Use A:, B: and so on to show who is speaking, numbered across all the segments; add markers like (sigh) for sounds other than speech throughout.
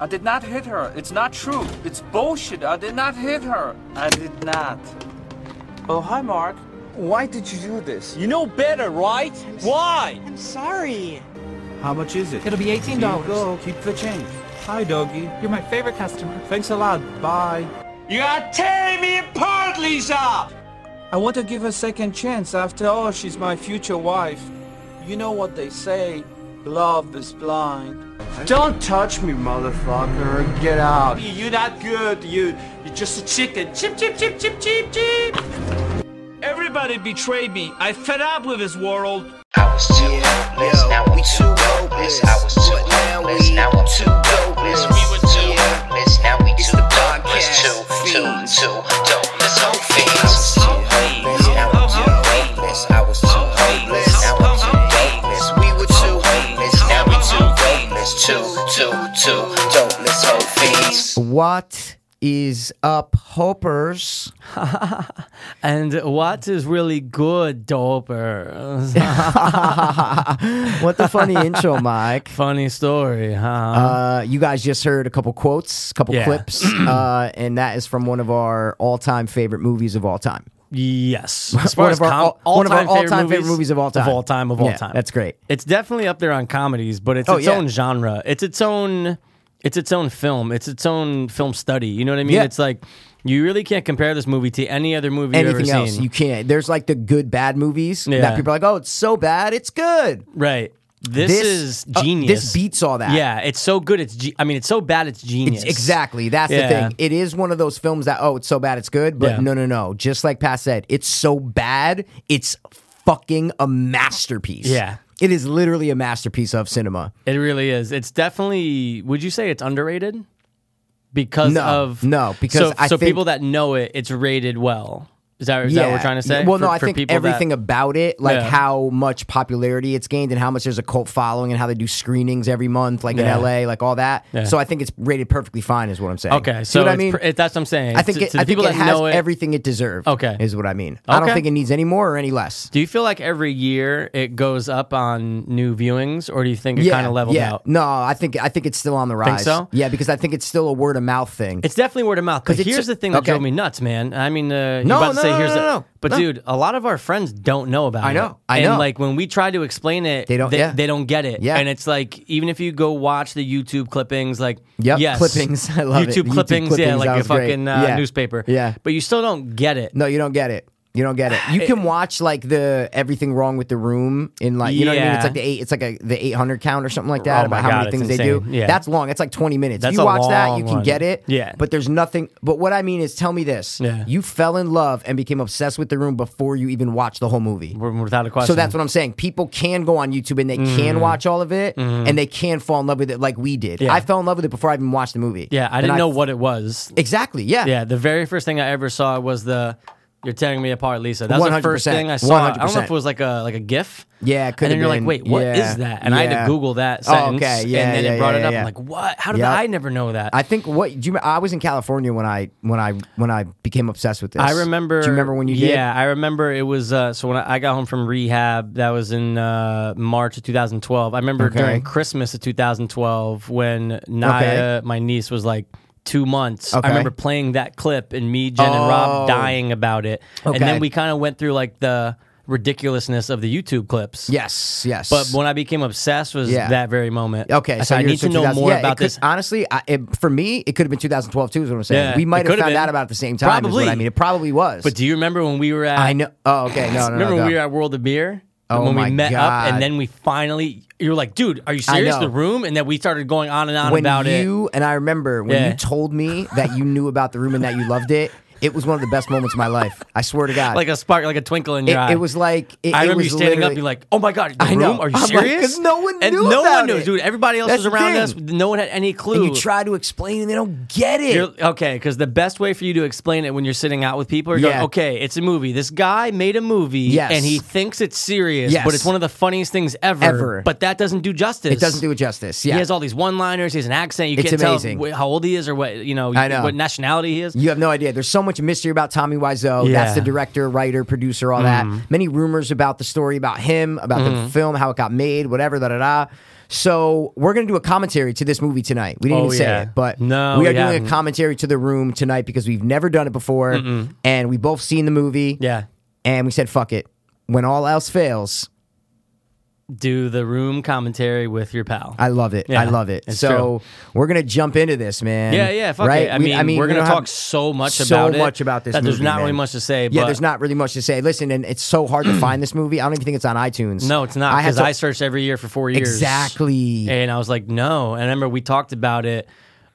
A: I did not hit her. It's not true. It's bullshit. I did not hit her. I did not. Oh, hi, Mark. Why did you do this? You know better, right? Why?
B: I'm sorry.
C: How much is it?
D: It'll be $18.
C: Here you go. Keep the change. Hi, doggy.
D: You're my favorite customer.
C: Thanks a lot. Bye.
A: You are tearing me apart, Lisa!
E: I want to give her a second chance. After all, she's my future wife. You know what they say, love is blind.
F: Don't touch me, motherfucker. Get out.
A: You're not good. You, you're just a chicken. Chip, chip, chip, chip, chip, chip. Everybody betrayed me. I fed up with this world.
G: I was too hopeless, now I'm too hopeless. I was too hopeless, now I'm too hopeless. We were too hopeless, now we too hopeless. Too, too, too hopeless. Oh, fiends. Now I'm too hopeless. I was too hopeless, now I'm too hopeless. We were too hopeless, now we too hopeless. Too, too, too hopeless. Oh, fiends.
H: What is up, hoppers?
I: and what is really good, dopers?
H: what the
I: (laughs)
H: funny intro, Mike.
I: Funny story, huh?
H: Uh, you guys just heard a couple quotes, a couple
I: Yeah. (clears throat)
H: clips, uh, and that is from one of our all-time favorite movies of all time.
I: yes.
H: (laughs)
I: As
H: One of our all- one of our
I: all-time favorite
H: all-time favorite movies of all time.
I: Of all time, of all
H: Yeah,
I: time.
H: that's great.
I: It's definitely up there on comedies, but it's
H: Oh,
I: its
H: yeah.
I: own genre. It's its own. It's its own film. It's its own film study. You know what I mean?
H: Yeah.
I: It's like you really can't compare this movie to any other movie
H: Anything
I: you've ever
H: else,
I: seen.
H: you can't. There's like the good bad movies that
I: Yeah.
H: people are like, oh, it's so bad, it's good.
I: right. This,
H: This-
I: is
H: uh, this
I: genius.
H: beats all that.
I: Yeah, it's so good. It's ge- I mean, it's so bad. It's genius.
H: It's exactly. That's
I: Yeah.
H: the thing. It is one of those films that oh, it's so bad it's good, but
I: Yeah.
H: no, no, no. Just like Pat said, it's so bad it's fucking a masterpiece.
I: Yeah.
H: It is literally a masterpiece of cinema.
I: It really is. It's definitely. Would you say it's underrated? Because
H: No,
I: of
H: no, because
I: so,
H: I
I: so
H: think-
I: people that know it, it's rated well. Is that, is that what we're trying to say?
H: Well,
I: For-
H: no, I
I: for
H: think
I: people that-
H: everything about it, like
I: Yeah.
H: how much popularity it's gained and how much there's a cult following and how they do screenings every month, like
I: Yeah.
H: in LA, like all that.
I: Yeah.
H: So I think it's rated perfectly fine, is what I'm saying.
I: Okay,
H: See
I: so
H: what I
I: it's
H: mean,
I: pr- it- that's what I'm saying.
H: I think
I: To-
H: it,
I: to
H: I
I: the
H: think
I: people
H: it
I: that
H: has
I: know it-
H: everything it deserved.
I: Okay.
H: is what I mean. I don't
I: Okay.
H: think it needs any more or any less.
I: Do you feel like every year it goes up on new viewings, or do you think it kind of leveled
H: yeah.
I: out?
H: No, I think I think it's still on the rise.
I: so?
H: Yeah, because I think it's still a word of mouth thing.
I: It's definitely word of mouth.
H: 'Cause
I: But
H: it's-
I: here's the thing that
H: okay.
I: drove me nuts, man. I mean, uh, you're
H: No,
I: about to
H: no,
I: say
H: no,
I: here's
H: no,
I: the-
H: no,
I: but
H: no.
I: dude, a lot of our friends don't know about it.
H: I know, I
I: and
H: know.
I: like when we try to explain it,
H: They don't-
I: They,
H: yeah.
I: they don't get it.
H: Yeah.
I: and it's like even if you go watch the YouTube clippings, like
H: Yep,
I: yes,
H: clippings. (laughs) I love it.
I: YouTube
H: The YouTube
I: clippings. yeah,
H: clippings, that
I: like a
H: was great.
I: fucking uh,
H: Yeah.
I: newspaper.
H: Yeah.
I: but you still don't get it.
H: no, you don't get it. You don't get it. You
I: (sighs)
H: can watch like the everything wrong with the room in like you know what I mean. It's
I: Yeah.
H: like the eight. It's like a the eight hundred count or something like that
I: Oh my
H: about how
I: God,
H: many
I: it's
H: things they do.
I: insane. Yeah.
H: that's long. It's like twenty minutes. if
I: That's
H: you
I: a
H: watch that,
I: long
H: you can
I: one.
H: get it.
I: Yeah.
H: but there's nothing. But what I mean is, tell me this.
I: Yeah.
H: you fell in love and became obsessed with the room before you even watched the whole movie.
I: Without a question.
H: So that's what I'm saying. People can go on YouTube and they can watch all of it and they can fall in love with it like we did.
I: Mm-hmm. Yeah.
H: I fell in love with it before I even watched the movie.
I: Yeah, I
H: And
I: didn't know what it was.
H: Exactly. Yeah.
I: Yeah, the very first thing I ever saw was the "You're tearing me apart, Lisa." That was the first
H: 100%,
I: thing I saw. I don't know
H: 100%.
I: if it was like a like a GIF.
H: Yeah, it could have
I: and then you're
H: been.
I: like, "Wait, what is
H: Yeah,
I: that?" And I had
H: yeah.
I: to Google that
H: Oh,
I: sentence.
H: okay, yeah,
I: and then
H: yeah,
I: it brought it
H: yeah,
I: up.
H: yeah.
I: I'm like, "What? How did
H: Yep.
I: I never know that?"
H: I think what do you? I was in California when I when I when I became obsessed with this.
I: I remember.
H: Do you remember when you did?
I: Yeah, I remember it was. Uh, so when I, I got home from rehab, that was in uh, March of 2012. I remember
H: Okay.
I: during Christmas of 2012 when Naya, my niece, was like two months.
H: Okay.
I: I remember playing that clip and me, Jen, and
H: Oh.
I: Rob dying about it. And
H: Okay.
I: then we kind of went through like the ridiculousness of the YouTube clips.
H: Yes. Yes.
I: But when I became obsessed was
H: Yeah.
I: that very moment.
H: Okay,
I: I,
H: so
I: said, I
H: you're-
I: need
H: so
I: to know
H: 2000
I: more
H: yeah, it
I: about
H: could-
I: this.
H: Honestly, I, it, for me, it could have been 2012 too. Is what I'm saying.
I: Yeah,
H: we
I: it
H: might have
I: could have
H: found
I: been.
H: out about it at the same time. Is what
I: Probably.
H: I mean, it probably was.
I: But do you remember when we were at?
H: I know. Oh, okay. No, no, no.
I: Remember
H: no.
I: we were at World of Beer?
H: Oh
I: when
H: my
I: we met up
H: God.
I: and then we finally you were like, dude, are you
H: I
I: serious?
H: know.
I: The room? And then we started going on and on
H: when
I: about it.
H: you and I remember when
I: Yeah.
H: you told me that you knew about the room and that you loved it. It was one of the best moments of my life. I swear to God.
I: Like a spark, like a twinkle in your
H: It-
I: eye.
H: it was like- it-
I: I
H: it
I: remember
H: was
I: you standing up,
H: literally-
I: you're like, oh my God, the
H: I
I: room?
H: know.
I: Are you
H: I'm like,
I: serious?
H: 'cause no one
I: and
H: knew
I: no
H: about
I: one knew,
H: it.
I: dude. Everybody else
H: That's
I: was around
H: the
I: us.
H: thing.
I: No one had any clue.
H: and you try to explain and they don't get it.
I: You're- okay, because the best way for you to explain it when you're sitting out with people, you're
H: Yeah.
I: going, okay, it's a movie. This guy made a movie
H: Yes.
I: and he thinks it's serious,
H: Yes.
I: but it's one of the funniest things ever.
H: Ever.
I: But that doesn't do justice.
H: it doesn't do it justice. Yeah.
I: He has all these one-liners. He has an accent. You
H: It's
I: can't
H: amazing.
I: tell wh- how old he is or what you know,
H: I know.
I: what nationality he is.
H: you have no idea. There's so much mystery about Tommy Wiseau. That's
I: Yeah. Mm-hmm.
H: the director, writer, producer, all that. Many rumors about the story about him, about the film, how it got made, whatever, da da da. So we're gonna do a commentary to this movie tonight. We didn't
I: Oh,
H: even say
I: yeah.
H: it, but
I: No,
H: we are
I: we
H: doing a
I: haven't.
H: commentary to the room tonight because we've never done it before, and we both seen the movie.
I: Yeah.
H: and we said, "Fuck it." When all else fails,
I: Do the room commentary with your pal.
H: I love it. I
I: Yeah,
H: love it.
I: it's
H: So
I: true.
H: we're gonna jump into this, man.
I: yeah, yeah, fuck
H: right?
I: it. I
H: We-
I: mean, we're
H: we
I: gonna
H: don't have
I: talk so much
H: so
I: about it.
H: much about this
I: That there's
H: movie,
I: not really
H: man.
I: much to say.
H: Yeah,
I: but
H: there's not really much to say. Listen, and it's so hard
I: (clears throat)
H: to find this movie. I don't even think it's on iTunes.
I: No, it's not
H: I had
I: because
H: to-
I: I, searched every year for four years.
H: Exactly.
I: And I was like, no. And I remember we talked about it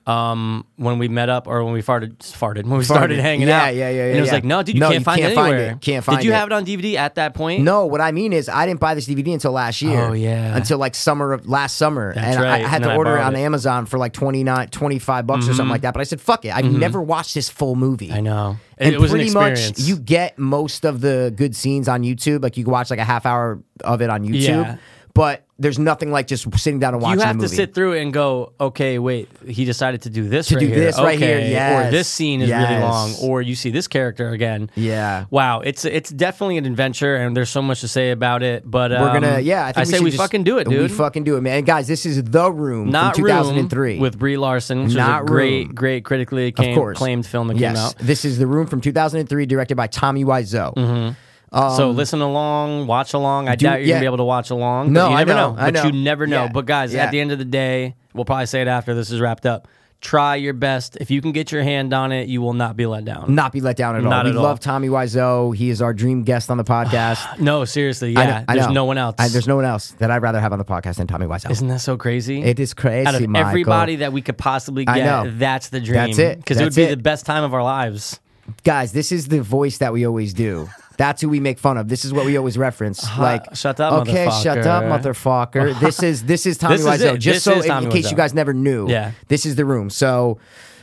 I: um, when we met up or when we farted, farted when we started
H: Farted.
I: hanging
H: Yeah,
I: out.
H: yeah, yeah,
I: And
H: yeah,
I: it was
H: yeah.
I: like, no, dude, you
H: No,
I: can't
H: you
I: find
H: can't
I: it
H: find
I: anywhere.
H: it. Can't
I: Did
H: find
I: you
H: it.
I: have it on DVD at that point?
H: No, what I mean is I didn't buy this DVD until last year.
I: Oh, yeah.
H: Until like summer of last summer.
I: That's
H: and I-
I: right.
H: I, had
I: And
H: to
I: I
H: order it
I: borrowed
H: on
I: it. Mm-hmm.
H: Amazon for like 29, 25 bucks or something like that. But I said, fuck it. I've never watched this full movie.
I: I know. It,
H: And
I: it was an
H: pretty much
I: experience.
H: you get most of the good scenes on YouTube. Like you can watch like a half hour of it on YouTube.
I: Yeah.
H: But there's nothing like just sitting down and watching
I: you
H: the
I: have to
H: movie.
I: sit through it and go, okay, wait, he decided to do this
H: To
I: right
H: do
I: here.
H: this right here,
I: okay,
H: yes,
I: Or this scene is really
H: yes.
I: long, or you see this character again.
H: Yeah.
I: Wow, it's it's definitely an adventure, and there's so much to say about it. But um,
H: We're gonna, yeah. I, think
I: I say
H: should
I: we
H: just-
I: fucking do it, dude.
H: We fucking do it, man. And guys, this is the room
I: not
H: from
I: Room
H: 2003
I: with Brie Larson, which
H: Not
I: was a great,
H: Room.
I: great critically
H: of
I: acclaimed,
H: course
I: acclaimed film that
H: yes.
I: came out.
H: This is the room from 2003, directed by Tommy Wiseau.
I: Mm-hmm. so listen along, watch along. I
H: Um, do-
I: doubt you're
H: yeah.
I: gonna be able to watch along.
H: No,
I: but you
H: I
I: never
H: know, I
I: But you
H: know.
I: never know.
H: Yeah,
I: But guys,
H: yeah.
I: at the end of the day, we'll probably say it after this is wrapped up. Try your best. If you can get your hand on it, you will not be let down.
H: Not be let down at all.
I: Not
H: we
I: at all.
H: love Tommy Wiseau. He is our dream guest on the podcast.
I: (sighs) No, seriously,
H: I
I: yeah.
H: know- I
I: there's
H: know.
I: no one else.
H: I- there's no one else that I'd rather have on the podcast than Tommy Wiseau.
I: Isn't that so crazy?
H: It is crazy,
I: Out of
H: Michael.
I: everybody that we could possibly
H: I know.
I: get, that's the dream.
H: That's it.
I: Because it would
H: That's
I: be
H: it.
I: the best time of our lives.
H: Guys, this is the voice that we always do. That's who we make fun of. This is what we always reference. Like,
I: Uh-huh. shut up,
H: okay, shut up,
I: (laughs)
H: motherfucker. This is this is Tommy
I: This is
H: Wiseau.
I: it.
H: Just
I: This
H: so,
I: is
H: in,
I: Tommy
H: in case
I: Wiseau.
H: you guys never knew,
I: Yeah.
H: this is the room. So,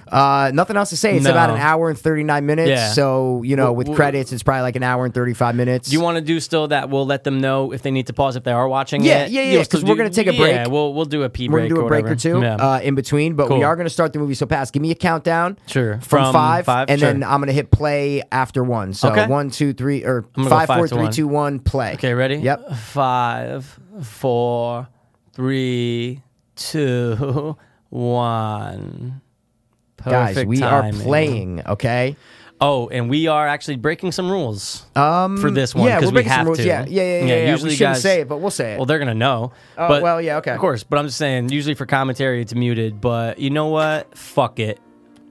H: uh, nothing else to say. It's
I: No.
H: about an hour and thirty nine minutes.
I: Yeah.
H: So, you know, with
I: w-
H: credits, it's probably like an hour and thirty five minutes.
I: Do you want to do still that? We'll let them know if they need to pause if they are watching.
H: Yeah,
I: it?
H: yeah, yeah,
I: You'll still
H: 'cause we're
I: do-
H: gonna take a
I: Yeah,
H: break.
I: we'll we'll do a pee
H: We're
I: break.
H: gonna do
I: or
H: a break or
I: whatever.
H: two
I: Yeah.
H: uh, in between, but we
I: Cool.
H: are gonna start the movie so fast. Give me a countdown.
I: Sure.
H: From,
I: From
H: five,
I: five,
H: and
I: sure.
H: then I'm gonna hit play after one. So
I: Okay.
H: one, two, three, or
I: gonna go
H: five,
I: five
H: four,
I: to
H: three,
I: one.
H: two, one, play.
I: okay, ready?
H: Yep.
I: Five, four, three, two, one. Perfect
H: Guys, we
I: timing.
H: are playing. Okay.
I: Oh, and we are actually breaking some rules
H: Uh,
I: um, for this one
H: yeah, we're
I: because we
H: breaking some
I: have
H: rules.
I: to.
H: Yeah, yeah, yeah, yeah, yeah. We
I: Usually,
H: shouldn't
I: guys
H: say it, but we'll say it.
I: Well, they're gonna know.
H: Oh,
I: but
H: well, yeah, okay.
I: of course. But I'm just saying, usually for commentary, it's muted. But you know what? Fuck it.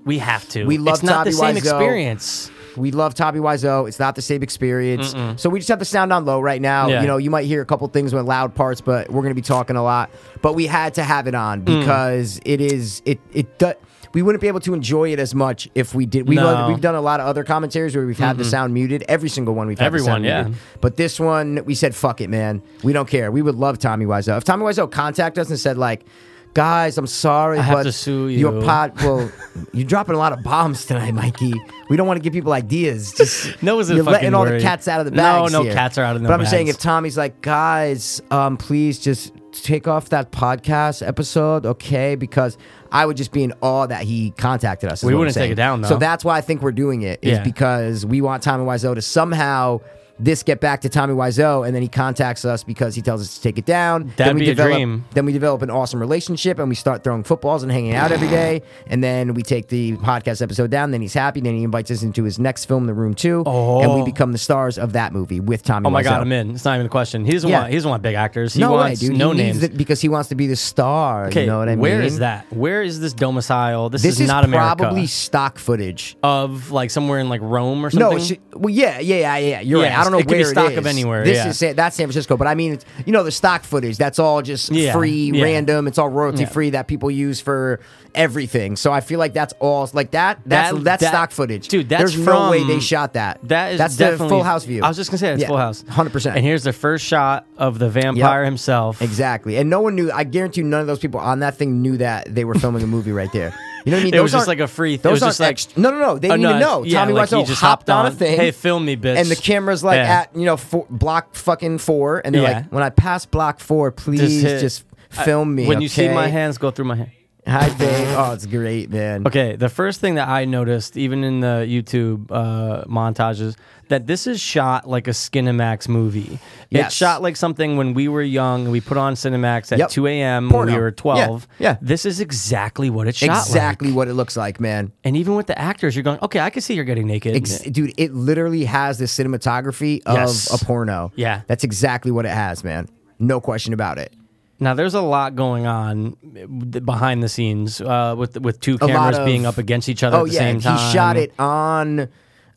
I: We have to.
H: We love
I: It's not
H: Tommy
I: the same
H: Wiseau.
I: experience.
H: We love Tommy Wiseau. It's not the same experience. So we just have the sound on low right now.
I: Yeah.
H: You know, you might hear a couple things with loud parts, but we're going to be talking a lot. But we had to have it on
I: Mm.
H: because it is it it. Do, we wouldn't be able to enjoy it as much if we did. We
I: No. Mm-hmm.
H: love- we've done a lot of other commentaries where we've had the sound muted. Every single one we've had the
I: Everyone,
H: sound
I: yeah.
H: muted. But this one, we said, fuck it, man. We don't care. We would love Tommy Wiseau. If Tommy Wiseau contacted us and said, like, guys, I'm sorry,
I: have
H: but
I: to sue
H: your
I: you." (laughs)
H: pod, well, you're dropping a lot of bombs tonight, Mikey. We don't want to give people ideas. Just
I: (laughs) No one's a
H: you're
I: fucking
H: letting all the
I: worry.
H: cats out of the
I: No,
H: bags.
I: no
H: here.
I: cats are out of
H: But
I: the
H: I'm just saying,
I: bags.
H: if Tommy's like, guys, um, please just take off that podcast episode, okay? Because I would just be in awe that he contacted us. is what
I: We
H: I'm
I: wouldn't take
H: saying.
I: it down, though.
H: So that's why I think we're doing it is
I: Yeah.
H: because we want Tommy Wiseau to somehow this get back to Tommy Wiseau, and then he contacts us because he tells us to take it down. then
I: That'd
H: we
I: be a
H: develop,
I: dream.
H: Then we develop an awesome relationship, and we start throwing footballs and hanging out every day. And then we take the podcast episode down. Then he's happy. Then he invites us into his next film, The Room Two, and we
I: Oh.
H: become the stars of that movie with Tommy.
I: Oh my
H: Wiseau.
I: god, I'm in. It's not even a question. He doesn't
H: Yeah.
I: want. He doesn't want big actors. He
H: no
I: wants
H: way, dude.
I: no
H: he needs
I: names.
H: it because he wants to be the star.
I: okay,
H: you know what I mean?
I: where is that? Where is this domicile? This,
H: This
I: is, not America.
H: probably stock footage.
I: of like somewhere in like Rome or something.
H: No, it should, well, yeah, yeah, yeah, yeah. You're
I: Yeah,
H: right. I don't know
I: it could be
H: where
I: stock
H: it is.
I: of anywhere,
H: This
I: yeah.
H: is San, that's San Francisco, but I mean, it's, you know, the stock footage. That's all just
I: Yeah,
H: free,
I: yeah.
H: random. It's all royalty
I: Yeah.
H: free that people use for everything. So I feel like that's all like that. That's
I: That-
H: that's
I: that-
H: stock footage,
I: dude, that's
H: There's no way
I: from-
H: they shot that.
I: That is
H: that's
I: definitely,
H: the Full House view.
I: I was just gonna say that's
H: Yeah,
I: Full House,
H: 100%.
I: And here's the first shot of the vampire
H: Yep.
I: himself.
H: Exactly, and no one knew. I guarantee you none of those people on that thing knew that they were filming a movie right there. You know what I mean?
I: (laughs) It was
H: Those
I: just
H: aren't-
I: like a free- it
H: Those
I: was
H: aren't
I: just like-
H: ext- no, no, no. They
I: Oh,
H: didn't
I: no,
H: even know.
I: it's- yeah,
H: Tommy
I: like, he
H: Wiseau
I: just
H: hopped
I: hopped
H: on a
I: on.
H: thing.
I: Hey, film me, bitch.
H: And the camera's like
I: Yeah.
H: at you know four, block fucking four, and they're
I: Yeah.
H: like, when I pass block four, please
I: hit-
H: just film me.
I: when you see
H: okay?"
I: my hands go through my hand.
H: Hi, babe. Oh, it's great, man.
I: Okay, the first thing that I noticed, even in the YouTube uh, montages, that this is shot like a Cinemax movie.
H: Yes.
I: It's shot like something when we were young and we put on Cinemax at
H: Yep.
I: 2 a.m. when we
H: Porno.
I: were 12.
H: Yeah, yeah.
I: This is exactly what it's shot like.
H: Exactly what it looks like, man.
I: And even with the actors, you're going, okay, I can see you're getting naked.
H: Ex- dude, it literally has the cinematography of
I: Yes.
H: a porno.
I: Yeah.
H: That's exactly what it has, man. No question about it.
I: now, there's a lot going on uh, behind the scenes uh, with with two
H: A lot
I: cameras being
H: of-
I: up against each other
H: oh,
I: at the
H: yeah,
I: same time.
H: He shot it on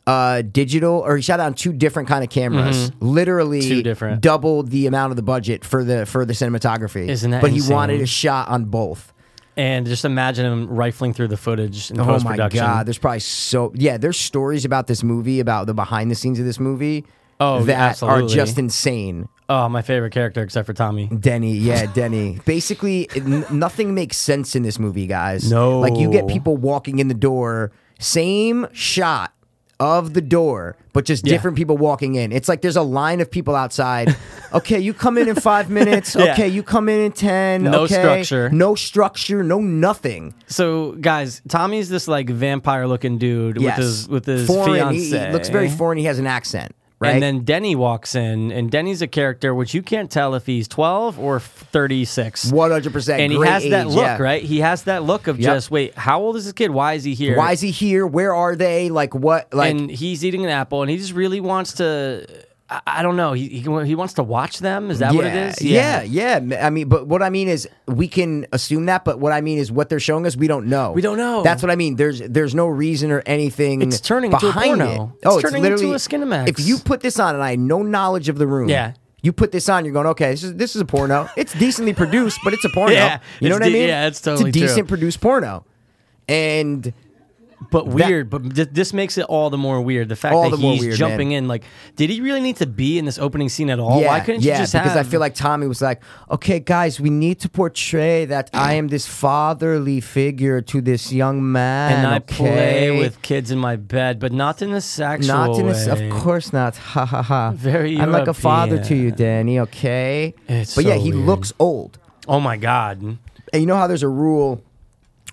H: uh, digital, or he shot it on two different kind of cameras. Literally,
I: Mm-hmm. Two different.
H: doubled the amount of the budget for the for the cinematography.
I: Isn't that
H: But he
I: insane?
H: wanted a shot on both.
I: And just imagine him rifling through the footage in
H: Oh
I: post
H: my
I: production.
H: god, there's probably so yeah. There's stories about this movie, about the behind the scenes of this movie.
I: Oh,
H: that are
I: absolutely.
H: just insane.
I: Oh, my favorite character except for Tommy.
H: Denny, yeah, Denny. Basically, n- nothing makes sense in this movie, guys.
I: No.
H: Like, you get people walking in the door, same shot of the door, but just different people walking in. It's like there's a line of people
I: (laughs)
H: outside. okay, you come in in five minutes.
I: Yeah.
H: Okay, you come in in 10.
I: No
H: okay.
I: structure.
H: No structure, no nothing.
I: So guys, Tommy's this like vampire looking dude
H: Yes.
I: with his with his
H: foreign. He,
I: fiance.
H: he looks very foreign. He has an accent, right?
I: And then Denny walks in, and Denny's a character which you can't tell if he's twelve or thirty six.
H: 100%.
I: And he
H: great
I: has that
H: age,
I: look,
H: yeah.
I: right? He has that look of
H: Yep.
I: just wait, how old is this kid? Why is he here?
H: Why is he here? Where are they? Like, what? Like,
I: and he's eating an apple, and he just really wants to. I, I don't know. He, he he wants to watch them. Is that what it is?
H: Yeah. yeah, M- I mean, but what I mean is we can assume that, but what I mean is what they're showing us, we don't know.
I: We don't know.
H: That's what I mean. There's there's no reason or anything.
I: It's turning into a
H: behind
I: porno.
H: It. Oh,
I: It's turning into
H: literally,
I: a Skinamax.
H: If you put this on and I had no knowledge of the room,
I: Yeah.
H: You put this on, you're going, okay, this is this is a porno. It's decently produced, but it's a porno.
I: (laughs) Yeah,
H: you know
I: it's
H: what I
I: de-
H: mean?
I: yeah, it's totally
H: it's a
I: true.
H: decent produced porno, and
I: But weird. but th- this makes it all the more weird. The fact
H: All
I: that
H: the more
I: he's
H: weird,
I: jumping
H: man.
I: in, like, did he really need to be in this opening scene at all?
H: yeah,
I: Oh, Why couldn't
H: yeah,
I: you just have?
H: because I feel like Tommy was like, okay, guys, we need to portray that I am this fatherly figure to this young man.
I: and I play
H: okay?
I: with kids in my bed, but not in a sexual
H: Not in a, s-
I: way.
H: of course not. Ha ha ha.
I: Very
H: I'm like a father to you,
I: European.
H: Danny. Okay.
I: It's
H: but yeah,
I: so
H: he
I: weird.
H: looks old.
I: Oh my god.
H: And you know how there's a rule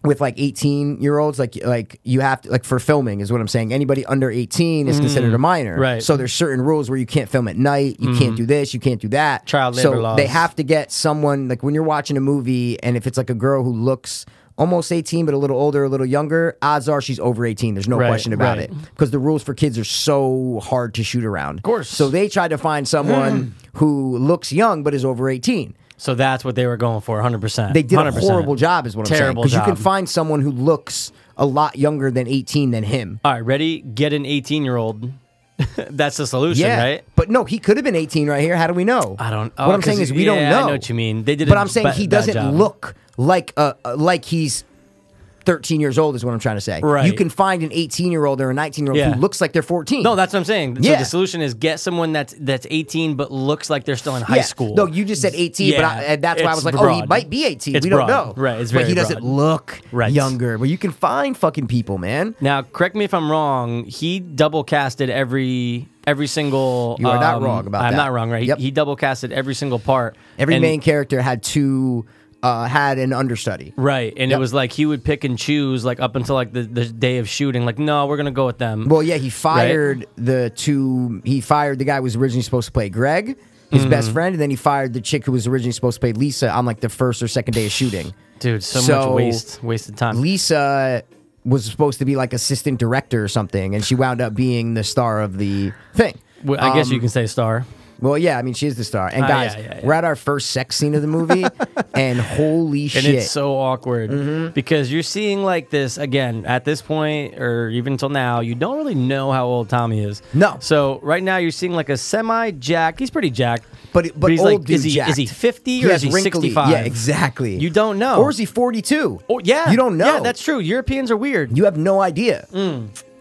H: with like 18 year olds, like like you have to like for filming is what I'm saying. Anybody under 18 is considered a minor.
I: Mm. right. Mm-hmm.
H: So there's certain rules where you can't film at night, you can't do this, you can't do that.
I: Child
H: so
I: labor laws.
H: They have to get someone like when you're watching a movie and if it's like a girl who looks almost 18 but a little older, a little younger, odds are she's over 18. There's no
I: Right,
H: question about
I: right.
H: it because the rules for kids are so hard to shoot around. Of
I: course.
H: So they tried to find
I: (clears throat)
H: someone who looks young but is over 18.
I: So that's what they were going for, hundred percent.
H: They did a horrible job, is what I'm
I: Terrible
H: saying. Because you can
I: job.
H: find someone who looks a lot younger than 18 than him.
I: All right, ready? Get an eighteen-year-old. (laughs) that's the solution,
H: Yeah,
I: right?
H: but no, he could have been 18 right here. How do we know?
I: I don't- oh,
H: what I'm
I: 'cause
H: saying is
I: you-
H: we don't
I: yeah, I
H: know.
I: know what you mean. They did a
H: but I'm saying
I: ba-
H: he
I: bad
H: doesn't
I: job.
H: look like a uh, like he's 13 years old. Is what I'm trying to say.
I: Right.
H: You can find an 18 year old or a 19 year old
I: Yeah.
H: who looks like they're 14.
I: No, that's what I'm saying. So
H: Yeah.
I: the solution is get someone that's that's 18 but looks like they're still in high
H: Yeah.
I: school.
H: No, you just said 18, but I,
I: Yeah,
H: and that's why I was
I: it's
H: like, oh, he
I: broad.
H: might be 18.
I: It's
H: we don't know.
I: broad. Right, it's
H: but he
I: very
H: doesn't
I: broad.
H: look
I: Right.
H: younger. But you can find fucking people, man.
I: Now, correct me if I'm wrong. He double casted every every single. um,
H: You are not wrong about
I: I'm
H: that.
I: not wrong, right? He-
H: Yep.
I: He, double casted every single part.
H: Every
I: and,
H: main character had two, uh, had an understudy.
I: Right, and
H: Yep.
I: it was like he would pick and choose, like up until like the, the day of shooting. Like, no, we're gonna go with them.
H: Well, yeah, he fired the two. He fired the guy who was originally supposed to play Greg, his best
I: Mm-hmm.
H: friend, and then he fired the chick who was originally supposed to play Lisa on like the first or second day of shooting.
I: Dude, so,
H: So,
I: much waste wasted time.
H: Lisa was supposed to be like assistant director or something, and she wound up being the star of the thing.
I: Well, I guess
H: Um,
I: you can say star.
H: Well, yeah, I mean, she is the star. And
I: Ah,
H: guys,
I: yeah, yeah, yeah.
H: we're at our first sex scene of the
I: (laughs)
H: movie, and holy shit! Mm-hmm.
I: and it's so awkward because you're seeing like this again at this point or even till now you don't really know how old tommy is
H: No.
I: so right now you're seeing like a semi jack he's pretty jacked
H: But but,
I: he's
H: old
I: like
H: dude
I: is he is he
H: jacked.
I: 50 or
H: has
I: is he
H: wrinkly-
I: 65
H: Yeah, exactly.
I: You don't know.
H: Or is he 42?
I: oh yeah
H: You don't know.
I: yeah that's Mm. true europeans are weird
H: You have no idea.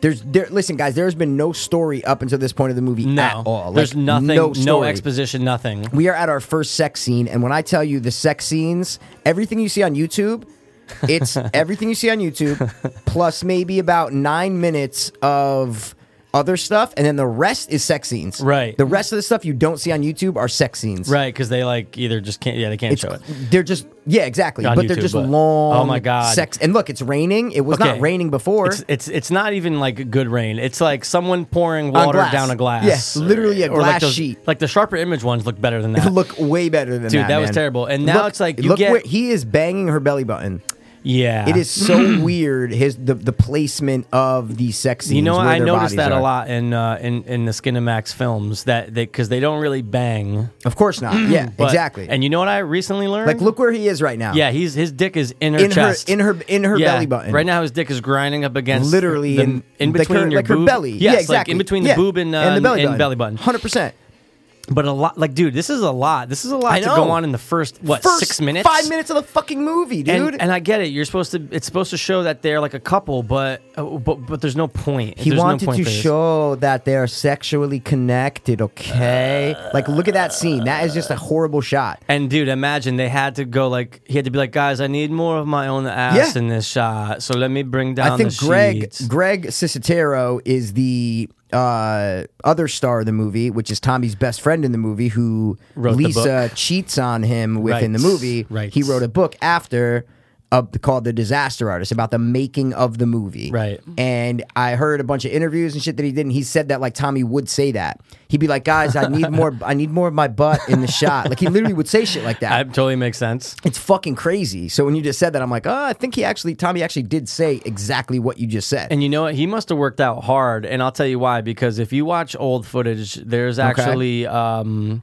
H: There's there. Listen, guys, there's been no story up until this point of the movie
I: no
H: at all. Like,
I: there's nothing
H: No,
I: no,
H: story.
I: exposition nothing
H: We are at our first sex scene, and when I tell you the sex scenes, everything you see on YouTube,
I: (laughs)
H: it's everything you see on YouTube, plus maybe about nine minutes of other stuff, and then the rest is sex scenes.
I: Right.
H: The rest of the stuff you don't see on YouTube are sex scenes.
I: Right, because they like either just can't. Yeah, they can't
H: It's,
I: show it.
H: They're just yeah, exactly.
I: On
H: but they're
I: YouTube,
H: just
I: but-
H: long.
I: Oh my God.
H: Sex and look, it's raining. It was
I: Okay.
H: not raining before.
I: It's, it's it's not even like good rain. It's like someone pouring
H: On
I: water
H: glass.
I: down a glass.
H: Yes, literally a
I: Or like
H: glass
I: those-
H: sheet.
I: Like the sharper image ones look
H: (laughs)
I: better than that.
H: look way better than
I: Dude,
H: that.
I: that was
H: man.
I: terrible. And now
H: Look-
I: it's like you
H: look
I: get-
H: where he is banging her belly button.
I: yeah,
H: It is so
I: (clears throat)
H: weird. His the, the placement of the sex scenes.
I: Ah. You know,
H: where
I: I
H: their bodies
I: noticed that
H: are.
I: a lot in uh, in in the Skinemax films that they because they don't really bang.
H: Of course
I: (clears throat)
H: not. Yeah,
I: but-
H: exactly.
I: And you know what I recently learned?
H: like, look where he is right now.
I: Yeah, he's his dick is in her
H: in
I: chest.
H: her in her in her
I: Yeah,
H: belly button.
I: Right now, his dick is grinding up against
H: literally
I: the-
H: in,
I: in
H: like
I: between
H: her,
I: your
H: like her
I: boob-
H: belly.
I: Yes,
H: yeah, exactly.
I: like in between the
H: Yeah.
I: button and, uh,
H: and the belly
I: and
H: button.
I: belly button.
H: Hundred percent.
I: But a lot, like, dude, this is a lot. This is a lot
H: I
I: to
H: know.
I: go on in the first what
H: First
I: six minutes,
H: five minutes of the fucking movie, dude.
I: And, and I get it. You're supposed to. It's supposed to show that they're like a couple, but uh, but but there's no point.
H: he
I: There's no
H: wanted
I: point
H: to
I: for this.
H: show that they are sexually connected. Okay, like look at that scene. That is just a horrible shot.
I: And dude, imagine they had to go like he had to be like, guys, I need more of my own ass
H: Yeah.
I: in this shot. So let me bring down.
H: I think
I: the
H: Greg
I: sheets."
H: Greg Cicitero is the uh, other star of the movie, which is Tommy's best friend in the movie, who
I: Wrote the
H: Lisa cheats on him with in the
I: Right,
H: movie.
I: right.
H: He wrote a book after. Uh, called the Disaster Artist about the making of the movie,
I: Right.
H: And I heard a bunch of interviews and shit that he did, and he said that like Tommy would say that he'd be like, "Guys, I
I: (laughs)
H: need more, I need more of my butt in the shot." Like he literally would say shit like that.
I: that totally makes sense.
H: It's fucking crazy. So when you just said that, I'm like, oh, I think he actually, Tommy actually did say exactly what you just said.
I: And you know what? He must have worked out hard, and I'll tell you why. Because if you watch old footage, there's actually um,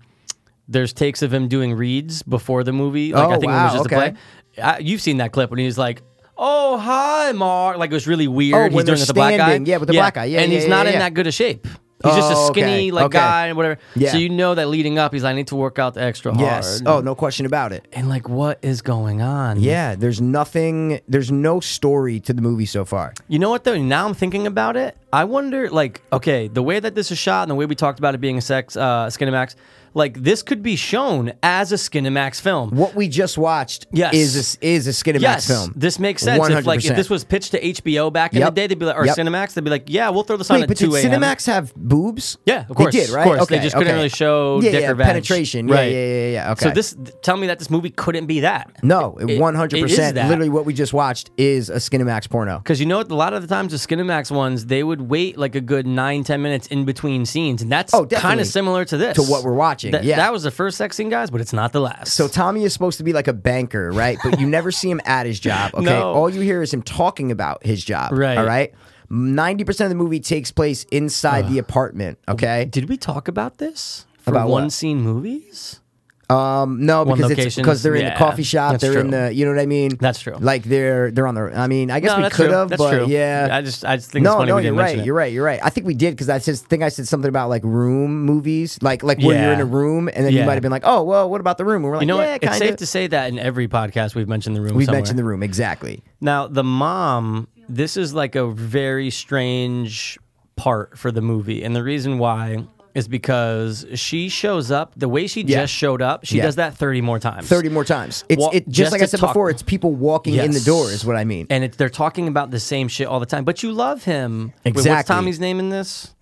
I: there's takes of him doing reads before the movie. Like I
H: Oh,
I: think it
H: wow,
I: was just
H: okay.
I: a play. I, you've seen that clip when he's like. Oh hi, Mark! Like it was really weird.
H: Oh,
I: he's
H: when
I: doing it
H: they're
I: with the black guy.
H: standing. Yeah, with the black guy. Yeah,
I: and
H: yeah,
I: he's
H: yeah,
I: not
H: yeah,
I: in
H: yeah.
I: that good a shape. He's just
H: Oh,
I: a
H: okay,
I: skinny like
H: okay.
I: guy and whatever.
H: Yeah.
I: So you know that leading up, he's like, I need to work out the extra hard.
H: yes. Oh, no question about it.
I: and like what is going on?
H: Yeah, there's nothing, there's no story to the movie so far.
I: You know what though? Now I'm thinking about it. I wonder, like, okay, the way that this is shot and the way we talked about it being a sex uh, Skinemax, like this could be shown as a Skinemax film.
H: What we just watched
I: Yes.
H: is a, is a Skinemax
I: yes,
H: film.
I: this makes sense. If like if
H: 100%.
I: this was pitched to HBO back in
H: Yep.
I: the day, they'd be like, or
H: Yep.
I: Cinemax, they'd be like, yeah, we'll throw this on
H: Wait,
I: at
H: but did
I: two a.m.
H: Cinemax have boobs?
I: Yeah, of course.
H: They did, right?
I: Of course.
H: Okay,
I: They just couldn't
H: okay.
I: really show
H: yeah,
I: dick
H: yeah,
I: or vag.
H: penetration. Yeah,
I: Right.
H: yeah, yeah, yeah, yeah. Okay.
I: So this tell me that this movie couldn't be that.
H: no, one hundred percent.
I: that.
H: Literally, what we just watched is a Skinemax porno.
I: Because you know, what? a lot of the times the Skinemax ones, they would wait like a good nine, ten minutes in between scenes, and that's
H: Oh,
I: kind
H: definitely.
I: of similar to this
H: To what we're watching,
I: That,
H: yeah.
I: that was the first sex scene, guys, but it's not the last.
H: So Tommy is supposed to be like a banker, right? But you never see him at his
I: (laughs)
H: job. Okay,
I: No.
H: all you hear is him talking about his job.
I: Right.
H: All right. Ninety percent of the movie takes place inside the apartment. Okay.
I: did we talk about this for
H: About what?
I: one scene movies?
H: Um, no,
I: One
H: because it's
I: location,
H: because they're in the
I: yeah,
H: coffee shop.
I: that's
H: They're in
I: true.
H: the. You know what I mean?
I: That's true.
H: Like they're they're on the. I mean, I guess
I: No,
H: we
I: that's
H: could
I: true.
H: have,
I: That's
H: but
I: true.
H: yeah.
I: I just, I just think
H: no,
I: it's funny
H: no,
I: we
H: you're
I: didn't
H: right.
I: mention it.
H: You're right. You're right. I think we did because I just think I said something about like room movies, like like where you're
I: Yeah.
H: in a room, and then you
I: Yeah.
H: might have been like, oh, well, what about the room? And we're like,
I: You know
H: yeah,
I: what?
H: kind
I: It's
H: of.
I: safe to say that in every podcast we've mentioned the room.
H: we
I: somewhere.
H: mentioned the room exactly.
I: Now, the mom, this is like a very strange part for the movie. And the reason why is because she shows up the way she
H: Yeah.
I: just showed up, she
H: Yeah.
I: does that 30 more times.
H: 30 more times. It's
I: Wa-
H: it, just,
I: just
H: like I
I: to
H: said
I: talk-
H: before, it's people walking in the
I: Yes.
H: door, is what I mean.
I: And it, they're talking about the same shit all the time. But you love him. Wait, what's
H: Exactly.
I: Tommy's name in this?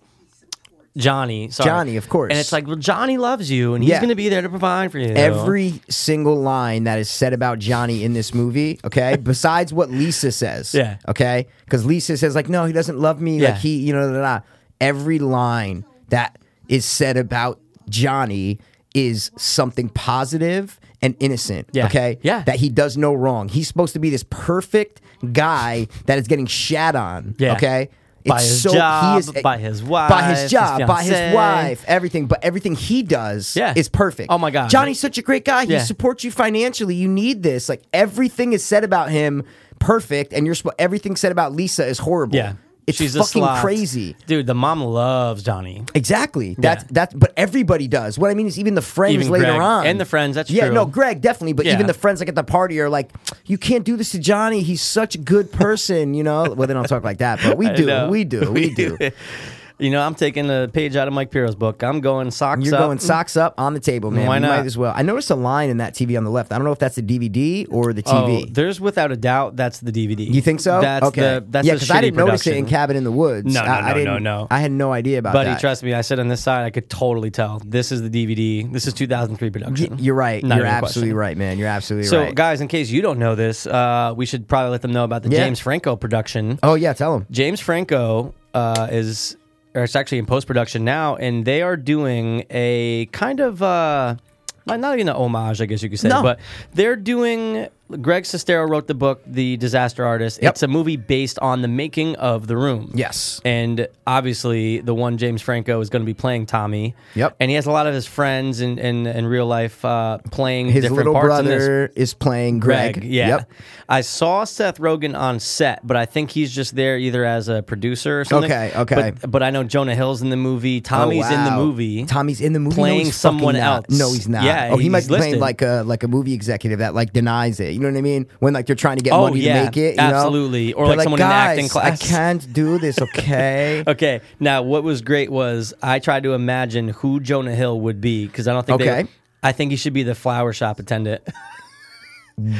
I: Johnny. Sorry.
H: Johnny, of course.
I: And it's like, well, Johnny loves you and he's
H: Yeah.
I: going to be there to provide for you.
H: Every single line that is said about Johnny in this movie,
I: (laughs)
H: okay, besides what Lisa says,
I: Yeah.
H: okay, because Lisa says like, no, he doesn't love me,
I: Yeah.
H: like he, you know, da, da, da. every line that is said about Johnny is something positive and innocent,
I: Yeah.
H: okay,
I: Yeah.
H: that he does no wrong. He's supposed to be this perfect guy that is getting shat on,
I: Yeah.
H: okay.
I: By his job, by his
H: eh, by
I: wife, his
H: his job, by
I: fiancée.
H: his wife, everything. But everything he does
I: Yeah.
H: is perfect.
I: Oh my God.
H: Johnny's such a great guy. He
I: Yeah.
H: supports you financially. You need this. Like everything is said about him, perfect. And you're spo- everything said about Lisa is horrible.
I: Yeah.
H: it's
I: She's a
H: fucking
I: slut.
H: crazy.
I: Dude, the mom loves Johnny.
H: Exactly. That's that's. But everybody does. What I mean is, even the friends
I: Even
H: later
I: Greg.
H: on,
I: And the friends, that's
H: yeah.
I: true.
H: No, Greg definitely. But
I: Yeah.
H: even the friends like at the party are like, you can't do this to Johnny.
I: (laughs)
H: He's such a good person. You know. Well, they don't talk like that, but we do.
I: know.
H: We do. We do.
I: (laughs) You know, I'm taking a page out of Mike Piro's book. I'm going socks
H: You're
I: up.
H: going socks up on the table, man.
I: Why
H: We
I: not?
H: Might as well. I noticed a line in that TV on the left. I don't know if that's the DVD or the
I: Oh,
H: TV.
I: there's without a doubt that's the DVD.
H: you think so?
I: That's
H: okay.
I: the that's
H: yeah,
I: because
H: I didn't notice it in Cabin in the Woods.
I: No, no,
H: I, I
I: no, no,
H: didn't-
I: no.
H: I had no idea about
I: Buddy,
H: that.
I: trust me, I sit on this side. I could totally tell. This is the DVD. This is 2003
H: Y-
I: production.
H: You're right.
I: Not
H: You're
I: even a
H: absolutely
I: question.
H: right, man. You're absolutely
I: So,
H: right.
I: guys, in case you don't know this, uh, we should probably let them know about the
H: Yeah.
I: James Franco production.
H: oh yeah, tell him.
I: James Franco uh, is, or it's actually in post production now, and they are doing a kind of, uh, not not even an homage, I guess you could say,
H: No.
I: but they're doing. Greg Sestero wrote the book, The Disaster Artist.
H: Yep.
I: It's a movie based on the making of The Room.
H: Yes.
I: And obviously, the one James Franco is going to be playing Tommy.
H: Yep.
I: And he has a lot of his friends in, in, in real life uh, playing
H: His
I: different
H: little
I: parts in this.
H: brother is playing Greg.
I: Yeah.
H: Yep.
I: I saw Seth Rogen on set, but I think he's just there either as a producer or something.
H: Okay, okay.
I: But, but I know Jonah Hill's in the movie.
H: Oh,
I: Tommy's in the
H: wow.
I: movie.
H: Tommy's in the movie No,
I: Playing
H: he's
I: someone
H: fucking not.
I: else.
H: No, he's not.
I: Yeah,
H: oh, he might
I: he's
H: be playing
I: listed.
H: like a like a movie executive that like denies it. You know what I mean? When like they're trying to get
I: Oh,
H: money
I: yeah,
H: to make it. You
I: absolutely.
H: Know?
I: Or
H: They're
I: like someone in
H: "Guys,
I: acting class."
H: I can't do
I: (laughs)
H: this. Okay.
I: Okay. Now, what was great was I tried to imagine who Jonah Hill would be because I don't think
H: Okay.
I: they. I think he should be the flower shop attendant.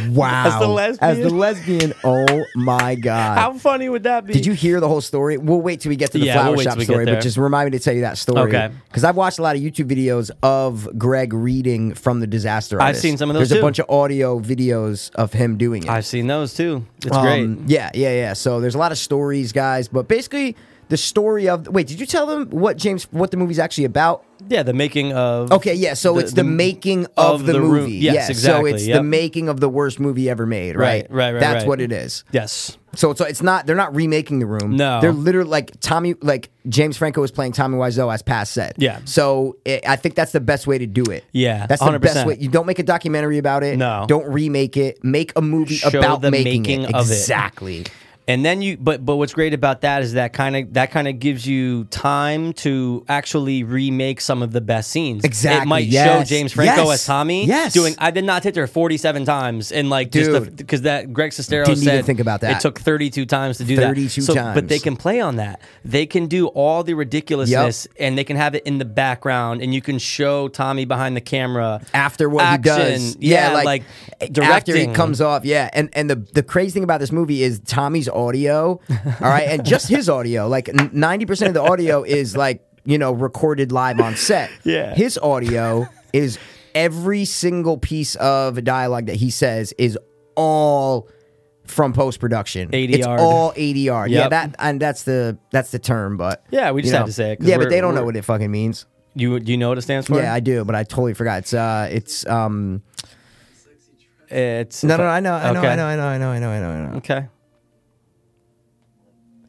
H: Wow.
I: As the lesbian.
H: As the lesbian. Oh my
I: (laughs)
H: god.
I: How funny would that be?
H: Did you hear the whole story? We'll wait till we get to the
I: Yeah,
H: flower
I: we'll wait
H: shop
I: till we get
H: story, but
I: there.
H: just remind me to tell you that story.
I: Okay.
H: Because I've watched a lot of YouTube videos of Greg reading from the disaster.
I: I've
H: Artist.
I: seen some of those
H: There's
I: too.
H: a bunch of audio videos of him doing it.
I: I've seen those too. It's
H: Um,
I: great.
H: Yeah, yeah, yeah. So there's a lot of stories, guys. But basically, the story of wait, did you tell them what James what the movie's actually about?
I: Yeah, the making of.
H: Okay, yeah. So
I: The-
H: it's the,
I: the-
H: making of, the,
I: room.
H: movie.
I: Yes,
H: yeah,
I: exactly,
H: So it's the
I: yep.
H: making of the worst movie ever made. Right,
I: Right, right, right,
H: That's
I: right.
H: what it is.
I: Yes.
H: So it's it's not they're not remaking the room.
I: No.
H: they're literally like Tommy like James Franco was playing Tommy Wiseau as Pass said.
I: Yeah.
H: So it, I think that's the best way to do it.
I: Yeah,
H: that's the best
I: 100%.
H: way. You don't make a documentary about it.
I: No.
H: don't remake it. Make a movie
I: Show
H: about
I: the
H: making,
I: making
H: it.
I: of it.
H: exactly.
I: and then you but but what's great about that is that kind of that kind of gives you time to actually remake some of the best scenes
H: Exactly,
I: it might
H: yes,
I: show james franco
H: yes,
I: as tommy
H: yes.
I: doing i did not hit her 47 times and like just
H: Dude.
I: because that greg sestero
H: Didn't even
I: said
H: think about that.
I: it took 32 times to do
H: 32
I: that so, but
H: times.
I: they can play on that they can do all the ridiculousness and they can have it in the background and you can show tommy behind the camera
H: After what
I: action,
H: he does,
I: yeah, like,
H: after
I: directing
H: it comes off, yeah. And and the the crazy thing about this movie is Tommy's audio, all right, and just his audio. Like ninety percent of the audio is like you know recorded live on set.
I: (laughs) Yeah.
H: his audio is every single piece of dialogue that he says is all from post production. It's
I: 80 -yard.
H: all ADR. Yeah,
I: Yep.
H: that and that's the that's the term, but
I: Yeah, we
H: you
I: just had
H: know.
I: to say it 'cause
H: Yeah, but
I: we're-
H: they don't know
I: we're-
H: what it fucking means.
I: you do you know what it stands for
H: Yeah, I do, but I totally forgot. It's uh, it's um.
I: it's
H: No, no, I know, I know,
I: Okay.
H: I know, I know, I know, I know, I know, I know.
I: okay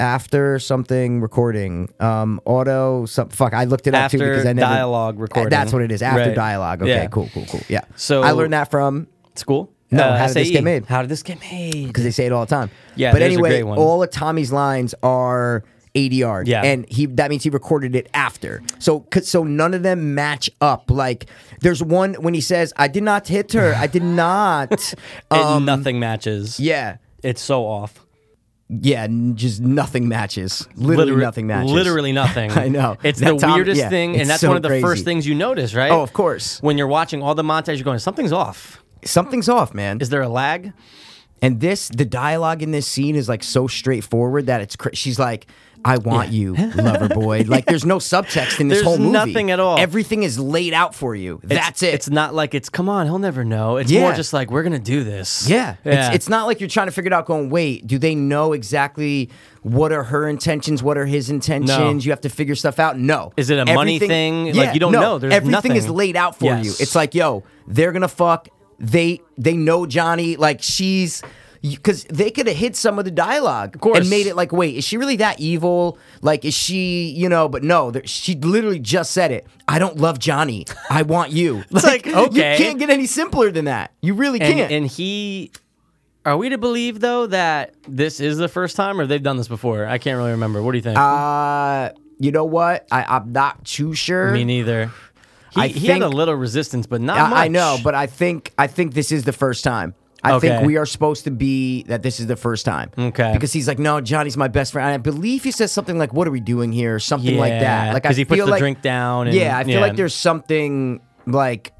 H: After something recording, um, auto some fuck. I looked it up too
I: After
H: because I never Uh,
I: dialogue recording.
H: That's what it is. After
I: Right.
H: dialogue. Okay,
I: Yeah.
H: cool, cool, cool. Yeah.
I: So-
H: I learned that from
I: School?
H: No, how did this
I: SAE.
H: get made?
I: E. How did this get made?
H: because they say it all the time.
I: Yeah,
H: But
I: there's a
H: anyway,
I: great one.
H: all of Tommy's lines are ADR.
I: Yeah.
H: And he that means he recorded it after. So 'cause- so none of them match up. Like there's one when he says, "I did not hit her. I did
I: (laughs)
H: not."
I: It-
H: um,
I: nothing matches.
H: yeah.
I: It's so off.
H: Yeah, n- just nothing matches. Literally
I: Literal-
H: nothing matches. (laughs)
I: Literally nothing.
H: I know.
I: It's
H: That
I: the
H: Tom-
I: weirdest
H: yeah,
I: thing,
H: it's
I: and that's
H: so
I: one of the
H: crazy.
I: first things you notice, right?
H: Oh, of course.
I: When you're watching all the montage, you're going, something's off.
H: Something's off, man.
I: Is there a lag?
H: And this, the dialogue in this scene is like so straightforward that it's. Cr- she's like, "I want you, lover boy." Like, there's no subtext in this
I: There's
H: whole movie.
I: nothing at all.
H: Everything is laid out for you.
I: It's-
H: That's it.
I: It's not like it's, come on, he'll never know. It's more
H: Yeah.
I: just like, we're going to do this.
H: yeah, It's, it's not like you're trying to figure it out. Going, wait, do they know exactly what are her intentions? What are his intentions? You have to figure stuff out. No,
I: Is it a money thing? Like, you don't
H: no,
I: know. There's
H: everything
I: nothing.
H: is laid out for you.
I: Yes.
H: It's like, yo, they're gonna fuck. They they know Johnny. Like she's because they could have hid some of the dialogue of
I: course.
H: and made it like, wait, is she really that evil? Like, is she you know? But no, there- she literally just said it. I don't love Johnny. I want
I: (laughs)
H: you.
I: like,
H: (laughs)
I: okay.
H: you can't get any simpler than that. You really
I: and,
H: can't.
I: and he. Are we to believe, though, that this is the first time or they've done this before? I can't really remember. What do you think?
H: Uh, you know what? I, I'm not too sure.
I: Me neither. He,
H: I
I: he had a
H: think-
I: little resistance, but not much.
H: I, I know, but I think I think this is the first time. I think
I: Okay.
H: we are supposed to be that this is the first time.
I: Okay.
H: Because he's like, no, Johnny's my best friend. And I believe he says something like, what are we doing here? Or something like
I: Yeah,
H: that. Like, I
I: 'cause he puts
H: feel
I: the
H: like-
I: drink down and-
H: yeah, I feel
I: yeah.
H: like there's something like,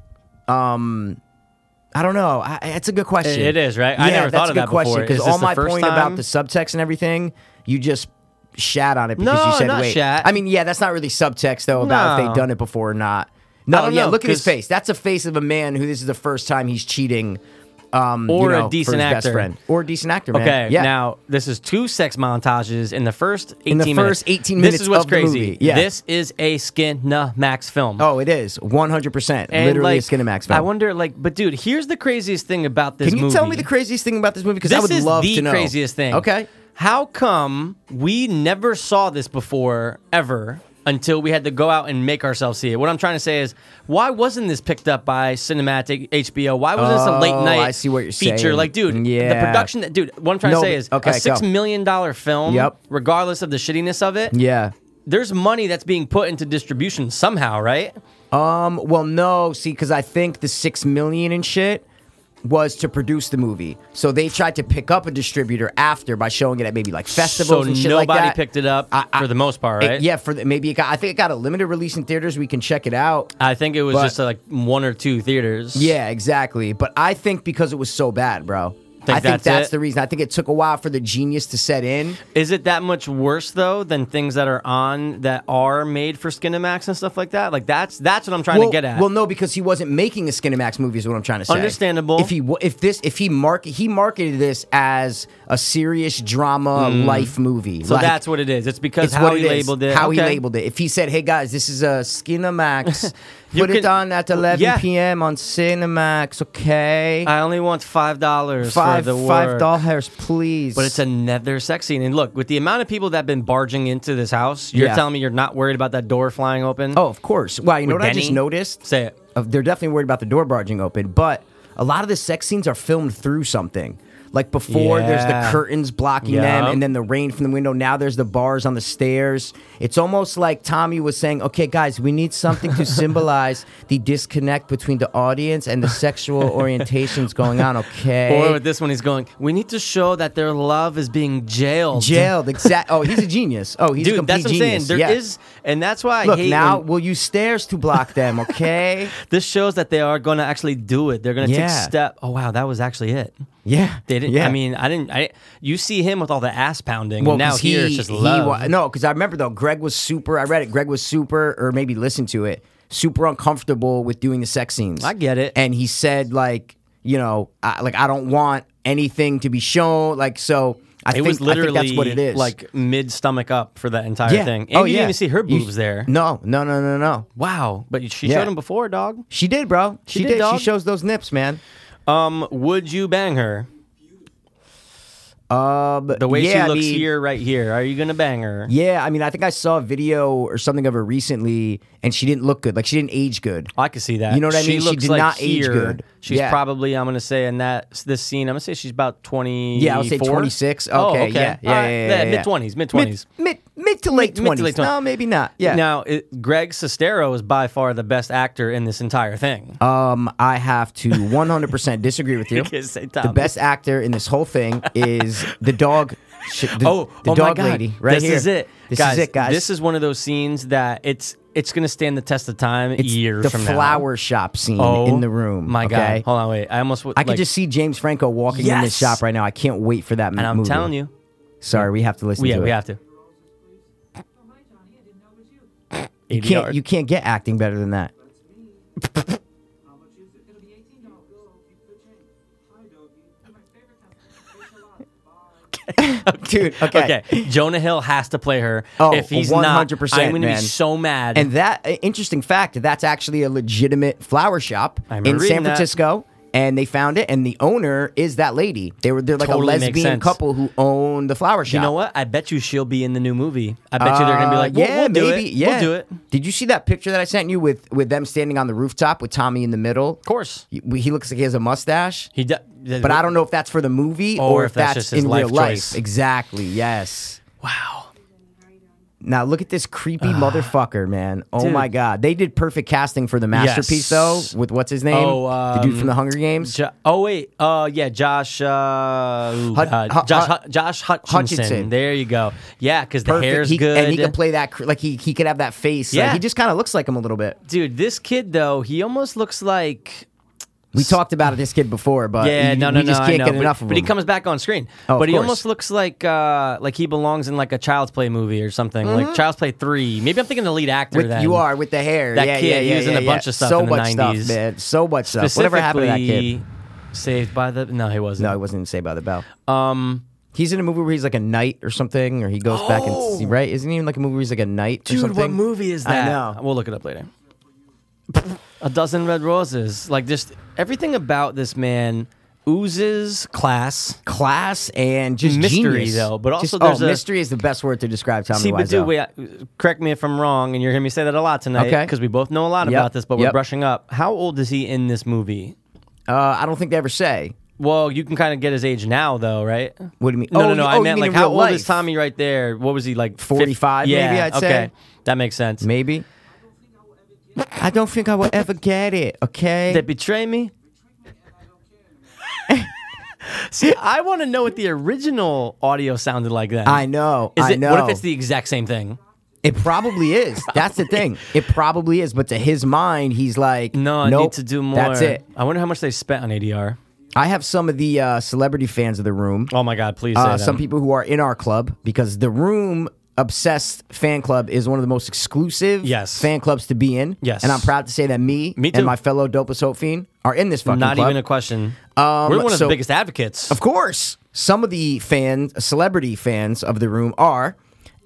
H: um, I don't know. I, it's a good question.
I: It is, right?
H: Yeah,
I: I never
H: that's
I: thought
H: a
I: of
H: good
I: that before.
H: question.
I: Is
H: all
I: this the
H: my
I: first
H: point
I: time?
H: about the subtext and everything, you just shat on it because
I: No,
H: you said,
I: not
H: wait.
I: shat.
H: I mean, yeah, that's not really subtext though about if
I: No.
H: they've done it before or not. No,
I: don't
H: yeah,
I: know,
H: look at his
I: 'cause-
H: face. That's a face of a man who this is the first time he's cheating. Um, you
I: Or a
H: know, for his
I: decent
H: best
I: actor.
H: friend. or a decent actor. Man.
I: Okay,
H: yeah.
I: now this is two sex montages in the first 18
H: In the
I: minutes.
H: first 18
I: This
H: minutes
I: is what's
H: of the
I: crazy.
H: movie, yeah.
I: This is a skin max film.
H: oh, it is one hundred percent,
I: And,
H: literally a
I: like,
H: Skinemax film.
I: I wonder, like, but dude, here's the craziest thing about this
H: Can you
I: movie.
H: tell me the craziest thing about this movie? Because I
I: This
H: would
I: is
H: love
I: the
H: to know.
I: craziest thing.
H: Okay.
I: How come we never saw this before ever until we had to go out and make ourselves see it? What I'm trying to say is, why wasn't this picked up by cinematic HBO? Why wasn't this a late
H: Oh,
I: night
H: I see what you're
I: feature?
H: saying.
I: Like, dude, the
H: Yeah.
I: production that dude, what I'm trying
H: No,
I: to say
H: but-
I: is
H: okay,
I: a
H: go.
I: six million dollar film,
H: Yep.
I: regardless of the shittiness of it.
H: Yeah.
I: There's money that's being put into distribution somehow, right?
H: Um. Well, no. See, because I think the six million and shit was to produce the movie, so they tried to pick up a distributor after by showing it at maybe like festivals
I: so
H: and shit
I: nobody
H: like that.
I: picked it up
H: I- I-
I: for the most part,
H: It-
I: right?
H: yeah, for the, maybe it got, I think it got a limited release in theaters. We can check it out.
I: I think it was
H: But-
I: just like one or two theaters.
H: Yeah, exactly. But I think because it was so bad, bro. I think
I: that's
H: that's,
I: it?
H: the reason. I think it took a while for the genius to set in.
I: Is it that much worse though than things that are on that are made for Skinemax and stuff like that? Like that's that's what I'm trying
H: well,
I: to get at.
H: Well, no, because he wasn't making a Skinemax movie. Is what I'm trying to say.
I: Understandable.
H: If he wa- if this if he market he marketed this as a serious drama life movie.
I: Mm. so
H: Like,
I: that's what it is. It's because
H: it's
I: how
H: what
I: he
H: it is,
I: labeled it.
H: How he
I: Okay.
H: labeled it. If he said, "Hey guys, this is a Skinemax,
I: (laughs) You
H: put it
I: can-
H: on at 11
I: yeah.
H: p.m. on Cinemax, okay?
I: I only want five dollars for
H: five
I: the work.
H: five dollars, please."
I: But it's another sex scene. And look, with the amount of people that've been barging into this house, you're
H: Yeah.
I: telling me you're not worried about that door flying open?
H: oh, of course. Wow, you know
I: With
H: what I just
I: Benny?
H: noticed?
I: Say it.
H: of- Uh, they're definitely worried about the door barging open, but a lot of the sex scenes are filmed through something. Like before, there's
I: Yeah.
H: the curtains blocking them,
I: Yup.
H: and then the rain from the window. Now there's the bars on the stairs. It's almost like Tommy was saying, "Okay, guys, we need something
I: (laughs)
H: to symbolize the disconnect between the audience and the sexual
I: (laughs)
H: orientations going on." Okay,
I: Or with this one, he's going, We need to show that their love is being jailed.
H: jailed. Exact. Oh, he's a genius. Oh, he's a
I: Dude,
H: complete
I: that's what I'm saying.
H: genius.
I: There is,
H: yeah.
I: and that's why I
H: Look
I: hate
H: now.
I: when-
H: We'll use stairs to block them.
I: (laughs)
H: Okay.
I: This shows that they are going to actually do it. They're going to
H: Yeah.
I: take step. Oh wow, that was actually it.
H: yeah.
I: They didn't.
H: Yeah.
I: I mean, I didn't. I you see him with all the ass pounding.
H: Well,
I: and now
H: 'cause
I: here it's
H: he-
I: just
H: he
I: love.
H: wa- no, because I remember though, Greg was super. I read it. Greg was super, or maybe listened to it. Super uncomfortable with doing the sex scenes.
I: I get it.
H: And he said, like, you know, I, like I don't want anything to be shown. Like, so I
I: it
H: think
I: was literally
H: I think that's what it is.
I: like mid stomach up for that entire
H: yeah.
I: thing. And
H: oh
I: you
H: yeah.
I: didn't even see her
H: You-
I: boobs there.
H: No, no, no, no, no.
I: Wow, but she
H: Yeah.
I: showed him before, dog.
H: She did, bro. She,
I: did,
H: did. She
I: dog.
H: shows those nips, man.
I: Um, would you bang her?
H: Um,
I: The way
H: yeah, I
I: she looks
H: mean-
I: here, right here. Are you gonna bang her?
H: Yeah, I mean, I think I saw a video or something of her recently, and she didn't look good. Like she didn't age good.
I: I could see that.
H: You know what I
I: She
H: mean? She
I: looks
H: did
I: like
H: not age
I: here,
H: good.
I: She's
H: Yeah.
I: probably. I'm gonna say in that this scene. I'm gonna say she's about twenty.
H: Yeah, I would say 26. Okay,
I: oh, okay.
H: yeah, yeah,
I: All right,
H: yeah, yeah, yeah.
I: Mid twenties. Mid twenties.
H: Mid, mid to late
I: Mid- mid to
H: twenties.
I: late 20s.
H: no, maybe not. Yeah.
I: Now, it, Greg Sestero is by far the best actor in this entire thing. (laughs)
H: Um, I have to 100% disagree with you.
I: can't say
H: the
I: Tom.
H: best actor in this whole thing is the dog. sh- The,
I: oh,
H: the
I: oh
H: dog
I: my God.
H: lady right
I: this
H: here.
I: is it.
H: This
I: guys,
H: is it, guys.
I: This is one of those scenes that it's it's going to stand the test of time
H: It's
I: years
H: the
I: from
H: flower shop scene
I: now. Oh,
H: in the room.
I: My
H: okay?
I: God, hold on, wait. I almost w-
H: I could
I: like-
H: just see James Franco walking in
I: Yes!
H: this shop right now. I can't wait for that
I: and I'm
H: movie.
I: telling you,
H: Sorry, we have to listen
I: we, yeah,
H: to it.
I: we have to.
H: You can't, you can't get acting better than that. Dude, okay.
I: (laughs) Okay, Jonah Hill has to play her.
H: Oh,
I: if he's not, I'm
H: 100%,
I: going to be
H: man.
I: so mad.
H: And that uh, interesting fact, that's actually a legitimate flower shop
I: I remember
H: in
I: reading
H: San
I: that.
H: Francisco. And they found it, and the owner is that lady. They were they're like
I: Totally
H: a
I: makes
H: lesbian
I: sense.
H: couple who own the flower shop.
I: you know what? I bet you she'll be in the new movie. I bet you they're going to be like,
H: Uh,
I: well,
H: yeah,
I: we'll do
H: maybe,
I: it.
H: yeah.
I: We'll do it. Of
H: Did you see that picture that I sent you with with them standing on the rooftop with Tommy in the middle? Of
I: course.
H: he, he looks like he has a mustache.
I: He d-
H: but I don't know if that's for the movie or, if that's,
I: just his
H: in
I: life
H: real life.
I: choice.
H: Exactly. Yes.
I: Wow.
H: Now look at this creepy motherfucker, man. Oh
I: Dude.
H: my god. They did perfect casting for the masterpiece
I: Yes.
H: though, with what's his name?
I: Oh,
H: the dude
I: um,
H: from the Hunger Games.
I: Jo- oh wait, uh, yeah, Josh, uh, ooh,
H: Hut-
I: God,
H: Hu-
I: Josh,
H: Hu-
I: Hu- Josh Hutchinson.
H: Hutchinson.
I: There you go. Yeah, because the
H: Perfect.
I: hair's
H: he,
I: good.
H: And he can play that cr- like he he could have that face. Like,
I: Yeah.
H: he just kind of looks like him a little bit.
I: Dude, this kid though, he almost looks like
H: We talked about this kid before, but Uh,
I: yeah,
H: you-
I: no, no,
H: we just
I: no, I
H: can't
I: know,
H: get
I: but,
H: enough of him.
I: But he comes back on screen.
H: Oh, of
I: but he
H: course.
I: almost looks like uh, like he belongs in like a Child's Play movie or something, like Child's Play three. Maybe I'm thinking the lead actor.
H: Mm-hmm. with,
I: then.
H: you are with the hair.
I: That
H: yeah,
I: kid,
H: yeah,
I: he
H: yeah,
I: was in
H: yeah,
I: a bunch
H: yeah.
I: of stuff
H: So
I: in the
H: much stuff,
I: 90s.
H: man. So much stuff. Whatever happened to that kid?
I: Specifically Saved by the no, he wasn't.
H: No, it wasn't in Saved by the Bell.
I: Um,
H: He's in a movie where he's like a knight or something, or he goes back and right? Isn't he in like a movie where he's like a knight? or
I: Oh! Dude, what
H: something?
I: movie is
H: I
I: that?
H: know.
I: We'll look it up later. A dozen red roses. Like just everything about this man oozes class.
H: Class and just
I: Mystery,
H: genius.
I: though, but also
H: Just-
I: there's
H: oh,
I: a-
H: mystery is the best word to describe Tommy
I: See, but
H: Wiseau.
I: dude, wait, correct me if I'm wrong, and you're hearing me say that a lot tonight
H: Okay.
I: because we both know a lot
H: Yep,
I: about this, but we're
H: yep.
I: brushing up. How old is he in this movie?
H: uh, I don't think they ever say.
I: Well, you can kind of get his age now, though, right?
H: What do you mean?
I: No,
H: oh,
I: no, no.
H: you-
I: I
H: oh, you
I: meant
H: mean
I: like
H: in
I: how
H: real
I: old is
H: life?
I: Tommy right there? What was he like? fif-
H: 45 maybe,
I: Yeah,
H: I'd
I: okay.
H: say.
I: that makes sense.
H: Maybe. I don't think I will ever get it. Okay.
I: They
H: (laughs)
I: betray me. See, I want to know what the original audio sounded like then.
H: I know.
I: Is
H: I
I: it,
H: know.
I: What if it's the exact same thing?
H: It probably is. That's the thing. It probably is. But to his mind, he's like,
I: (laughs) No, I
H: nope,
I: need to do more.
H: That's it.
I: I wonder how much they spent on ADR.
H: I have some of the uh, celebrity fans of the room.
I: Oh my God, please say
H: uh, some
I: them.
H: people who are in our club because the room obsessed fan club is one of the most exclusive
I: Yes.
H: fan clubs to be in.
I: Yes.
H: and I'm proud to say that me,
I: Me too.
H: and my fellow dopest hope fiend are in this fucking
I: Not
H: club. Um,
I: even a question. We're one of the
H: so-
I: biggest advocates.
H: Of course. Some of the fans, celebrity fans of the room are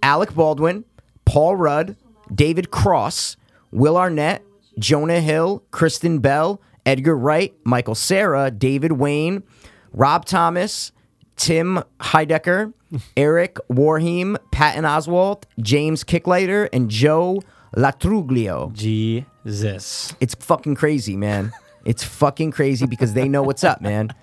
H: Alec Baldwin, Paul Rudd, David Cross, Will Arnett, Jonah Hill, Kristen Bell, Edgar Wright, Michael Sarah, David Wayne, Rob Thomas, Tim Heidecker, Eric Warheim, Patton Oswalt, James Kicklater, and Joe Latruglio
I: Jesus.
H: it's fucking crazy, man. It's fucking crazy because they know what's up, man.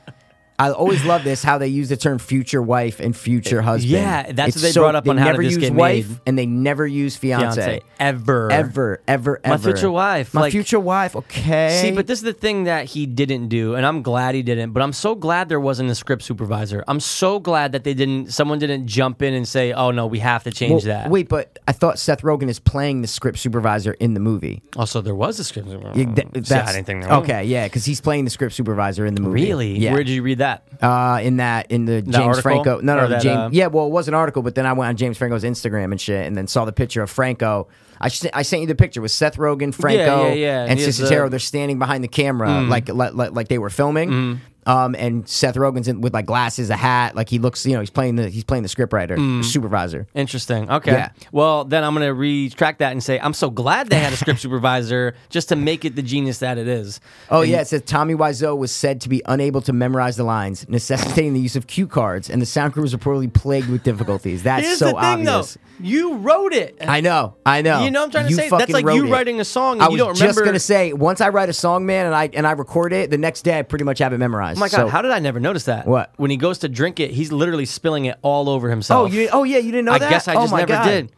H: I always love this how they use the term future wife and future husband.
I: Yeah, that's
H: It's
I: what they brought up on How Did
H: never
I: This
H: use
I: Get
H: wife
I: Made?
H: and they never use fiance,
I: Fiance. Ever.
H: ever, ever, ever.
I: My future wife,
H: My
I: like-
H: future wife. Okay.
I: See, but this is the thing that he didn't do, and I'm glad he didn't. But I'm so glad there wasn't a script supervisor. I'm so glad that they didn't. Someone didn't jump in and say, "Oh no, we have to
H: Well,
I: change that."
H: Wait, but I thought Seth Rogen is playing the script supervisor in the movie.
I: Also, there was a script
H: Yeah,
I: supervisor.
H: th-
I: See, I
H: that's-
I: didn't think there was.
H: Okay, yeah, because he's playing the script supervisor in the movie.
I: Oh. Really?
H: Yeah.
I: Where did you read that?
H: uh, in that in the James
I: article?
H: Franco. No,
I: Or
H: no, the
I: that,
H: James.
I: uh,
H: yeah, well, it was an article, but then I went on James Franco's Instagram and shit, and then saw the picture of Franco. I sh- I sent you the picture with Seth Rogen, Franco,
I: yeah, yeah.
H: and
I: He has
H: Cicero.
I: the- Mm.
H: They're standing behind the camera, like, like like like they were filming.
I: Mm-hmm.
H: Um, and Seth Rogen's in, with like glasses, a hat, like he looks. You know, he's playing the he's playing the scriptwriter,
I: Mm.
H: the supervisor.
I: Interesting. Okay.
H: Yeah.
I: Well, then I'm gonna retract that and say I'm so glad they had a script supervisor (laughs) just to make it the genius that it is.
H: Oh yeah, it says Tommy Wiseau was said to be unable to memorize the lines, necessitating the use of cue cards, and the sound crew was reportedly plagued with difficulties. That's
I: Here's
H: so
I: the thing,
H: obvious.
I: though. You wrote it.
H: I know, I know.
I: You know what I'm trying to say? That's
H: fucking
I: like
H: wrote
I: you
H: it.
I: writing a song and
H: I
I: you
H: was
I: don't
H: just
I: remember-
H: gonna say once I write a song, man, and I and I record it, the next day I pretty much have it memorized.
I: Oh my god!
H: So- (laughs)
I: how did I never notice that?
H: What?
I: When he goes to drink it, he's literally spilling it all over
H: Oh,
I: himself.
H: you? Oh yeah, you didn't know
I: I
H: that.
I: guess I
H: Oh
I: just
H: my
I: never
H: God.
I: did.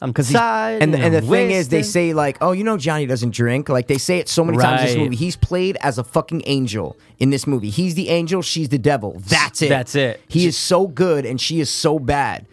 I: I'm
H: 'Cause he-
I: tired.
H: and, the- and the thing is, they
I: wasted.
H: say like, "Oh, you know Johnny doesn't drink." Like they say it so many times in this
I: Right.
H: movie. He's played as a fucking angel in this movie. He's the angel, she's the devil. That's it.
I: That's it.
H: He is so good and she is so bad.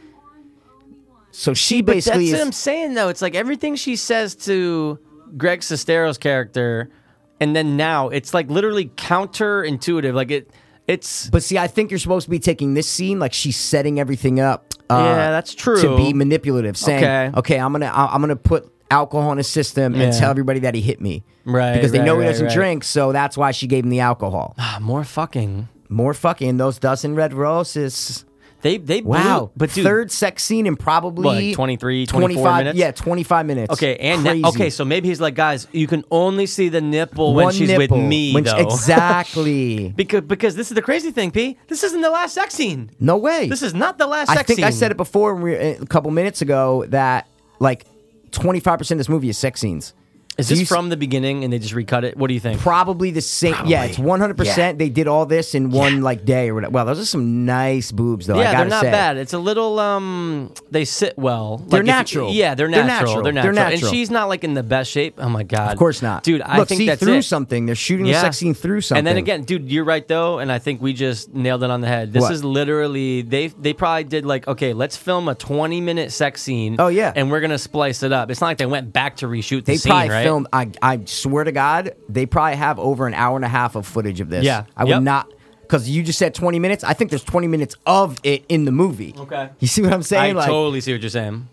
H: So she basically
I: That's what I'm
H: is.
I: saying though. It's like everything she says to Greg Sestero's character, and then now it's like literally counterintuitive. Like it, it's
H: But see, I think you're supposed to be taking this scene like she's setting everything up. Uh,
I: Yeah, that's
H: To
I: true.
H: be manipulative, saying,
I: Okay.
H: "Okay, I'm gonna I- I'm gonna put alcohol in his system and
I: Yeah.
H: tell everybody that he hit me."
I: Right,
H: Because they
I: right,
H: know he
I: right,
H: doesn't
I: right.
H: drink, so that's why she gave him the
I: (sighs)
H: alcohol.
I: ah, more fucking.
H: More fucking those dozen red roses.
I: They they blew-
H: Wow.
I: but dude,
H: third sex scene in probably
I: What, like 23, 24
H: 25
I: minutes?
H: Yeah, 25 minutes.
I: Okay, and
H: Crazy.
I: now, okay, so maybe he's like, guys, you can only see the nipple when
H: One
I: she's
H: nipple.
I: with me,
H: When she-
I: though. (laughs)
H: exactly.
I: because because this is the crazy thing, P. This isn't the last sex scene.
H: No way.
I: This is not the last
H: I
I: sex
H: think
I: scene.
H: I said it eh, before when we were, a couple minutes ago that like 25% of this movie is sex scenes.
I: Is
H: Do
I: this
H: you s-
I: from the beginning and they just recut it? What do you think?
H: Probably the same. Yeah, it's
I: Probably.
H: 100%.
I: Yeah.
H: They did all this in one like day or whatever. Wow, those are some nice boobs though. I
I: yeah,
H: gotta
I: they're not
H: say.
I: bad. It's a little um they sit well.
H: They're
I: if you-
H: natural.
I: yeah, they're
H: They're
I: natural. They're
H: natural.
I: natural.
H: They're natural.
I: And she's not like in the best shape. Oh my god.
H: Of course not.
I: Dude,
H: Look,
I: I think
H: see
I: that's
H: through
I: it.
H: something. They're shooting the sex scene through something.
I: And then again, dude, you're right though, and I think we just nailed it on the head. This
H: What?
I: is literally they they probably did like okay, let's film a 20 minute sex scene.
H: Oh, yeah.
I: and we're gonna splice it up. It's not like they went back to reshoot the
H: They
I: scene,
H: probably
I: right?
H: filmed. I, I swear to God, they probably have over an hour and a half of footage of this.
I: Yeah.
H: I would
I: Yep.
H: not because you just said twenty minutes. I think there's twenty minutes of it in the movie.
I: Okay.
H: you see what I'm
I: I
H: saying? like,
I: totally see what you're saying.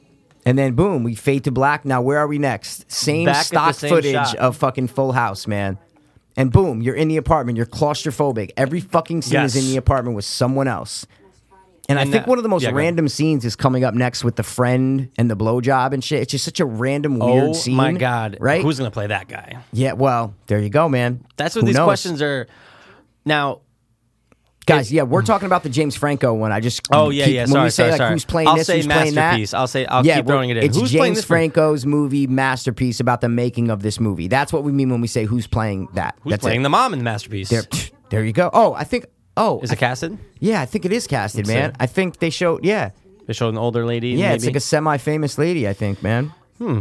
H: and then boom, we fade to black. Now where are we next? Same
I: Back at the
H: stock
I: same
H: footage
I: shot.
H: of fucking Full House, man. And boom, you're in the apartment. You're claustrophobic. Every fucking scene is
I: Yes.
H: in the apartment with someone else. And, I
I: And
H: think
I: that-
H: one of the most
I: yeah, go ahead.
H: random scenes is coming up next with the friend and the blowjob and shit. It's just such a random, weird
I: oh
H: scene.
I: my god,
H: Right?
I: Who's gonna play that guy?
H: Yeah, well, there you go, man.
I: That's what
H: Who
I: these
H: knows?
I: questions are. Now,
H: guys. Yeah, we're talking about the James Franco one. I just
I: Oh, yeah,
H: keep-
I: yeah,
H: When
I: sorry,
H: we say
I: sorry,
H: like
I: sorry.
H: who's playing
I: I'll
H: this,
I: say
H: who's playing that.
I: masterpiece. I'll say- I'll
H: yeah,
I: keep
H: we're-
I: throwing it in.
H: It's
I: Who's playing
H: James
I: this one?
H: Franco's movie masterpiece about the making of this movie. That's what we mean when we say who's playing that.
I: who's
H: That's
I: playing
H: it.
I: the mom in the masterpiece?
H: There, pfft, there you go. Oh, I think. Oh,
I: Is it casted?
H: yeah, I think it is casted,
I: Let's
H: man.
I: see.
H: I think they showed. Yeah,
I: They showed an older lady.
H: yeah,
I: maybe.
H: it's like a semi-famous lady. I think, man. Hmm.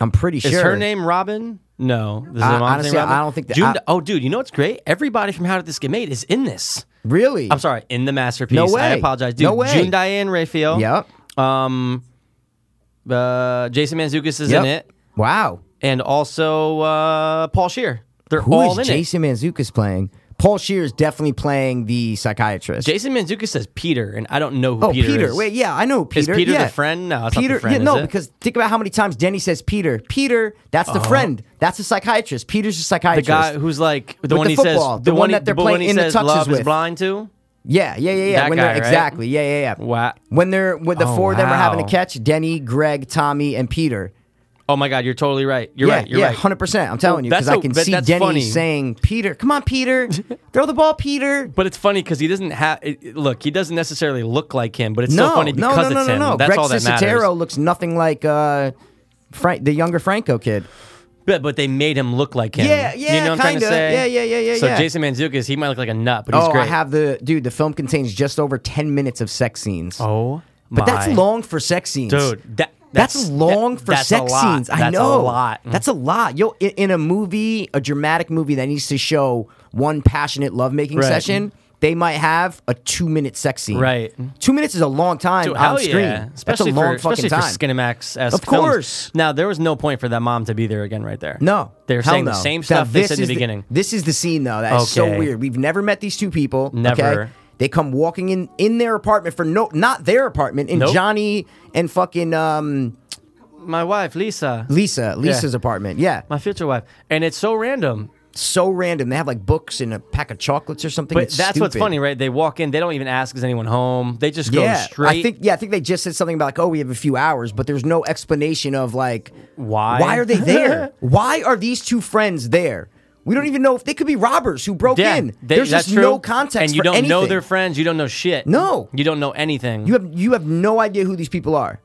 H: I'm pretty
I: Is
H: sure
I: her name Robin? No. Is
H: I-
I: her mom's
H: honestly,
I: name Robin?
H: I don't think that-
I: June,
H: I-
I: oh, dude, you know what's great? Everybody from How Did This Get Made is in this.
H: Really?
I: I'm sorry, in the masterpiece.
H: No
I: I
H: way.
I: apologize, dude.
H: No way.
I: June Diane Raphael.
H: Yep.
I: Um, uh, Jason Manzukis is
H: Yep.
I: in it,
H: Wow.
I: and also uh, Paul Shear. They're
H: Who
I: all
H: is
I: in
H: Jason Manzukis playing? Paul Shear is definitely playing the psychiatrist.
I: it. Jason Manzukis says Peter, and I don't know who
H: oh, Peter.
I: is.
H: Wait, yeah, I know who Peter.
I: Is Peter the
H: yeah.
I: friend? No, it's not the
H: Peter.
I: friend,
H: yeah,
I: is
H: no,
I: it? Oh.
H: because think about how many times Denny says Peter. Peter, that's the friend. That's the psychiatrist. Peter's a
I: the
H: psychiatrist.
I: guy who's like the
H: With
I: one
H: the
I: he
H: football,
I: says
H: the one
I: he-
H: that they're
I: the one
H: playing
I: he
H: in the
I: says
H: tuxes
I: love is
H: with.
I: blind to.
H: yeah, yeah, yeah, yeah.
I: That
H: when
I: guy,
H: they're
I: right?
H: exactly, yeah, yeah, yeah.
I: Wow.
H: When they're when the
I: Oh,
H: four of them are having
I: wow.
H: a catch, Denny, Greg, Tommy, and Peter.
I: Oh my God, you're totally right. You're
H: yeah,
I: right. You're
H: yeah,
I: right.
H: hundred percent. I'm telling you
I: That's
H: because I
I: a-
H: can
I: but
H: see
I: that's
H: Denny
I: funny.
H: saying, "Peter, come on, Peter, throw the ball, Peter."
I: But it's funny because he doesn't have. Look, he doesn't necessarily look like him, but it's so funny
H: no,
I: because
H: no, no,
I: it's
H: no,
I: him.
H: No.
I: That's
H: Greg
I: all that
H: Nicotero
I: matters.
H: looks nothing like uh, Frank, the younger Franco kid.
I: But, but they made him look like him.
H: Yeah,
I: You
H: yeah,
I: know what I'm trying to
H: kinda.
I: say?
H: Yeah, yeah, yeah, yeah,
I: So
H: yeah.
I: Jason Manzukis, he might look like a nut, but he's
H: oh,
I: great.
H: I have the dude. The film contains just over ten minutes of sex scenes.
I: Oh,
H: but that's
I: my.
H: long for sex scenes,
I: dude. That
H: That's,
I: that's,
H: long for
I: that's a
H: sex
I: lot.
H: scenes. I
I: That's a
H: know.
I: lot.
H: That's a lot. Yo, in, in a movie, a dramatic movie that needs to show one passionate lovemaking
I: Right.
H: session, they might have a two-minute sex scene.
I: Right.
H: Two minutes is a long time
I: Dude,
H: on
I: hell
H: screen.
I: yeah. Especially
H: that's a long
I: for,
H: fucking
I: especially
H: time.
I: for Skinemax.
H: Of course.
I: Now there was no point for that mom to be there again, right there.
H: No,
I: they're
H: Hell
I: saying
H: no.
I: the same
H: Now,
I: stuff they
H: this
I: said in
H: is
I: the beginning.
H: This is the scene though. That's so
I: Okay.
H: weird. We've never met these two people. Okay?
I: Never.
H: They come walking in in their apartment for no, not their apartment in
I: Nope.
H: Johnny and fucking um,
I: My wife, Lisa,
H: Lisa, Lisa's apartment. Yeah,
I: my future wife, and it's so random.
H: so random. They have like books and a pack of chocolates or something.
I: But
H: It's
I: that's what's
H: stupid.
I: funny, right? They walk in, they don't even ask is anyone home. They just go
H: yeah,
I: straight.
H: I think yeah, I think they just said something about like, oh, we have a few hours, but there's no explanation of like
I: Why?
H: Why are
I: (laughs)
H: they there? why are these two friends there? We don't even know if they could be robbers who broke
I: yeah,
H: in.
I: they-
H: there's
I: that's
H: just
I: true.
H: no context,
I: and you
H: for
I: don't know
H: anything.
I: their friends. You don't know shit.
H: No.
I: you don't know anything.
H: You have you have no idea who these people are.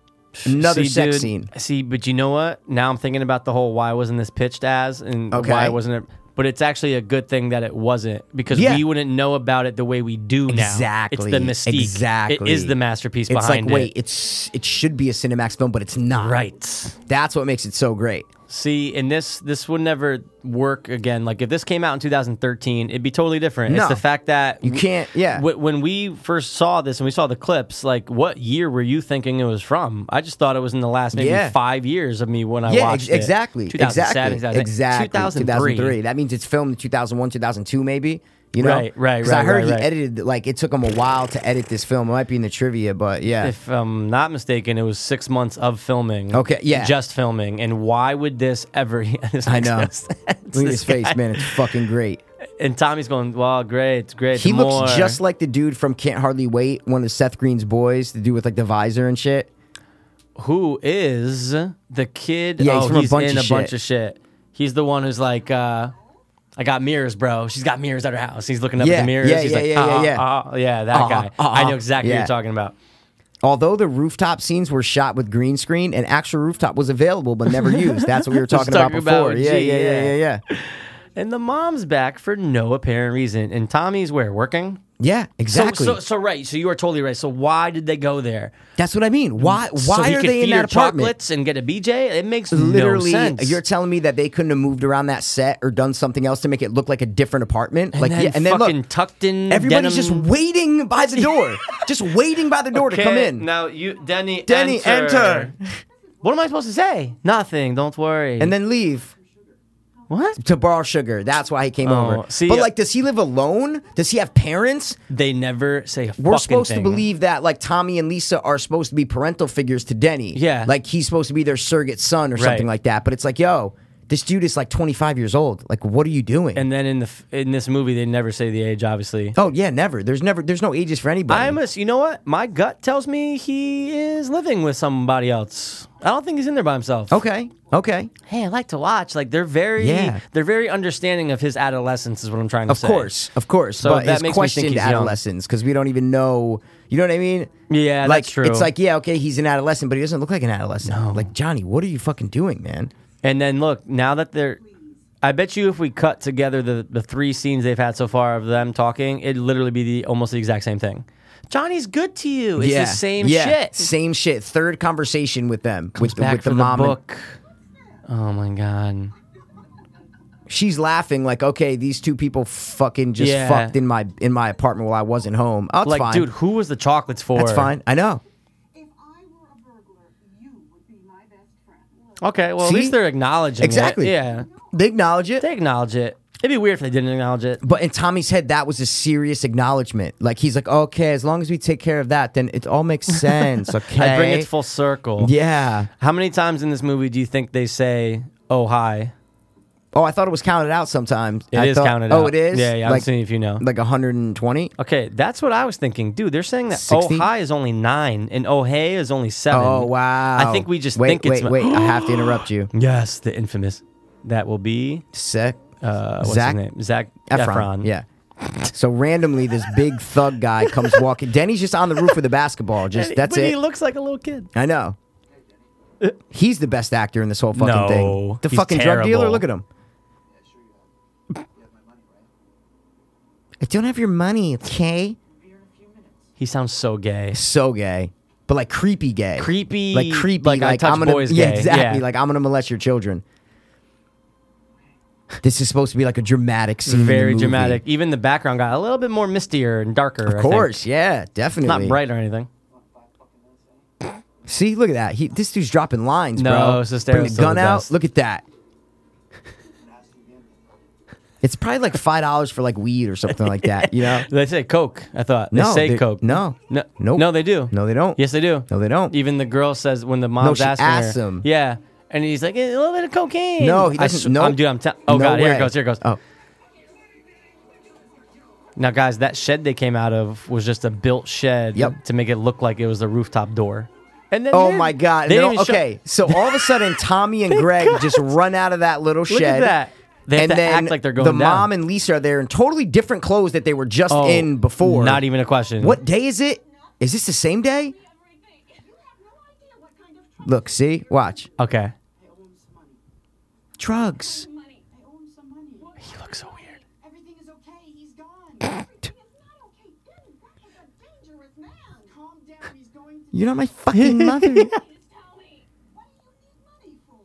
H: Another
I: See,
H: sex
I: dude,
H: scene.
I: See, but you know what? Now I'm thinking about the whole why wasn't this pitched as and
H: Okay.
I: why wasn't it. But it's actually a good thing that it wasn't because
H: Yeah.
I: we wouldn't know about it the way we do now.
H: Exactly.
I: It's the mystique.
H: Exactly.
I: It is the masterpiece
H: It's like
I: behind
H: wait,
I: it.
H: it's it should be a Cinemax film, but it's not.
I: Right.
H: That's what makes it so great.
I: See, and this this would never work again. Like if this came out in 2013, it'd be totally different.
H: No.
I: It's the fact that
H: You can't- yeah.
I: wh- when we first saw this and we saw the clips, like what year were you thinking it was from? I just thought it was in the last maybe
H: Yeah.
I: five years of me when I
H: yeah,
I: watched
H: ex-
I: it.
H: exactly.
I: 2007,
H: Exactly.
I: 2008,
H: Exactly.
I: 2003.
H: 2003. That means it's filmed in 2001, 2002, maybe. You know,
I: Right, right,
H: 'Cause I
I: right,
H: heard
I: right,
H: he
I: right.
H: edited like it took him a while to edit this film. It might be in the trivia, but yeah,
I: If I'm not mistaken, it was six months of filming.
H: Okay, yeah.
I: just filming. And why would this ever? (laughs) this
H: I
I: makes
H: know.
I: no
H: Look
I: sense.
H: at
I: (laughs) This
H: his face,
I: guy-
H: man. It's fucking great.
I: And Tommy's going, "Wow, great, great."
H: He looks
I: more."
H: just like the dude from Can't Hardly Wait, one of Seth Green's boys, the dude with like the visor and shit.
I: who is the kid?
H: Yeah, he's
I: oh,
H: from a bunch
I: in
H: of
I: a bunch
H: shit.
I: of shit. He's the one who's like, uh, "I got mirrors, bro. She's got mirrors at her house." He's looking up
H: Yeah,
I: at the mirrors.
H: yeah,
I: he's
H: yeah,
I: like,
H: yeah, yeah,
I: "Ah,
H: yeah."
I: ah, yeah, that
H: Ah,
I: guy.
H: ah,
I: I
H: ah.
I: know exactly what
H: Yeah.
I: you're talking about.
H: Although the rooftop scenes were shot with green screen, an actual rooftop was available but
I: (laughs)
H: never used. That's what we were
I: Just
H: talking, about
I: talking about
H: before.
I: with
H: yeah,
I: G,
H: yeah, yeah,
I: yeah.
H: yeah, yeah.
I: And the mom's back for no apparent reason. And Tommy's where? Working?
H: Yeah, exactly.
I: So, so, so right. So you are totally right. So why did they go there?
H: That's what I mean. Why? Uh, Why
I: so he
H: are
I: could
H: they in
I: feed her
H: that apartment?
I: chocolates and get a BJ? It makes
H: Literally,
I: no sense.
H: you're telling me that they couldn't have moved around that set or done something else to make it look like a different apartment. like,
I: and then
H: yeah, and then
I: fucking
H: look,
I: tucked in.
H: everybody's
I: denim.
H: just waiting by the
I: (laughs)
H: door, just waiting by the door to come
I: Okay,
H: in.
I: Now you, Denny,
H: Denny, enter.
I: What am I supposed to say? Nothing. Don't worry.
H: and then leave
I: what?
H: to borrow sugar. That's why he came
I: Oh,
H: over.
I: see,
H: but
I: uh,
H: like, does he live alone? Does he have parents?
I: They never say a
H: We're
I: fucking
H: supposed to
I: thing.
H: believe that like Tommy and Lisa are supposed to be parental figures to Denny.
I: Yeah.
H: like he's supposed to be their surrogate son or something
I: Right.
H: like that. But it's like, yo, this dude is like 25 years old. Like, what are you doing?
I: And then in the f- in this movie, they never say the age. Obviously,
H: oh yeah, never. There's never. There's no ages for anybody.
I: I'm. A, you know what? My gut tells me he is living with somebody else. I don't think he's in there by himself.
H: Okay. Okay.
I: Hey, I like to watch. Like they're very,
H: Yeah.
I: they're very understanding of his adolescence. Is what I'm trying to
H: Of
I: say.
H: course. Of course.
I: So
H: but
I: that
H: it's
I: makes me think
H: questioned
I: he's young.
H: adolescence because we don't even know. You know what I mean?
I: Yeah,
H: like,
I: that's true.
H: It's like, yeah, okay, he's an adolescent, but he doesn't look like an adolescent. Like, Johnny, what are you fucking doing, man?
I: And then look, now that they're, I bet you if we cut together the the three scenes they've had so far of them talking, it'd literally be the almost the exact same thing. Johnny's good to you. It's the same
H: yeah,
I: shit.
H: Same shit. Third conversation with them, with,
I: Back
H: with
I: for
H: the mom. and-
I: book. Oh my god.
H: she's laughing, like, okay, these two people fucking just
I: Yeah.
H: fucked in my in my apartment while I wasn't home. Oh, it's
I: Like,
H: fine.
I: dude, who was the chocolates for?
H: That's fine. I know.
B: If I were a burglar, you would be my best friend.
I: Okay, well at
H: See?
I: least they're acknowledging it.
H: Exactly.
I: Yeah,
H: They acknowledge it.
I: they acknowledge it. It'd be weird if they didn't acknowledge it.
H: But in Tommy's head, that was a serious acknowledgement. Like he's like, okay, as long as we take care of that, then it all
I: (laughs)
H: makes sense. Okay,
I: I bring it full circle.
H: Yeah.
I: How many times in this movie do you think they say "Oh hi"?
H: Oh, I thought it was counted out sometimes.
I: It is
H: I thought-
I: counted out.
H: Oh, it is.
I: Yeah, yeah. I'm
H: Like,
I: seeing if you know.
H: like 120.
I: Okay, that's what I was thinking, dude. They're saying that
H: 60?
I: oh hi is only nine and oh hey is only seven.
H: Oh wow.
I: I think we just
H: wait,
I: think
H: wait,
I: it's my-
H: wait. I have to interrupt
I: (laughs)
H: you.
I: Yes, the infamous. That will be
H: Sec.
I: uh, what's
H: Zac
I: his name? Zach
H: Efron.
I: Efron.
H: Yeah. So randomly, this big thug guy comes walking. Denny's just on the roof with a basketball. Just that's
I: but
H: it.
I: He looks like a little kid.
H: I know. He's the best actor in this whole fucking
I: No,
H: thing. The
I: he's
H: fucking drug dealer.
I: terrible.
H: Look at him. I don't have your money, okay?
I: He sounds so gay.
H: So gay, but like creepy gay,
I: Creepy,
H: like creepy,
I: like I touch
H: am gonna,
I: boys
H: yeah,
I: gay.
H: exactly,
I: Yeah.
H: like I'm gonna molest your children. This is supposed to be like a dramatic scene, in the
I: Very
H: movie.
I: dramatic. Even the background got a little bit more mistier and darker.
H: Of course, yeah, definitely.
I: not bright or anything.
H: See, look at that. He, this dude's dropping lines,
I: No,
H: bro.
I: Sestero's
H: Bring the
I: still
H: gun
I: the
H: out.
I: best.
H: Look at that. (laughs) It's probably like five dollars for like weed or something like that. You
I: (laughs)
H: know?
I: They say Coke. I thought they
H: No,
I: say
H: they-
I: Coke.
H: no.
I: no,
H: Nope.
I: no, they do.
H: No, they don't.
I: Yes, they do.
H: No, they don't.
I: (laughs) Even the girl says when the mom's
H: she
I: asking
H: asks
I: her,
H: him.
I: yeah, and he's like "Eh, a little bit of cocaine.
H: No, he
I: I
H: doesn't.
I: sw-
H: no,
I: I'm, dude, I'm. Te- oh
H: No
I: god, here
H: way.
I: it goes. Here it goes.
H: Oh,
I: Now, guys, that shed they came out of was just a built shed
H: Yep.
I: to make it look like it was the rooftop door. And then,
H: oh
I: they-
H: my god.
I: they
H: No,
I: didn't show-
H: okay, so all of a sudden,
I: (laughs)
H: Tommy and Greg just run out of that little
I: look
H: shed.
I: at that. They
H: and
I: have to
H: then
I: act like they're going
H: the
I: down.
H: mom and Lisa are there in totally different clothes that they were just
I: Oh,
H: in before.
I: Not even a question.
H: What day is it? Is this the same day?
B: Everything. You have no idea what kind of trouble
H: Look, see, watch.
I: Okay.
B: I owe him some money.
H: Drugs.
B: Money. I owe him some money.
I: He looks so weird.
B: Everything is okay. He's gone. Everything is not okay. Danny, Greg is a dangerous man. Calm down. He's going to.
H: (laughs) You're not my fucking
I: (laughs)
H: mother.
B: Just tell me. What do you need money for?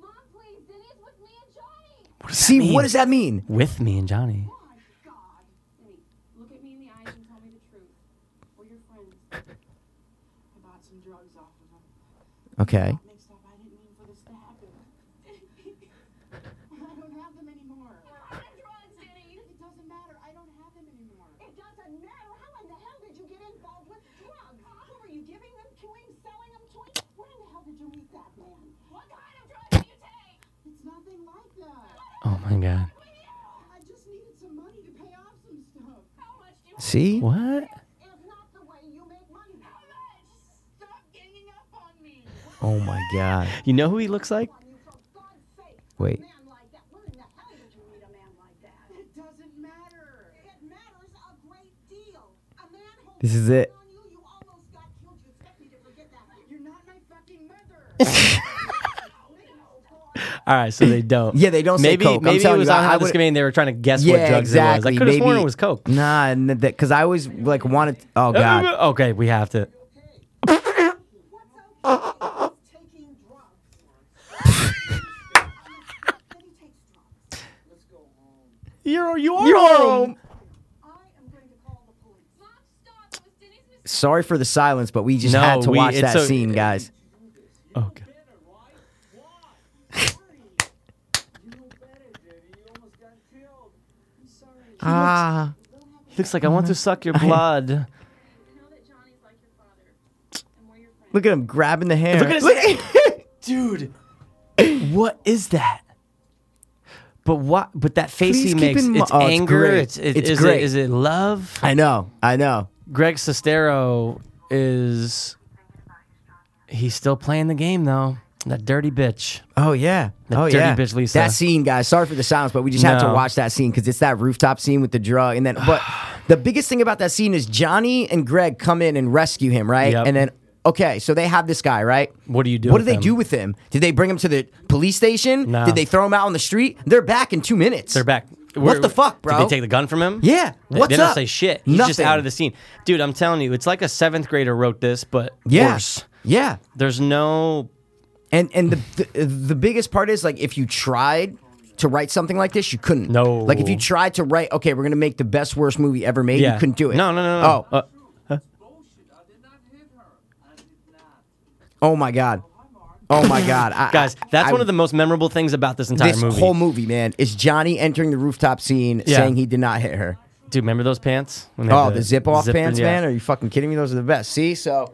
B: Mom, please. Denny's with me and Johnny.
H: See, what does that mean?
I: With me and Johnny.
B: My God. Denny, look at me in the eyes and tell me the truth. We're your friends. I bought some drugs off of him.
H: Okay.
B: Mixed up. I didn't mean for this to happen. (laughs) I don't have them anymore. It doesn't matter. I don't have them anymore.
D: It doesn't matter. How in the hell did you get involved with drugs? Who were you giving them to him, selling them to him?
B: Where in the hell did you meet that man?
D: What kind of drugs do you take?
B: It's nothing like that.
I: Oh my god.
B: I just needed some money to pay off some stuff.
D: How much do you
H: See?
I: What?
D: If not the way you make money, how much? Stop ganging up on me.
H: Oh my god.
I: You know who he looks like?
D: You, for God's sake.
H: Wait.
D: A man like that. Where in the hell did you meet a man like that?
B: It doesn't matter.
D: It matters a great deal. A man who
H: This is it.
D: on you, you almost got killed. You spent
H: (laughs)
I: All right, so they
H: (clears throat)
I: don't.
H: Yeah, they don't say
I: Maybe
H: coke. I'm
I: maybe it
H: telling
I: was
H: you,
I: on
H: I- I
I: how this
H: would've-
I: game they were trying to guess what drugs it was. I could have sworn it was coke.
H: Nah, and that because I always like wanted. Oh god,
I: Okay, we have to.
D: Taking drugs. Then he takes drugs.
I: You're you are
H: you're home.
D: I am going to call the police.
B: Mom, stop. It was Denny's mistake.
H: Sorry for the silence, but we just
I: No,
H: had to
I: we-
H: watch
I: it's
H: that
I: a-
H: scene, guys.
I: Okay.
H: Ah,
I: He looks like Mm-hmm. I want to suck your blood.
B: I know that Johnny's like your father. And we're your friends.
H: look at him grabbing the hair.
I: Look at his
H: (laughs) Look-
I: Dude, what is that? But what? But that face
H: Please
I: he
H: keep
I: makes,
H: in mi-
I: it's
H: oh, it's
I: anger.
H: great.
I: It's, it-
H: It's
I: is
H: great.
I: It, is it love?
H: I know, I know.
I: Greg Sestero is. He's still playing the game though. That dirty bitch.
H: Oh yeah.
I: The
H: oh
I: dirty
H: yeah.
I: bitch Lisa.
H: That scene, guys. Sorry for the silence, but we just had to
I: No.
H: watch that scene because it's that rooftop scene with the drug.
I: (sighs)
H: And then, but the biggest thing about that scene is Johnny and Greg come in and rescue him, right?
I: Yep.
H: And then, okay, so they have this guy, right?
I: What do you do
H: What
I: with
H: do they
I: him?
H: do with him? Did they bring him to the police station?
I: No.
H: Did they throw him out on the street? They're back in two minutes.
I: They're back.
H: What the fuck, bro?
I: Did they take the gun from him?
H: Yeah.
I: They,
H: What's
I: they don't
H: up?
I: say shit. He's just
H: Nothing.
I: out of the scene, dude. I'm telling you, it's like a seventh grader wrote this, but
H: yeah.
I: worse.
H: Yeah.
I: There's no
H: And and the, the the biggest part is like if you tried to write something like this, you couldn't.
I: No.
H: Like if you tried to write, okay, we're gonna make the best worst movie ever made,
I: yeah.
H: you couldn't do it.
I: No, no, no, no.
H: Oh,
I: Uh,
A: Bullshit. I did not hit her. I did not.
H: oh my god. Oh my god. I,
I: (laughs) guys, that's
H: I-
I: one of the most memorable things about this entire
H: this
I: movie.
H: whole movie, man, is Johnny entering the rooftop scene
I: Yeah.
H: saying he did not hit her.
I: dude, remember those pants? When they had
H: Oh, the zip off pants,
I: yeah.
H: man? Are you fucking kidding me? Those are the best. See, so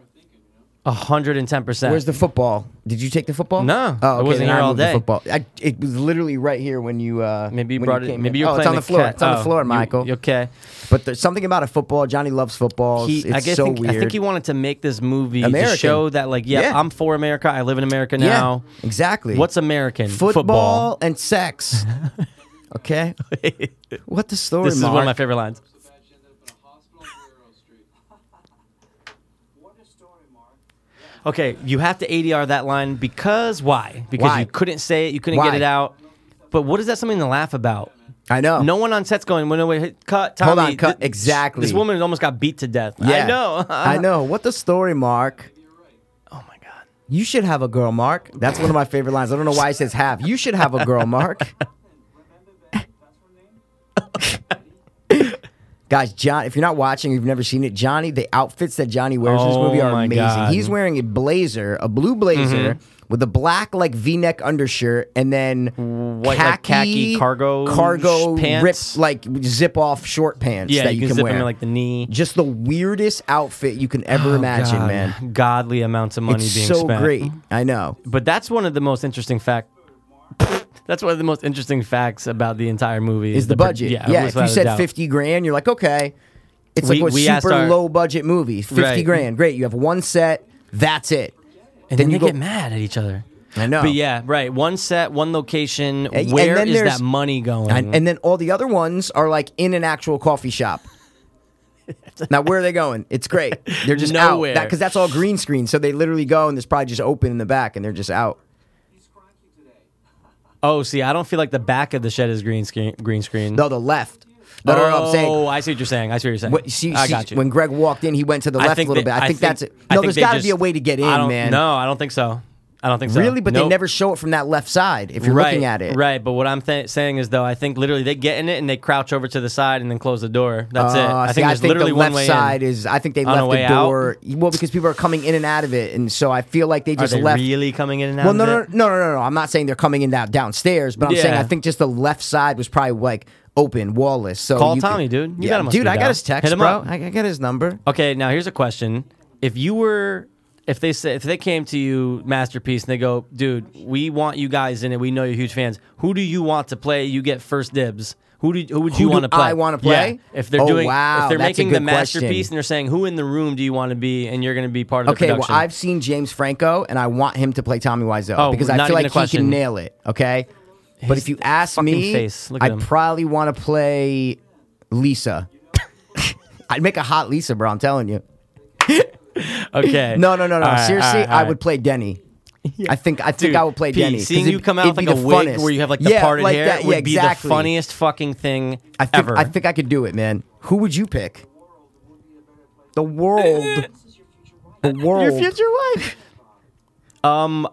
I: A hundred and ten percent.
H: where's the football? Did you take the football?
I: No,
H: oh,
I: I
H: okay,
I: wasn't
H: then
I: here all
H: moved the
I: day.
H: Football. I, it was literally right here when you. Uh,
I: Maybe you
H: when
I: brought it.
H: came
I: Maybe
H: in.
I: you're
H: oh,
I: playing
H: it's on the, floor.
I: cat-
H: It's on
I: oh,
H: the floor,
I: you-
H: Michael.
I: you okay.
H: But there's something about a football. Johnny loves football.
I: He,
H: Oh, it's
I: I guess
H: so
I: think,
H: weird.
I: I think he wanted to make this movie to
H: American.
I: show that, like, yeah,
H: Yeah.
I: I'm for America. I live in America
H: yeah,
I: now.
H: exactly.
I: What's American
H: football, and
I: (laughs)
H: sex? okay, (laughs)
I: Football.
H: what the story?
I: This is one of my
H: Mark?
I: favorite lines.
A: Sebastian ended up in a hospital on Guerrero Street. what a story, Mark.
I: Okay, you have to ADR that line because why? Because
H: Why?
I: you couldn't say it, you couldn't get
H: Why?
I: it out. But what is that something to laugh about?
H: I know.
I: No one on set's going, well, no, wait, hey, cut, Tommy.
H: Oh. Hold on, cut. Exactly.
I: This woman almost got beat to death.
H: Yeah.
I: I know.
H: I know. What the story, Mark?
I: Oh my God.
H: You should have a girl, Mark. That's one of my favorite lines. I don't know why he says have. You should have a girl, Mark.
I: (laughs)
H: Guys, John, if you're not watching, you've never seen it. Johnny, the outfits that Johnny wears in this
I: Oh
H: movie are
I: my
H: amazing.
I: God. Mm-hmm.
H: He's wearing a blazer, a blue blazer with a black like V-neck undershirt, and then
I: White, like, khaki cargo
H: cargo
I: sh- pants.
H: ripped, like zip off short pants
I: (laughs) Yeah,
H: that
I: you
H: you,
I: can zip
H: wear.
I: him in like the knee.
H: Just the weirdest outfit you can ever imagine,
I: Oh, God,
H: man.
I: Godly amounts of (laughs) money
H: it's
I: being
H: so
I: spent.
H: great. I know.
I: But that's one of the most interesting fact. That's one of the most interesting facts about the entire movie
H: Is the,
I: pro-
H: budget?
I: Yeah,
H: Yeah. if
I: without
H: you
I: a
H: said
I: doubt.
H: fifty grand, you're like, okay, it's
I: We-
H: like a
I: we asked
H: super
I: our-
H: low budget movie. Fifty
I: Right.
H: grand, great. You have one set. That's it.
I: and then,
H: then
I: they
H: you go-
I: get mad at each other.
H: I know.
I: But yeah, right. One set, one location. Where
H: And-
I: is
H: and then there's-
I: that money going?
H: And, and then all the other ones are like in an actual coffee
I: (laughs)
H: shop. now where are they going? It's great. They're just
I: Nowhere.
H: out because that's all green screen. So they literally go and there's probably just open in the back and they're just out.
A: He's cranky today.
I: oh, see, I don't feel like the back of the shed is green screen. Green screen.
H: No, the left. No, no, no, I'm
I: Oh,
H: saying.
I: I see what you're saying. I see what you're saying.
H: What, see,
I: I
H: see,
I: got you.
H: When Greg walked in, he went to the left a
I: think
H: little
I: that-
H: bit. I, think, that's it.
I: I
H: No,
I: think
H: there's
I: they
H: got to
I: just-
H: be a way to get in,
I: I don't-
H: man.
I: No, I don't think so. I don't think so.
H: Really, but they
I: Nope.
H: never show it from that left side if you're
I: right,
H: looking at it.
I: Right, but what I'm th- saying is though, I think literally they get in it and they crouch over to the side and then close the door. That's it.
H: Uh,
I: I
H: see,
I: think there's literally
H: the
I: one
H: left
I: way
H: side
I: in.
H: is. I think they
I: On the
H: left
I: way
H: the
I: out?
H: door. Well, because people are coming in and out of it, and so I feel like they
I: Are
H: just
I: they
H: left.
I: really coming in and out?
H: well, no,
I: of
H: no, no,
I: it?
H: no, no, no. I'm not saying they're coming in out downstairs, but I'm saying
I: Yeah.
H: I think just the left side was probably like open, wallless. So
I: Call
H: you could-
I: Tommy, dude. You
H: yeah,
I: got him on
H: dude. I
I: speed
H: got
I: dial.
H: his text,
I: Hit him
H: bro.
I: up.
H: I, I got his number.
I: Okay, now here's a question. If you were if they said if they came to you masterpiece and they go, "Dude, we want you guys in it. We know you're huge fans. Who do you want to play? You get first dibs." Who, do, who would
H: Who
I: you
H: do
I: want to play?
H: I wanna play?
I: Yeah. If they're
H: Oh,
I: doing, if
H: wow,
I: they're
H: that's a
I: making
H: good
I: the masterpiece
H: question.
I: and they're saying, "Who in the room do you want to be?" and you're going to be part of the
H: Okay, well,
I: production.
H: I've seen James Franco, and I want him to play Tommy Wiseau
I: Oh,
H: because
I: not
H: I feel
I: even
H: like
I: a
H: he
I: question.
H: can nail it. Okay, but if you ask me,
I: face. Look at
H: I'd
I: him.
H: probably want to play
I: (laughs)
H: Lisa. I'd make a hot Lisa, bro. I'm telling you.
I: Okay.
H: No, no, no, no.
I: All right,
H: Seriously,
I: all right, all
H: I
I: right.
H: would play
I: (laughs)
H: Denny. I think I think
I: Dude,
H: I would play
I: Pete,
H: Denny. 'cause
I: Seeing
H: it-
I: you come out
H: it'd
I: with like
H: be
I: a
H: the
I: wig
H: funnest.
I: where you have like the
H: yeah,
I: parted
H: like
I: hair
H: that. Yeah,
I: would be
H: exactly.
I: the funniest fucking thing
H: I think,
I: ever.
H: I think I could do it, man. Who would you pick? The world. the world.
I: wife. Um,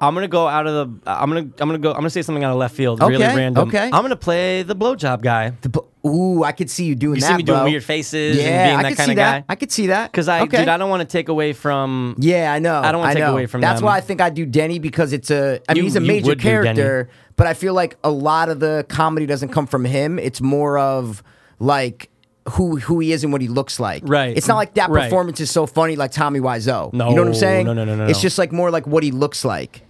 I: I'm gonna go out of the. I'm gonna. I'm gonna go. I'm gonna say something out of left field. Really
H: Okay,
I: random.
H: okay.
I: I'm gonna play the blowjob guy.
H: The bl- Ooh, I could see you doing
I: You
H: that.
I: see me
H: bro.
I: doing weird faces
H: yeah,
I: and being
H: I
I: that
H: could
I: kind
H: see
I: of
H: that.
I: guy.
H: I could see that.
I: Because I,
H: okay.
I: dude, I don't want to take away from.
H: Yeah, I know.
I: I don't wanna
H: want to
I: take away from
H: That's
I: them.
H: why I think I do Denny because it's a. I mean,
I: You-
H: he's a
I: you
H: major
I: would do Denny.
H: character, but I feel like a lot of the comedy doesn't come from him. It's more of like who who he is and what he looks like.
I: Right.
H: It's not like that
I: Right.
H: performance is so funny like Tommy Wiseau.
I: No,
H: you know what I'm saying?
I: no, no, no, no,
H: It's
I: no.
H: just like more like what he looks like.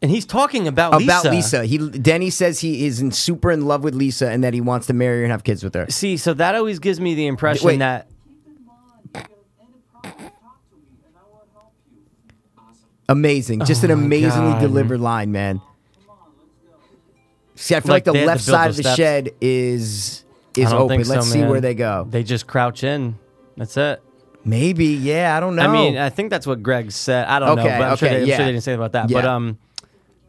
I: And he's talking about
H: About Lisa, he Denny says he is in super in love with Lisa and that he wants to marry her and have kids with her.
I: See, so that always gives me the impression
H: Wait.
I: that
H: Amazing. Just an
I: Oh my
H: amazingly
I: God.
H: delivered line, man. See, I feel
I: Like,
H: like,
I: they had
H: the
I: to
H: left
I: build
H: side
I: those
H: of the
I: steps.
H: shed is
I: I
H: is
I: don't
H: open.
I: think so,
H: Let's see
I: man.
H: where they go.
I: They just crouch in. That's it.
H: Maybe, yeah, I don't know.
I: I mean, I think that's what Greg said. I don't know,
H: Okay,
I: but I'm, sure
H: okay,
I: they, I'm
H: yeah.
I: sure they didn't say about that. But
H: Yeah.
I: um,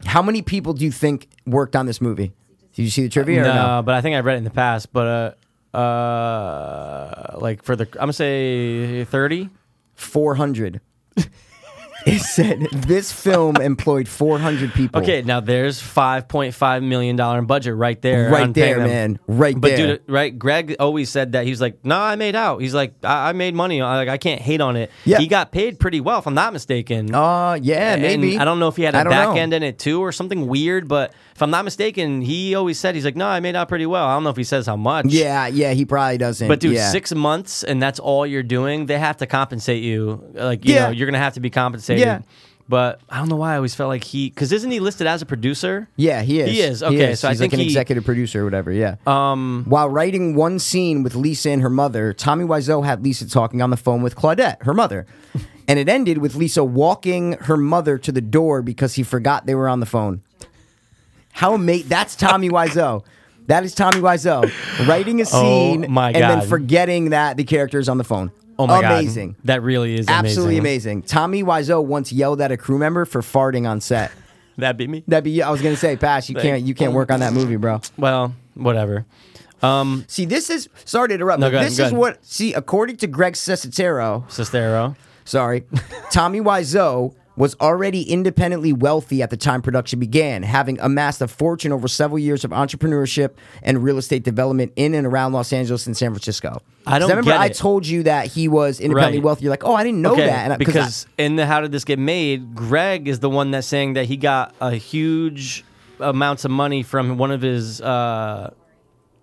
H: how many people do you think worked on this movie? Did you see the trivia
I: no,
H: or no?
I: but I think I've read it in the past. But uh, uh, like for the, I'm gonna say thirty. (laughs)
H: 400. it said this film employed 400 people.
I: Okay, now there's five point five million dollar budget right there.
H: Right
I: on
H: there,
I: paying them.
H: man. Right
I: But
H: there.
I: dude, right? Greg always said that he's like, "No, I made out." He's like, "I, I made money. I, like, I can't hate on it."
H: Yeah.
I: he got paid pretty well, if I'm not mistaken.
H: Uh, yeah,
I: And
H: maybe.
I: I don't know if he had a
H: I don't
I: back
H: know.
I: end in it too or something weird, but if I'm not mistaken, he always said he's like, "No, I made out pretty well." I don't know if he says how much.
H: Yeah, yeah, he probably doesn't.
I: But dude,
H: yeah.
I: six months and that's all you're doing. They have to compensate you. Like you
H: Yeah.
I: know, you're gonna have to be compensated.
H: Yeah.
I: But I don't know why I always felt like he because isn't he listed as a producer?
H: Yeah, he is.
I: He is. Okay, so I
H: He's
I: think
H: like an
I: he- Uh,
H: executive producer or whatever. Yeah. Um, while writing one scene with Lisa and her mother, Tommy Wiseau had Lisa talking on the phone with Claudette, her
I: (laughs)
H: mother, and it ended with Lisa walking her mother to the door because he forgot they were on the phone. How mate? That's Tommy Wiseau. That is Tommy Wiseau writing a
I: (laughs) Oh
H: scene
I: my
H: and then
I: God.
H: forgetting that the character is on the phone.
I: Oh my god,
H: Amazing.
I: That really is
H: Absolutely amazing. Tommy Wiseau once yelled at a crew member for farting on set.
I: That'd be me.
H: That'd be I was gonna say, Pass, you can't you can't work on that movie, bro.
I: Well, whatever. Um,
H: See, this is sorry to interrupt,
I: No,
H: but
I: go ahead,
H: this
I: go
H: is
I: ahead.
H: what see, according to Greg Sestero,
I: Sestero.
H: sorry, Tommy Wiseau was already independently wealthy at the time production began, having amassed a fortune over several years of entrepreneurship and real estate development in and around Los Angeles and San Francisco.
I: I don't
H: 'Cause remember
I: get
H: I
I: it.
H: told you that he was independently
I: Right.
H: wealthy. You're like, oh, I didn't know
I: okay,
H: that, and I- I-
I: because in the how did this get made? Greg is the one that's saying that he got a huge amounts of money from one of his uh,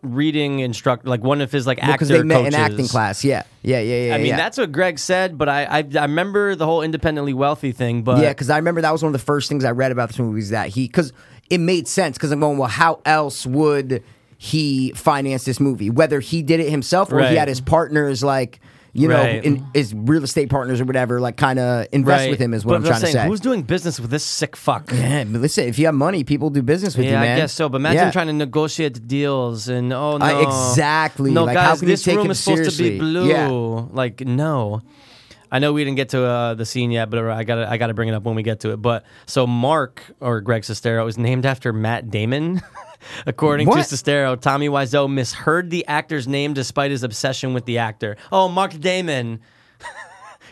I: reading instructor, like one of his like actor
H: because they met
I: coaches.
H: in acting class. Yeah, yeah, yeah, yeah.
I: I mean,
H: yeah.
I: that's what Greg said, but I, I I remember the whole independently wealthy thing. But
H: yeah, because I remember that was one of the first things I read about this movie is that he because it made sense because I'm going well, how else would he finance this movie? Whether he did it himself or
I: Right.
H: he had his partners like you know
I: Right.
H: in, his real estate partners or whatever like kind of invest with him is what
I: But
H: I'm trying
I: saying,
H: to say.
I: Who's doing business with this sick fuck?
H: yeah, but listen, if you have money, people do business with you,
I: Yeah,
H: man.
I: I guess so. But imagine
H: Yeah.
I: trying to negotiate the deals and oh no,
H: Uh, exactly.
I: No,
H: Like,
I: guys,
H: how can you
I: this
H: take
I: room
H: him
I: is supposed to be
H: seriously?
I: blue.
H: Yeah.
I: Like no, I know we didn't get to uh, the scene yet, but I gotta I gotta bring it up when we get to it. But so Mark or Greg Sestero is named after Matt Damon. (laughs) According
H: What?
I: to Sestero, Tommy Wiseau misheard the actor's name despite his obsession with the actor. Oh, Mark Damon. (laughs)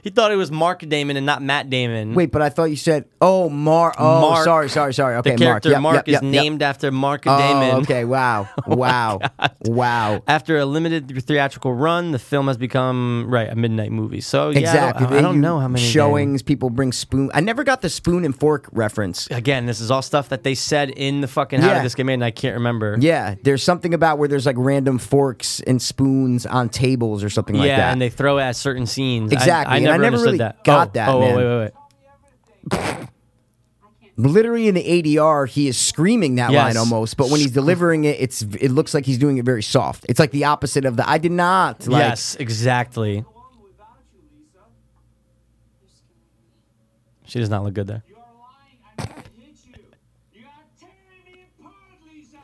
I: he thought it was Mark Damon and not Matt Damon.
H: Wait, but I thought you said oh Mar. Oh,
I: Mark.
H: sorry, sorry, sorry. Okay,
I: the character
H: Mark. Yep,
I: Mark
H: yep,
I: is
H: yep, yep.
I: named after Mark
H: Oh,
I: Damon. Oh
H: okay.
I: (laughs)
H: Wow. Wow. wow.
I: After a limited theatrical run, the film has become right a midnight movie. So yeah,
H: Exactly.
I: I don't, I
H: They
I: don't
H: do
I: know how many
H: showings people bring spoon. I never got the spoon and fork reference.
I: they- again, this is all stuff that they said in the fucking How
H: Yeah.
I: Did This Get Made, and I can't remember.
H: Yeah, there's something about where there's like random forks and spoons on tables or something like
I: yeah,
H: that.
I: and they throw at certain scenes. I-
H: Exactly,
I: I,
H: and I
I: never,
H: never
I: understood
H: really
I: that.
H: got
I: oh,
H: that,
I: Oh,
H: man.
I: wait, wait, wait.
H: Literally in the ADR, he is screaming that
I: Yes.
H: line almost, but when he's delivering it, it's it looks like he's doing it very soft. It's like the opposite of the I did not. Like,
I: yes, exactly. She does not look good there.
D: You're lying. I'm gonna hit you. You are tearing me apart, Lisa.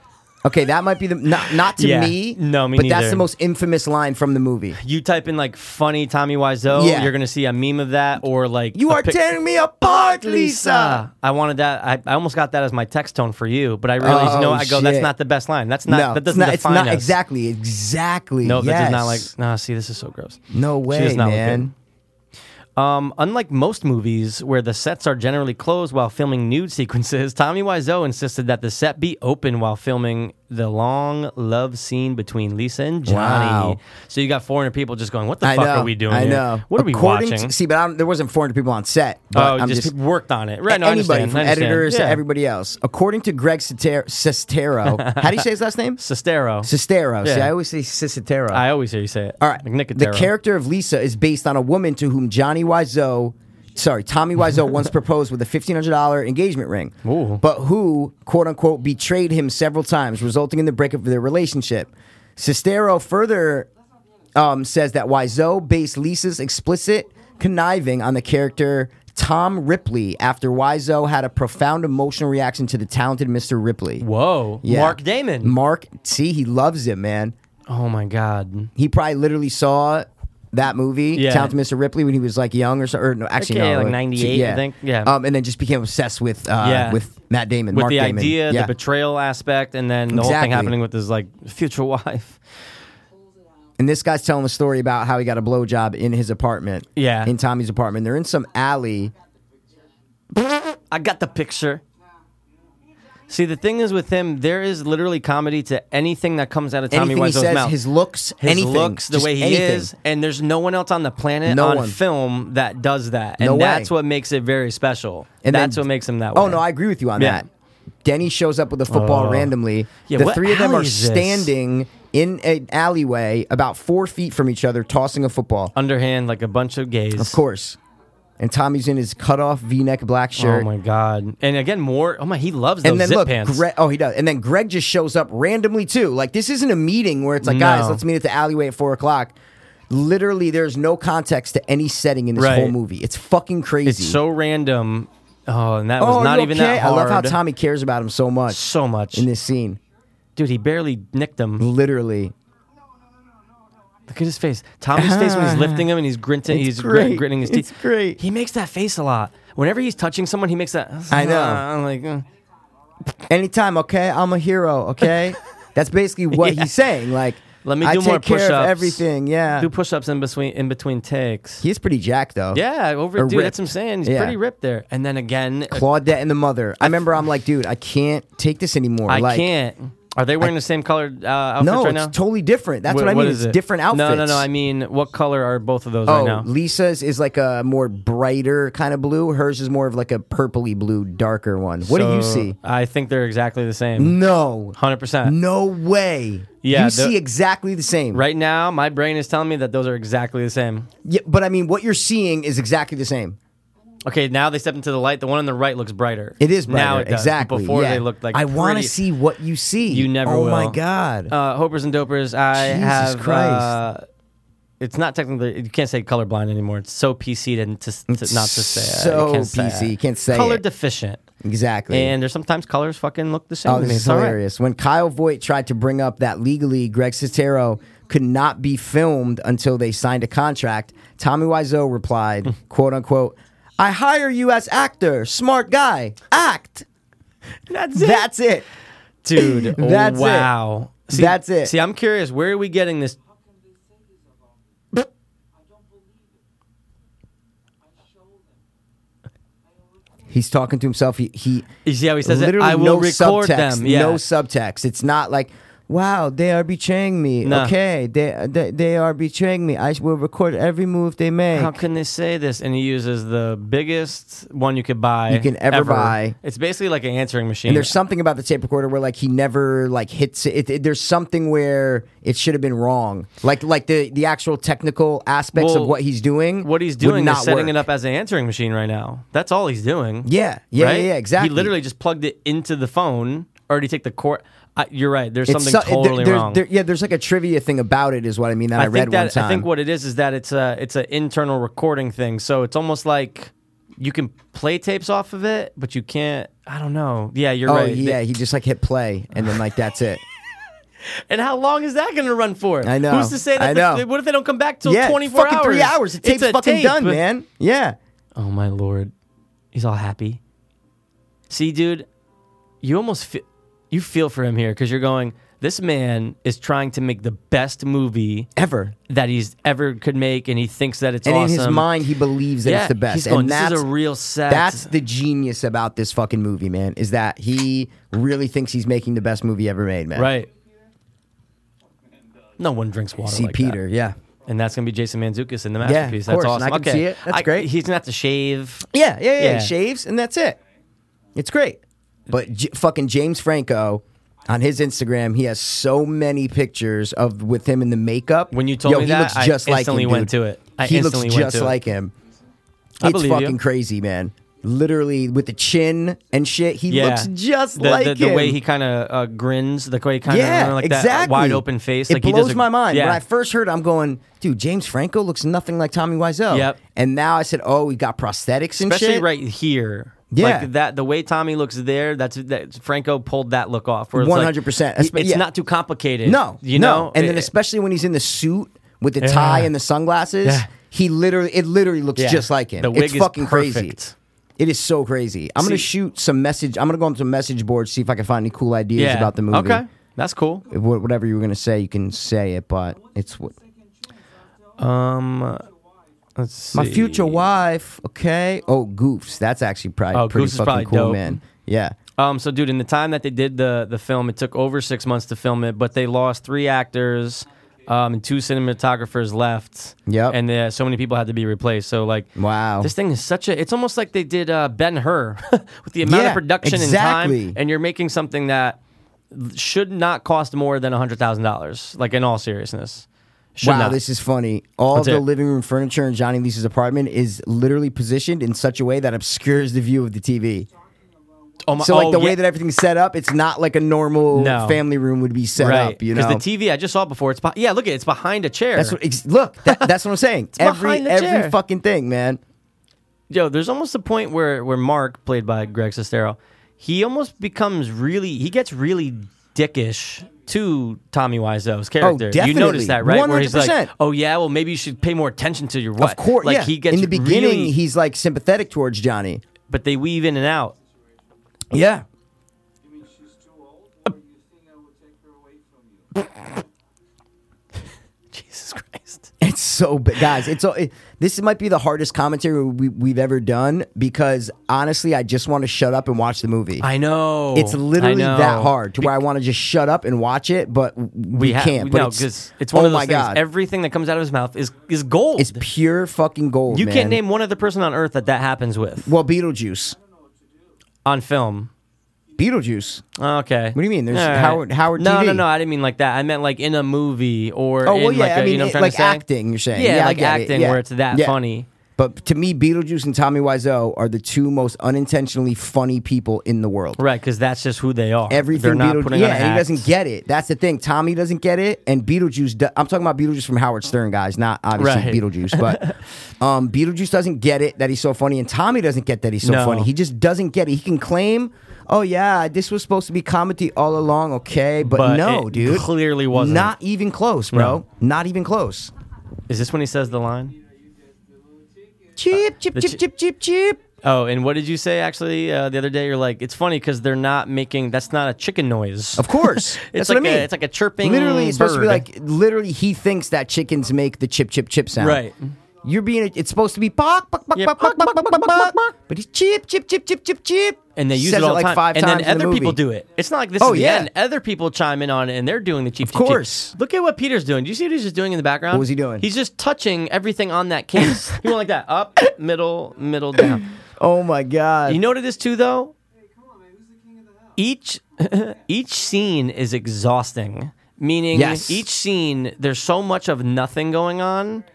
H: Okay, that might be the not, not to
I: Yeah.
H: me.
I: No, me
H: But that's
I: neither.
H: the most infamous line from the movie.
I: You type in like funny Tommy Wiseau,
H: Yeah.
I: you're gonna see a meme of that or like
H: You
I: a
H: are
I: pic-
H: tearing me apart, Lisa.
I: I wanted that. I, I almost got that as my text tone for you, but I realized,
H: Oh,
I: no, I go, that's
H: shit.
I: not the best line. That's not, that doesn't
H: it's not,
I: define
H: it's not
I: us.
H: exactly, exactly.
I: No, that does not like,
H: yes.
I: nah, see, this is so gross.
H: No
I: She does
H: way,
I: not look
H: man.
I: good. Um, unlike most movies where the sets are generally closed while filming nude (laughs) sequences, Tommy Wiseau insisted that the set be open while filming the long love scene between Lisa and Johnny.
H: Wow.
I: So you got 400 people just going, what the
H: I
I: fuck
H: know.
I: are we doing?
H: I
I: here?
H: know.
I: What are we
H: According
I: watching?
H: To, see, but I don't, there wasn't 400 people on set.
I: oh,
H: But I'm
I: just,
H: just
I: people worked on it. Right, no, I
H: anybody
I: understand,
H: from
I: I understand.
H: editors
I: Yeah.
H: to everybody else. According to Greg Sestero, Sestero how do you say his last
I: (laughs)
H: name?
I: Sestero.
H: Sestero. See,
I: Yeah.
H: I always say Sestero.
I: I always hear you say it.
H: All right.
I: Like Nicotero.
H: the character of Lisa is based on a woman to whom Johnny Wiseau, sorry, Tommy Wiseau
I: (laughs)
H: once proposed with a $1,500 engagement ring,
I: Ooh.
H: but who, quote unquote, betrayed him several times, resulting in the breakup of their relationship. Sestero further um, says that Wiseau based Lisa's explicit conniving on the character Tom Ripley after Wiseau had a profound emotional reaction to the talented Mr. Ripley.
I: Whoa.
H: Yeah.
I: Mark Damon.
H: Mark, see, he loves him, man.
I: oh my God.
H: He probably literally saw that movie,
I: Yeah.
H: Talented Mr. Ripley, when he was like young or so. Or no, actually,
I: Okay,
H: no,
I: like
H: uh,
I: 98, I think. Yeah.
H: Um, and then just became obsessed with uh,
I: Yeah.
H: with Matt Damon,
I: With
H: Mark
I: the
H: Damon.
I: idea,
H: yeah.
I: the betrayal aspect, and then the whole thing
H: Exactly.
I: happening with his like future (laughs) wife.
H: and this guy's telling a story about how he got a blowjob in his apartment.
I: Yeah.
H: in Tommy's apartment. They're in some alley.
I: I got the picture. See, the thing is with him, there is literally comedy to anything that comes out of Tommy
H: anything he
I: Wiseau's
H: says,
I: mouth.
H: his looks,
I: His
H: anything,
I: looks, the
H: just
I: way he
H: anything.
I: is, and there's no one else on the planet
H: No
I: on
H: one.
I: film that does that, and
H: No way.
I: that's what makes it very special. And
H: And then-
I: that's what makes him that way.
H: Oh no, I agree with you on
I: Yeah.
H: that. Denny shows up with a football
I: Oh.
H: randomly.
I: Yeah,
H: the
I: what
H: three of them
I: alley
H: are
I: is this?
H: standing in an alleyway about four feet from each other, tossing a football.
I: underhand like a bunch of gays.
H: Of course. And Tommy's in his cutoff V-neck black shirt.
I: Oh my god! And again, more. Oh my, he loves those
H: and then
I: zip
H: look,
I: pants.
H: Greg. Oh, he does. And then Greg just shows up randomly too. Like this isn't a meeting where it's like,
I: No.
H: guys, let's meet at the alleyway at four o'clock. Literally, there's no context to any setting in this
I: Right.
H: whole movie. It's fucking crazy.
I: it's so random. Oh, and that
H: oh,
I: was not
H: you
I: even
H: okay?
I: that hard.
H: I love how Tommy cares about him so much
I: so much,
H: in this Mm. scene.
I: dude. He barely nicked him.
H: Literally,
I: Look at his face. Tommy's face when he's lifting him and he's grinting.
H: Ah. It's
I: he's grin-
H: great.
I: gritting his
H: It's
I: teeth.
H: great.
I: He makes that face a lot. Whenever he's touching someone, he makes that.
H: I know.
I: I'm like, uh.
H: anytime. Okay, I'm a hero.
I: (laughs)
H: Okay, that's basically what
I: Yeah.
H: he's saying. Like,
I: let me do
H: I
I: more
H: take care
I: push-ups.
H: of everything. Yeah,
I: ah, do push-ups in between in between takes.
H: he's pretty jacked though.
I: yeah, over
H: Or
I: dude. That's
H: ripped.
I: what I'm saying. He's
H: Yeah.
I: pretty ripped there. And then again,
H: Claudette and the mother. I remember I'm like, dude, I can't take this anymore.
I: I
H: like,
I: can't. Are they wearing the same colored uh, outfits
H: No,
I: right
H: it's
I: now?
H: totally different. That's what, I mean. it's
I: is it?
H: different outfits.
I: No, no, no. I mean, what color are both of those
H: oh,
I: right now?
H: Lisa's is like a more brighter kind of blue. Hers is more of like a purpley blue, darker one. What do you
I: So,
H: see?
I: I think they're exactly the same.
H: No,
I: 100%.
H: no way.
I: Yeah,
H: you
I: the-
H: see exactly the same.
I: Right now, my brain is telling me that those are exactly the same.
H: Yeah, but I mean, what you're seeing is exactly the same.
I: Okay, now they step into the light. The one on the right looks brighter.
H: It is brighter.
I: Now it does.
H: exactly.
I: Before
H: yeah.
I: they looked like
H: I wanna
I: pretty-
H: see what you see.
I: You never
H: Oh
I: will.
H: my god.
I: Uh, Hopers and Dopers, I
H: Jesus
I: have.
H: Christ.
I: Uh, it's not technically, you can't say colorblind anymore. It's so PC to, to, to not to say it.
H: so
I: You can't say
H: PC.
I: it.
H: You can't say
I: Color
H: it.
I: deficient.
H: exactly.
I: And there's sometimes colors fucking look the same.
H: Oh,
I: to
H: this
I: me.
H: is
I: It's all right.
H: hilarious. When Kyle Voigt tried to bring up that legally Greg Sestero could not be filmed until they signed a contract, Tommy Wiseau
I: (laughs)
H: replied, quote unquote, I hire you as actor, smart guy, act.
I: That's
H: That's it. (laughs)
I: dude. oh,
H: That's it.
I: wow. See,
H: That's it.
I: See, I'm curious. Where are we getting this?
H: He's talking to himself. He, he
I: You see how he says it?
H: literally
I: I will
H: no
I: record
H: subtext,
I: them. Yeah.
H: No subtext. It's not like, wow, they are betraying me.
I: No.
H: Okay, they, they they are betraying me. I will record every move they make.
I: how can they say this? And he uses the biggest one you could buy.
H: You can ever buy.
I: It's basically like an answering machine.
H: And there's something about the tape recorder where like he never like hits it. it, it- there's something where it should have been wrong. Like like the the actual technical aspects
I: Well,
H: of what he's doing.
I: what he's
H: would
I: doing
H: not
I: is setting
H: work.
I: it up as an answering machine right now. That's all he's doing.
H: Yeah, yeah,
I: right?
H: yeah, yeah, exactly.
I: He literally just plugged it into the phone. Already take the core. I, you're right. There's
H: It's
I: something
H: so- there-
I: totally
H: there-
I: wrong.
H: there- yeah, there's like a trivia thing about it is what I mean that I,
I: I,
H: read
I: think that
H: one time.
I: I think what it is is that it's a it's an internal recording thing. So it's almost like you can play tapes off of it, but you can't. I don't know. Yeah, you're
H: oh
I: right.
H: yeah, he just like hit play and then like that's it.
I: And how long is that going to run for?
H: I know.
I: Who's to say that?
H: I
I: the-
H: know.
I: what if they don't come back (laughs) till
H: yeah,
I: 24
H: fucking
I: hours?
H: three hours. The
I: It's
H: tape's
I: a
H: fucking
I: tape.
H: done, man. Yeah.
I: Oh my lord, he's all happy. See, dude, you almost feel, you feel for him here because you're going. This man is trying to make the best movie
H: Ever.
I: that he's ever could make, and he thinks that it's
H: And
I: awesome.
H: in his mind, he believes that
I: yeah,
H: it's the best.
I: He's going,
H: and
I: this
H: that's
I: is a real set.
H: That's the genius about this fucking movie, man, is that he really thinks he's making the best movie ever made, man.
I: right. No one drinks water.
H: See
I: like that.
H: Peter, yeah.
I: And that's gonna be Jason Manzukis in the
H: of
I: masterpiece. that's
H: course, and
I: awesome.
H: I can
I: okay.
H: see it. That's
I: I-
H: great.
I: He's gonna have to shave.
H: Yeah, yeah, yeah.
I: Yeah.
H: He shaves and that's it. It's great. But J- fucking James Franco on his Instagram, he has so many pictures of with him in the makeup.
I: When you told
H: Yo,
I: me
H: he
I: that,
H: looks
I: I
H: just like him,
I: instantly went
H: dude.
I: to it. I
H: he looks
I: instantly went
H: just
I: to it.
H: like him.
I: I
H: it's
I: believe
H: fucking
I: you.
H: crazy, man. Literally with the chin and shit, he
I: Yeah.
H: looks just
I: the,
H: like
I: the, the
H: him.
I: way he kind of uh, grins, the way he kind of
H: yeah,
I: like
H: exactly.
I: that wide open face.
H: It
I: like he
H: blows
I: does a-
H: my mind.
I: Yeah.
H: When I first heard, it, I'm going, dude, James Franco looks nothing like Tommy Wiseau.
I: Yep.
H: And now I said, oh, we got prosthetics and
I: especially
H: shit.
I: right here.
H: Yeah.
I: like that the way Tommy looks there. That's that Franco pulled that look off. Where it's like,
H: 100%. Espe-
I: it's
H: yeah.
I: not too complicated.
H: No,
I: you
H: no.
I: know,
H: and then
I: It-
H: especially when he's in the suit with the tie
I: Yeah.
H: and the sunglasses,
I: Yeah.
H: he literally, it literally looks
I: Yeah.
H: just like him.
I: The wig
H: it's
I: is
H: fucking crazy.
I: perfect.
H: It is so crazy. I'm gonna
I: See-
H: shoot some message. I'm gonna go on some message boards see if I can find any cool ideas
I: yeah.
H: about the movie.
I: Okay, that's cool.
H: Wh- Whatever you were gonna say, you can say it, but it's what
I: Um, let's see.
H: my future wife. Okay. Oh, Goofs. That's actually probably
I: Oh,
H: pretty
I: Goofs is
H: fucking
I: probably
H: cool,
I: dope.
H: man. Yeah.
I: Um, so dude, in the time that they did the the film, it took over six months to film it, but they lost three actors, um, and two cinematographers left.
H: Yep.
I: and uh, so many people had to be replaced. So like,
H: Wow.
I: this thing is such a. It's almost like they did uh, Ben Hur (laughs) with the amount
H: Yeah,
I: of production and
H: exactly.
I: time, and you're making something that should not cost more than hundred thousand dollars. Like in all seriousness, should
H: Wow,
I: not.
H: this is funny. All
I: That's
H: the
I: it.
H: living room furniture in Johnny Lisa's apartment is literally positioned in such a way that obscures the view of the TV.
I: oh my,
H: So, like
I: oh,
H: the way
I: yeah.
H: that everything's set up, it's not like a normal
I: No.
H: family room would be set
I: right
H: up. You know,
I: the TV I just saw before. It's be- yeah, look at it, it's behind a chair.
H: That's what, ex- look.
I: (laughs)
H: That, that's what I'm saying. every
I: behind the
H: every
I: chair.
H: fucking thing, man.
I: Yo, there's almost a point where where Mark, played by Greg Sestero, he almost becomes really he gets really dickish to Tommy Wiseau's character. You
H: Oh, definitely.
I: notice that, right? Where he's like,
H: 100%.
I: "Oh yeah, well maybe you should pay more attention to your wife."
H: Of course,
I: like
H: yeah.
I: he gets
H: in the beginning,
I: really-
H: he's like sympathetic towards Johnny.
I: but they weave in and
H: (laughs)
I: out.
H: Yeah,
I: Jesus Christ.
H: It's so bad, guys. It's so, it, this might be the hardest commentary we, we've ever done because honestly, I just want to shut up and watch the movie.
I: I know.
H: it's
I: I
H: literally
I: know.
H: that hard to where I want to just shut up and watch it, but we,
I: We ha-
H: can't. But
I: no,
H: it's,
I: because it's one
H: oh
I: of those
H: my
I: things.
H: God.
I: Everything that comes out of his mouth is is gold.
H: it's pure fucking gold.
I: you
H: man.
I: can't name one other person on earth that that happens with
H: well Beetlejuice.
I: on film.
H: Beetlejuice.
I: Okay. What
H: do you mean? There's Howard- Howard
I: No,
H: TV.
I: no, no. I didn't mean like that. I meant like in a movie or
H: Oh well,
I: in
H: yeah.
I: like
H: I
I: a,
H: mean,
I: you know what I'm
H: it-
I: trying
H: like
I: to say?
H: acting. You're saying,
I: Yeah,
H: I
I: like
H: get it.
I: acting
H: Yeah.
I: where it's that
H: Yeah.
I: funny.
H: But to me, Beetlejuice and Tommy Wiseau are the two most unintentionally funny people in the world.
I: Right, because that's just who they are. They're
H: Everything
I: not
H: Beetlejuice,
I: putting
H: yeah,
I: on a
H: and he
I: act.
H: doesn't get it. That's the thing. Tommy doesn't get it, and Beetlejuice. Do, I'm talking about Beetlejuice from Howard Stern, guys, not obviously
I: Right.
H: Beetlejuice,
I: (laughs)
H: but um, Beetlejuice doesn't get it that he's so funny, and Tommy doesn't get that he's so
I: No.
H: funny. He just doesn't get it. He can claim, "Oh yeah, this was supposed to be comedy all along, okay," but,
I: But
H: no,
I: it
H: dude,
I: clearly wasn't.
H: Not even close, bro. Not even close.
I: Is this when he says the line?
H: Chip, chip,
I: the
H: chip,
I: chi-
H: chip, chip, chip.
I: Oh, and what did you say actually uh, the other day? You're like, it's funny because they're not making. That's not a chicken noise.
H: Of
I: (laughs)
H: course,
I: It's
H: that's what I
I: like a-
H: mean.
I: it's like a chirping
H: Literally, it's supposed to be
I: bird.
H: like literally. He thinks that chickens make the chip, chip, chip sound.
I: Right.
H: You're being. It's supposed to be bok, bok, bok,
I: Yeah,
H: bok, bok, bok, bok, bok, bok, But he's chip, chip, chip, chip, chip, chip.
I: And they use
H: Says
I: it all the
H: like
I: time.
H: five
I: and
H: times
I: then other
H: in the
I: people
H: movie.
I: do it. It's not like this
H: Oh,
I: is the
H: yeah.
I: end. Other people chime in on it and they're doing the cheap Of
H: course.
I: Look at what Peter's doing. Do you see what he's just doing in the background?
H: What was he doing?
I: He's just touching everything
H: (laughs)
I: on that case. he went like that. Up, middle,
H: (coughs)
I: middle, down.
H: Oh my god.
I: You know what it is too though? Each (laughs) each scene is exhausting. Meaning
H: Yes.
I: each scene there's so much of nothing going on.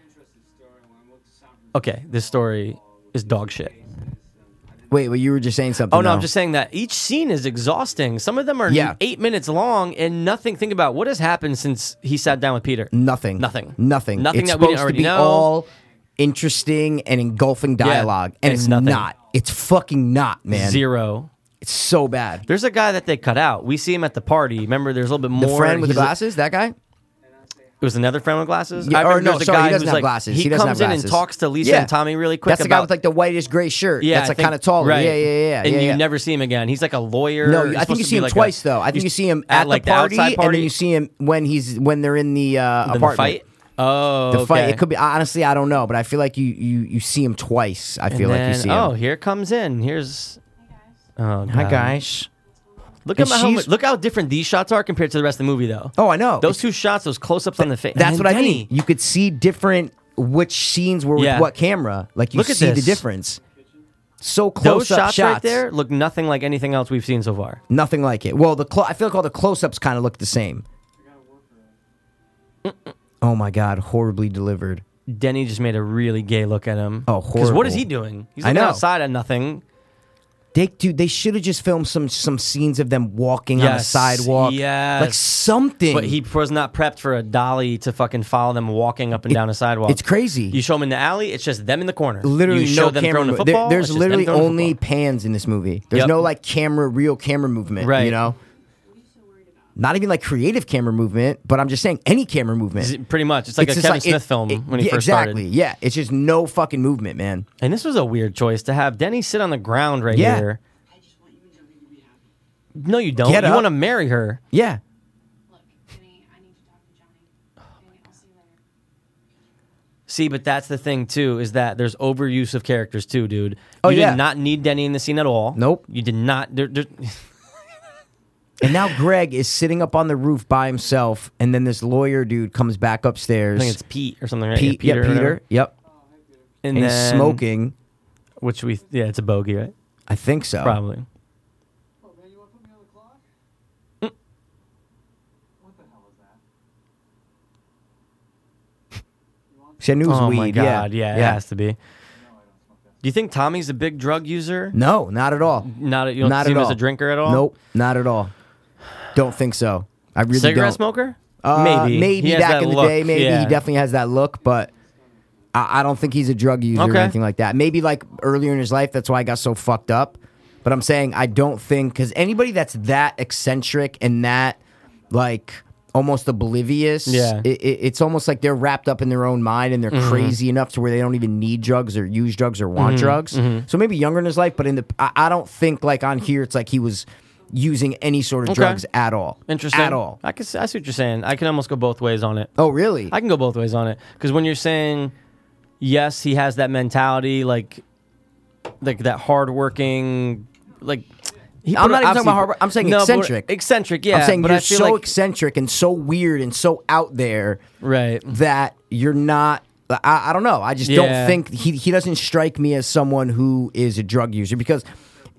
I: Okay, this story is dog shit.
H: Wait, well, you were just saying something.
I: Oh no,
H: though.
I: I'm just saying that each scene is exhausting. Some of them are
H: Yeah.
I: eight minutes long and nothing. Think about what has happened since he sat down with Peter.
H: nothing.
I: Nothing.
H: Nothing.
I: Nothing
H: It's
I: that we didn't
H: supposed
I: already
H: to be
I: know.
H: all interesting and engulfing dialogue,
I: and
H: and
I: it's
H: it's
I: nothing.
H: not. It's fucking not, man.
I: Zero.
H: It's so bad.
I: There's a guy that they cut out. We see him at the party. Remember, there's a little bit
H: The
I: more.
H: friend with the
I: he's a-
H: glasses, that guy.
I: It was another friend with glasses.
H: Yeah,
I: I
H: or
I: remember
H: no,
I: there's a
H: sorry, he
I: guy
H: doesn't
I: who's
H: have
I: like,
H: glasses.
I: He,
H: He doesn't
I: comes
H: have
I: in and
H: glasses.
I: talks to Lisa
H: Yeah.
I: and Tommy really quick.
H: That's the guy
I: about-
H: with like the whitish gray shirt.
I: Yeah,
H: that's
I: I
H: like
I: think-
H: kind of taller.
I: Right.
H: Yeah, yeah, yeah.
I: And
H: yeah,
I: you
H: yeah.
I: never see him again. He's like a lawyer.
H: No,
I: He's
H: I think
I: supposed
H: you
I: to
H: see
I: be
H: him
I: like a-
H: twice though. I think
I: he's
H: you see him
I: at,
H: at,
I: like, the
H: the party,
I: outside
H: and
I: party?
H: then you see him when he's when they're in the uh,
I: in the
H: apartment.
I: fight. Oh,
H: The fight.
I: okay.
H: It could be honestly, I don't know, but I feel like you you you see him twice. I
I: And
H: feel like you
I: then-
H: see him. Um,
I: Oh, here comes in. Here's. Oh, God.
H: Hi guys.
I: Look at
H: And
I: my how,
H: she's-
I: much- look how different these shots are compared to the rest of the movie, though.
H: Oh, I know.
I: Those two shots, those close-ups on the face.
H: That's
I: And
H: what I
I: Denny.
H: mean. You could see different which scenes were with
I: Yeah.
H: what camera. Like you
I: Look at
H: see the
I: this.
H: difference. So
I: Those
H: close up
I: shots, right there look nothing like anything else we've seen so far.
H: Nothing like it. Well, the clo- I feel like all the close ups kind of look the same. Oh my god, horribly delivered.
I: Denny just made a really gay look at him.
H: Oh,
I: what is
H: horrible.
I: he doing? He's
H: I
I: looking
H: know.
I: outside at nothing.
H: They dude, they should have just filmed some some scenes of them walking on a
I: Yes,
H: sidewalk. Like
I: yes.
H: something.
I: But he was not prepped for a dolly to fucking follow them walking up and down a sidewalk.
H: it's crazy.
I: You show them in the alley, it's just them in the corner.
H: literally
I: you show
H: no
I: them
H: camera.
I: throwing the
H: move- there-
I: football.
H: there's
I: it's just them
H: literally
I: throwing the
H: only
I: football.
H: pans in this movie. There's
I: Yep.
H: no like camera, real camera movement.
I: Right.
H: You know, not even like creative camera movement. But I'm just saying any camera movement.
I: It's pretty much. It's like a
H: just
I: Kevin
H: it-
I: Smith film
H: it-
I: when he
H: yeah,
I: first
H: exactly.
I: started.
H: Yeah, it's just no fucking movement, man.
I: And this was a weird choice to have Denny sit on the ground right
H: Yeah.
I: here. No, you don't.
H: Get
I: you
H: up.
I: want to marry her.
H: Yeah,
B: Look, Vinny, I need to talk to Johnny. Vinny, I'll see you later.
I: See, but that's the thing too is that there's overuse of characters too, dude. You
H: Oh, yeah.
I: did not need Denny in the scene at all.
H: Nope.
I: You did not. There, (laughs) there,
H: and now Greg is sitting up on the roof by himself, and then this lawyer dude comes back
I: I
H: upstairs.
I: think it's Pete or something, right?
H: Pete,
I: yeah, Peter.
H: yeah,
I: or whatever.
H: Peter. Yep,
I: And,
H: and he's
I: then-
H: smoking.
I: Which we, yeah, it's a bogey, right?
H: I think so.
I: Probably.
D: Oh, man, you want to put me on the clock? What the hell is that?
H: See, I knew it was
I: oh
H: weed.
I: my god, yeah, it
H: yeah.
I: has to be. Do you think Tommy's a big drug user?
H: No, not at all.
I: Not, you don't
H: not
I: see
H: at
I: him
H: all.
I: as a drinker at all?
H: Nope, not at all. Don't think so. I really
I: Cigarette
H: don't.
I: smoker?
H: Uh,
I: maybe.
H: maybe
I: He has
H: back
I: that
H: in the
I: look,
H: day. Maybe
I: yeah.
H: he definitely has that look, but I, I don't think he's a drug user or
I: Okay.
H: anything like that. Maybe like earlier in his life, that's why I got so fucked up. But I'm saying I don't think because anybody that's that eccentric and that like almost oblivious,
I: Yeah. Mm-hmm.
H: it, it- it's almost like they're wrapped up in their own mind and they're crazy enough to where they don't even need drugs or use drugs or want drugs.
I: Mm-hmm.
H: So maybe younger in his life, but in the I, I don't think like on here it's like he was using any sort of
I: Okay.
H: drugs at all.
I: Interesting.
H: At all.
I: I, can, s- I see what you're saying. I can almost go both ways on it.
H: Oh really?
I: I can go both ways on it because when you're saying yes, he has that mentality, like like that hardworking, like he
H: I'm not
I: put-
H: even talking
I: obviously-
H: about hard work. I'm saying
I: No, but-
H: eccentric.
I: eccentric, yeah.
H: I'm saying
I: but
H: you're
I: I feel
H: so
I: like,
H: eccentric and so weird and so out there
I: right.
H: that you're not. I, I don't know. I just
I: Yeah.
H: don't think he he doesn't strike me as someone who is a drug user because.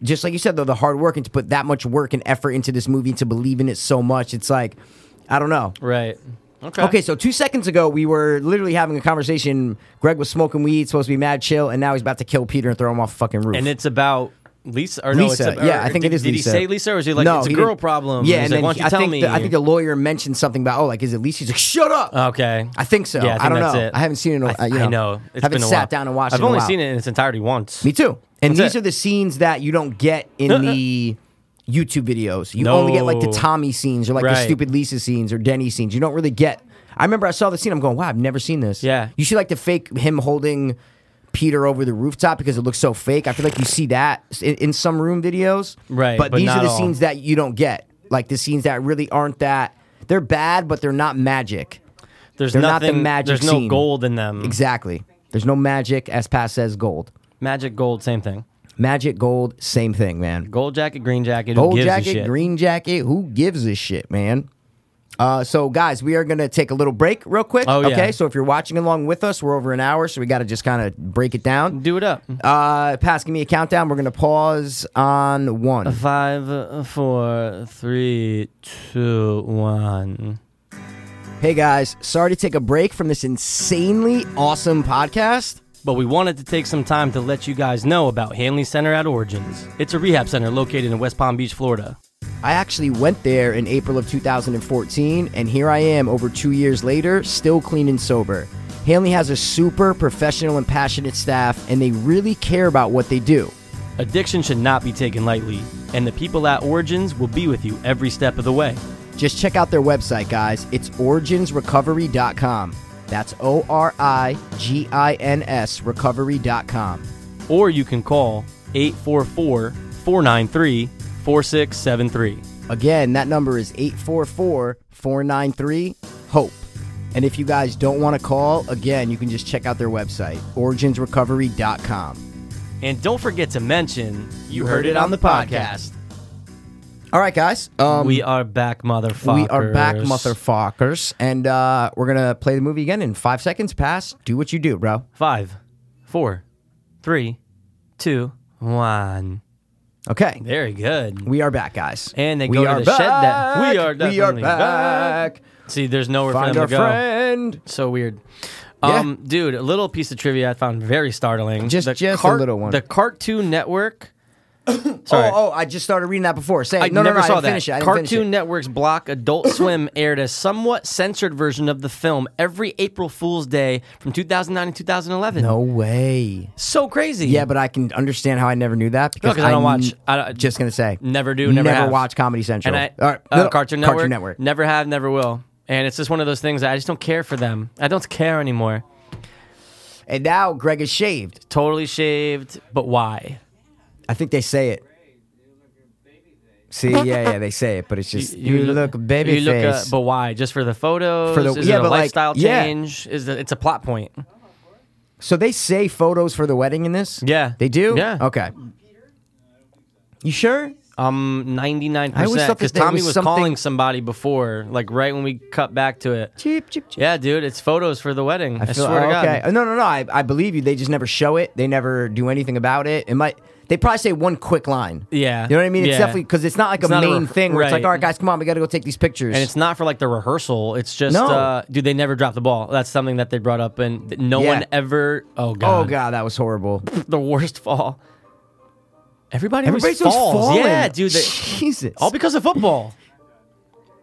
H: Just like you said, though, the hard work and to put that much work and effort into this movie, to believe in it so much, it's like, I don't know.
I: Right. Okay.
H: Okay, so two seconds ago, we were literally having a conversation. Greg was smoking weed, supposed to be mad chill, and now he's about to kill Peter and throw him off the fucking roof.
I: And it's about Lisa or no? it's
H: Lisa,
I: about,
H: yeah, I think
I: did,
H: it is
I: Did
H: Lisa.
I: he say Lisa or was he like it's a
H: he
I: girl
H: didn't-
I: problem?
H: Yeah, and
I: He's like,
H: then
I: why don't you
H: I
I: tell
H: think
I: me?
H: The, I think the lawyer mentioned something about oh, like is it Lisa? He's like, shut up.
I: Okay.
H: I think so.
I: Yeah, I,
H: I don't
I: that's
H: know.
I: It.
H: I haven't seen it in a-
I: I,
H: uh, you
I: I
H: know,
I: know. It's
H: haven't
I: been a
H: sat
I: while.
H: down and watched
I: I've
H: it in a
I: only
H: while.
I: seen it in its entirety once.
H: Me too. And
I: That's
H: these
I: it. uh,
H: are the scenes that you don't get in the YouTube videos. You only get like the
I: No.
H: Tommy scenes or like the
I: Right.
H: stupid Lisa scenes or Denny scenes. You don't really get. I remember I saw the scene. I'm going, wow, I've never seen this.
I: Yeah.
H: You should like the fake him holding Peter over the rooftop because it looks so fake. I feel like you see that in, in some room videos.
I: Right,
H: But,
I: but
H: these
I: not
H: are the
I: all.
H: scenes that you don't get. Like the scenes that really aren't that. They're bad, but they're not magic.
I: There's
H: They're not the
I: nothing.
H: magic
I: there's no
H: scene.
I: gold in them.
H: Exactly. There's no magic, as Pat says, gold.
I: Magic gold, same thing.
H: Magic, gold, same thing, man.
I: Gold jacket, green jacket. who
H: Gold
I: gives a
H: jacket,
I: shit?
H: green jacket, who gives a shit, man? Uh, so, guys, we are going to take a little break real quick.
I: Oh, yeah.
H: Okay, so if you're watching along with us, we're over an hour, so we got to just kind of break it down.
I: Do it up.
H: Uh, Pass, give me a countdown. We're going to pause on one.
I: Five, uh, four, three, two, one.
H: Hey, guys, sorry to take a break from this insanely awesome podcast.
I: But we wanted to take some time to let you guys know about Hanley Center at Origins. It's a rehab center located in West Palm Beach, Florida.
H: I actually went there in April of 2014, and here I am over two years later, still clean and sober. Hanley has a super professional and passionate staff, and they really care about what they do.
I: Addiction should not be taken lightly. and the people at Origins will be with you every step of the way.
H: Just check out their website, guys. It's originsrecovery.com. That's O R I G I N S recovery.com.
I: Or you can call 844 493 4673.
H: Again, that number is 844 493 HOPE. E. And if you guys don't want to call, again, you can just check out their website, originsrecovery.com.
I: And don't forget to mention you,
H: All right, guys. Um,
I: we are back, motherfuckers.
H: we are back, motherfuckers. And uh, we're going to play the movie again in five seconds. Pass. Do what you do, bro.
I: Five, four, three, two, one.
H: Okay.
I: Very good.
H: We are back, guys.
I: And they
H: we
I: go
H: are
I: to the shed that we are
H: back. We are
I: definitely back.
H: back.
I: See, there's nowhere
H: Find
I: for
H: our
I: them to go.
H: friend.
I: So weird.
H: Yeah.
I: Um, dude, a little piece of trivia I found very startling.
H: Just-
I: the
H: just a
I: cart-
H: little one.
I: The Cartoon Network. Sorry.
H: Oh, oh, I just started reading that before. Say,
I: I
H: no,
I: never
H: no, no,
I: saw
H: I didn't
I: that.
H: finish it. I didn't
I: Cartoon
H: finish it.
I: Network's block Adult Swim (laughs) aired a somewhat censored version of the film every April Fool's Day from 2009 to 2011.
H: No way.
I: So crazy.
H: Yeah, but I can understand how I never knew that because
I: 'cause I don't watch- I
H: I'm
I: don't-
H: just gonna say
I: Never do, never have.
H: watch Comedy Central.
I: and I,
H: All right,
I: uh,
H: no, no,
I: Cartoon Network,
H: Cartoon Network.
I: Never have, never will. And it's just one of those things that I just don't care for them. I don't care anymore.
H: And now Greg is shaved.
I: Totally shaved, but why?
H: I think they say it. See, yeah, yeah, they say it, but it's just you, look baby
I: you look, uh,
H: face.
I: but why? Just for the photos?
H: For the-
I: Is
H: yeah,
I: it a
H: but, like,
I: lifestyle
H: yeah.
I: change? Is it, it's a plot point?
H: so they say photos for the wedding in this.
I: Yeah.
H: they do.
I: Yeah.
H: okay. You sure?
I: Um, ninety nine
H: I always thought
I: percent.
H: that
I: Because
H: there
I: Tommy
H: was
I: was,
H: something-
I: calling somebody before, like right when we cut back to it.
H: Cheep, cheep, cheep.
I: Yeah, dude, it's photos for the wedding. I,
H: feel-
I: swear to God.
H: okay. No, no, no. I, I believe you. They just never show it. They never do anything about it. It might. They probably say one quick line.
I: Yeah.
H: You know what I mean? It's
I: Yeah.
H: definitely because it's not like
I: It's
H: a
I: not a
H: main
I: ref-
H: thing where it's like,
I: right.
H: all right, guys, come on, we got to go take these pictures.
I: And it's not for like the rehearsal. It's just,
H: No.
I: uh, dude, they never drop the ball. That's something that they brought up, and th- no
H: Yeah.
I: one ever. (laughs) Oh
H: oh
I: God.
H: god, that was horrible.
I: the worst fall. Everybody, always
H: Everybody's
I: falls.
H: just falling.
I: Yeah, dude. They,
H: Jesus.
I: all because of football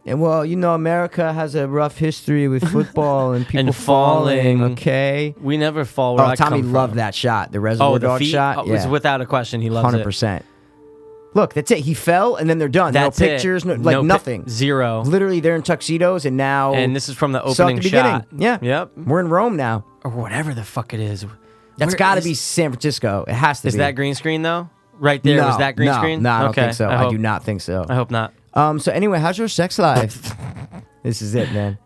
H: and well, you know, America has a rough history with football
I: (laughs)
H: and people
I: falling.
H: Okay.
I: We never fall. Where
H: Oh,
I: I
H: Tommy
I: come
H: loved
I: from.
H: that shot. The reservoir
I: Oh, the
H: dog
I: feet.
H: shot.
I: Oh, It's without a question. He loves
H: hundred
I: it.
H: percent. Look, that's it. He fell, and then they're done.
I: That's
H: no
I: it.
H: pictures, no, like
I: No pi-
H: nothing.
I: zero.
H: Literally, they're in tuxedos, and now.
I: And this is from the
H: So at
I: opening
H: the
I: shot.
H: beginning, Yeah.
I: Yep.
H: We're in Rome now.
I: Or whatever the fuck it is.
H: That's
I: Where
H: got to
I: is-
H: be San Francisco. It has to
I: Is
H: be.
I: that green screen though? Right there
H: no,
I: was that green
H: no,
I: screen.
H: No, I don't
I: okay.
H: think so. I,
I: hope-
H: do not think so.
I: I hope not.
H: Um. So anyway, how's your sex life? this is it, man.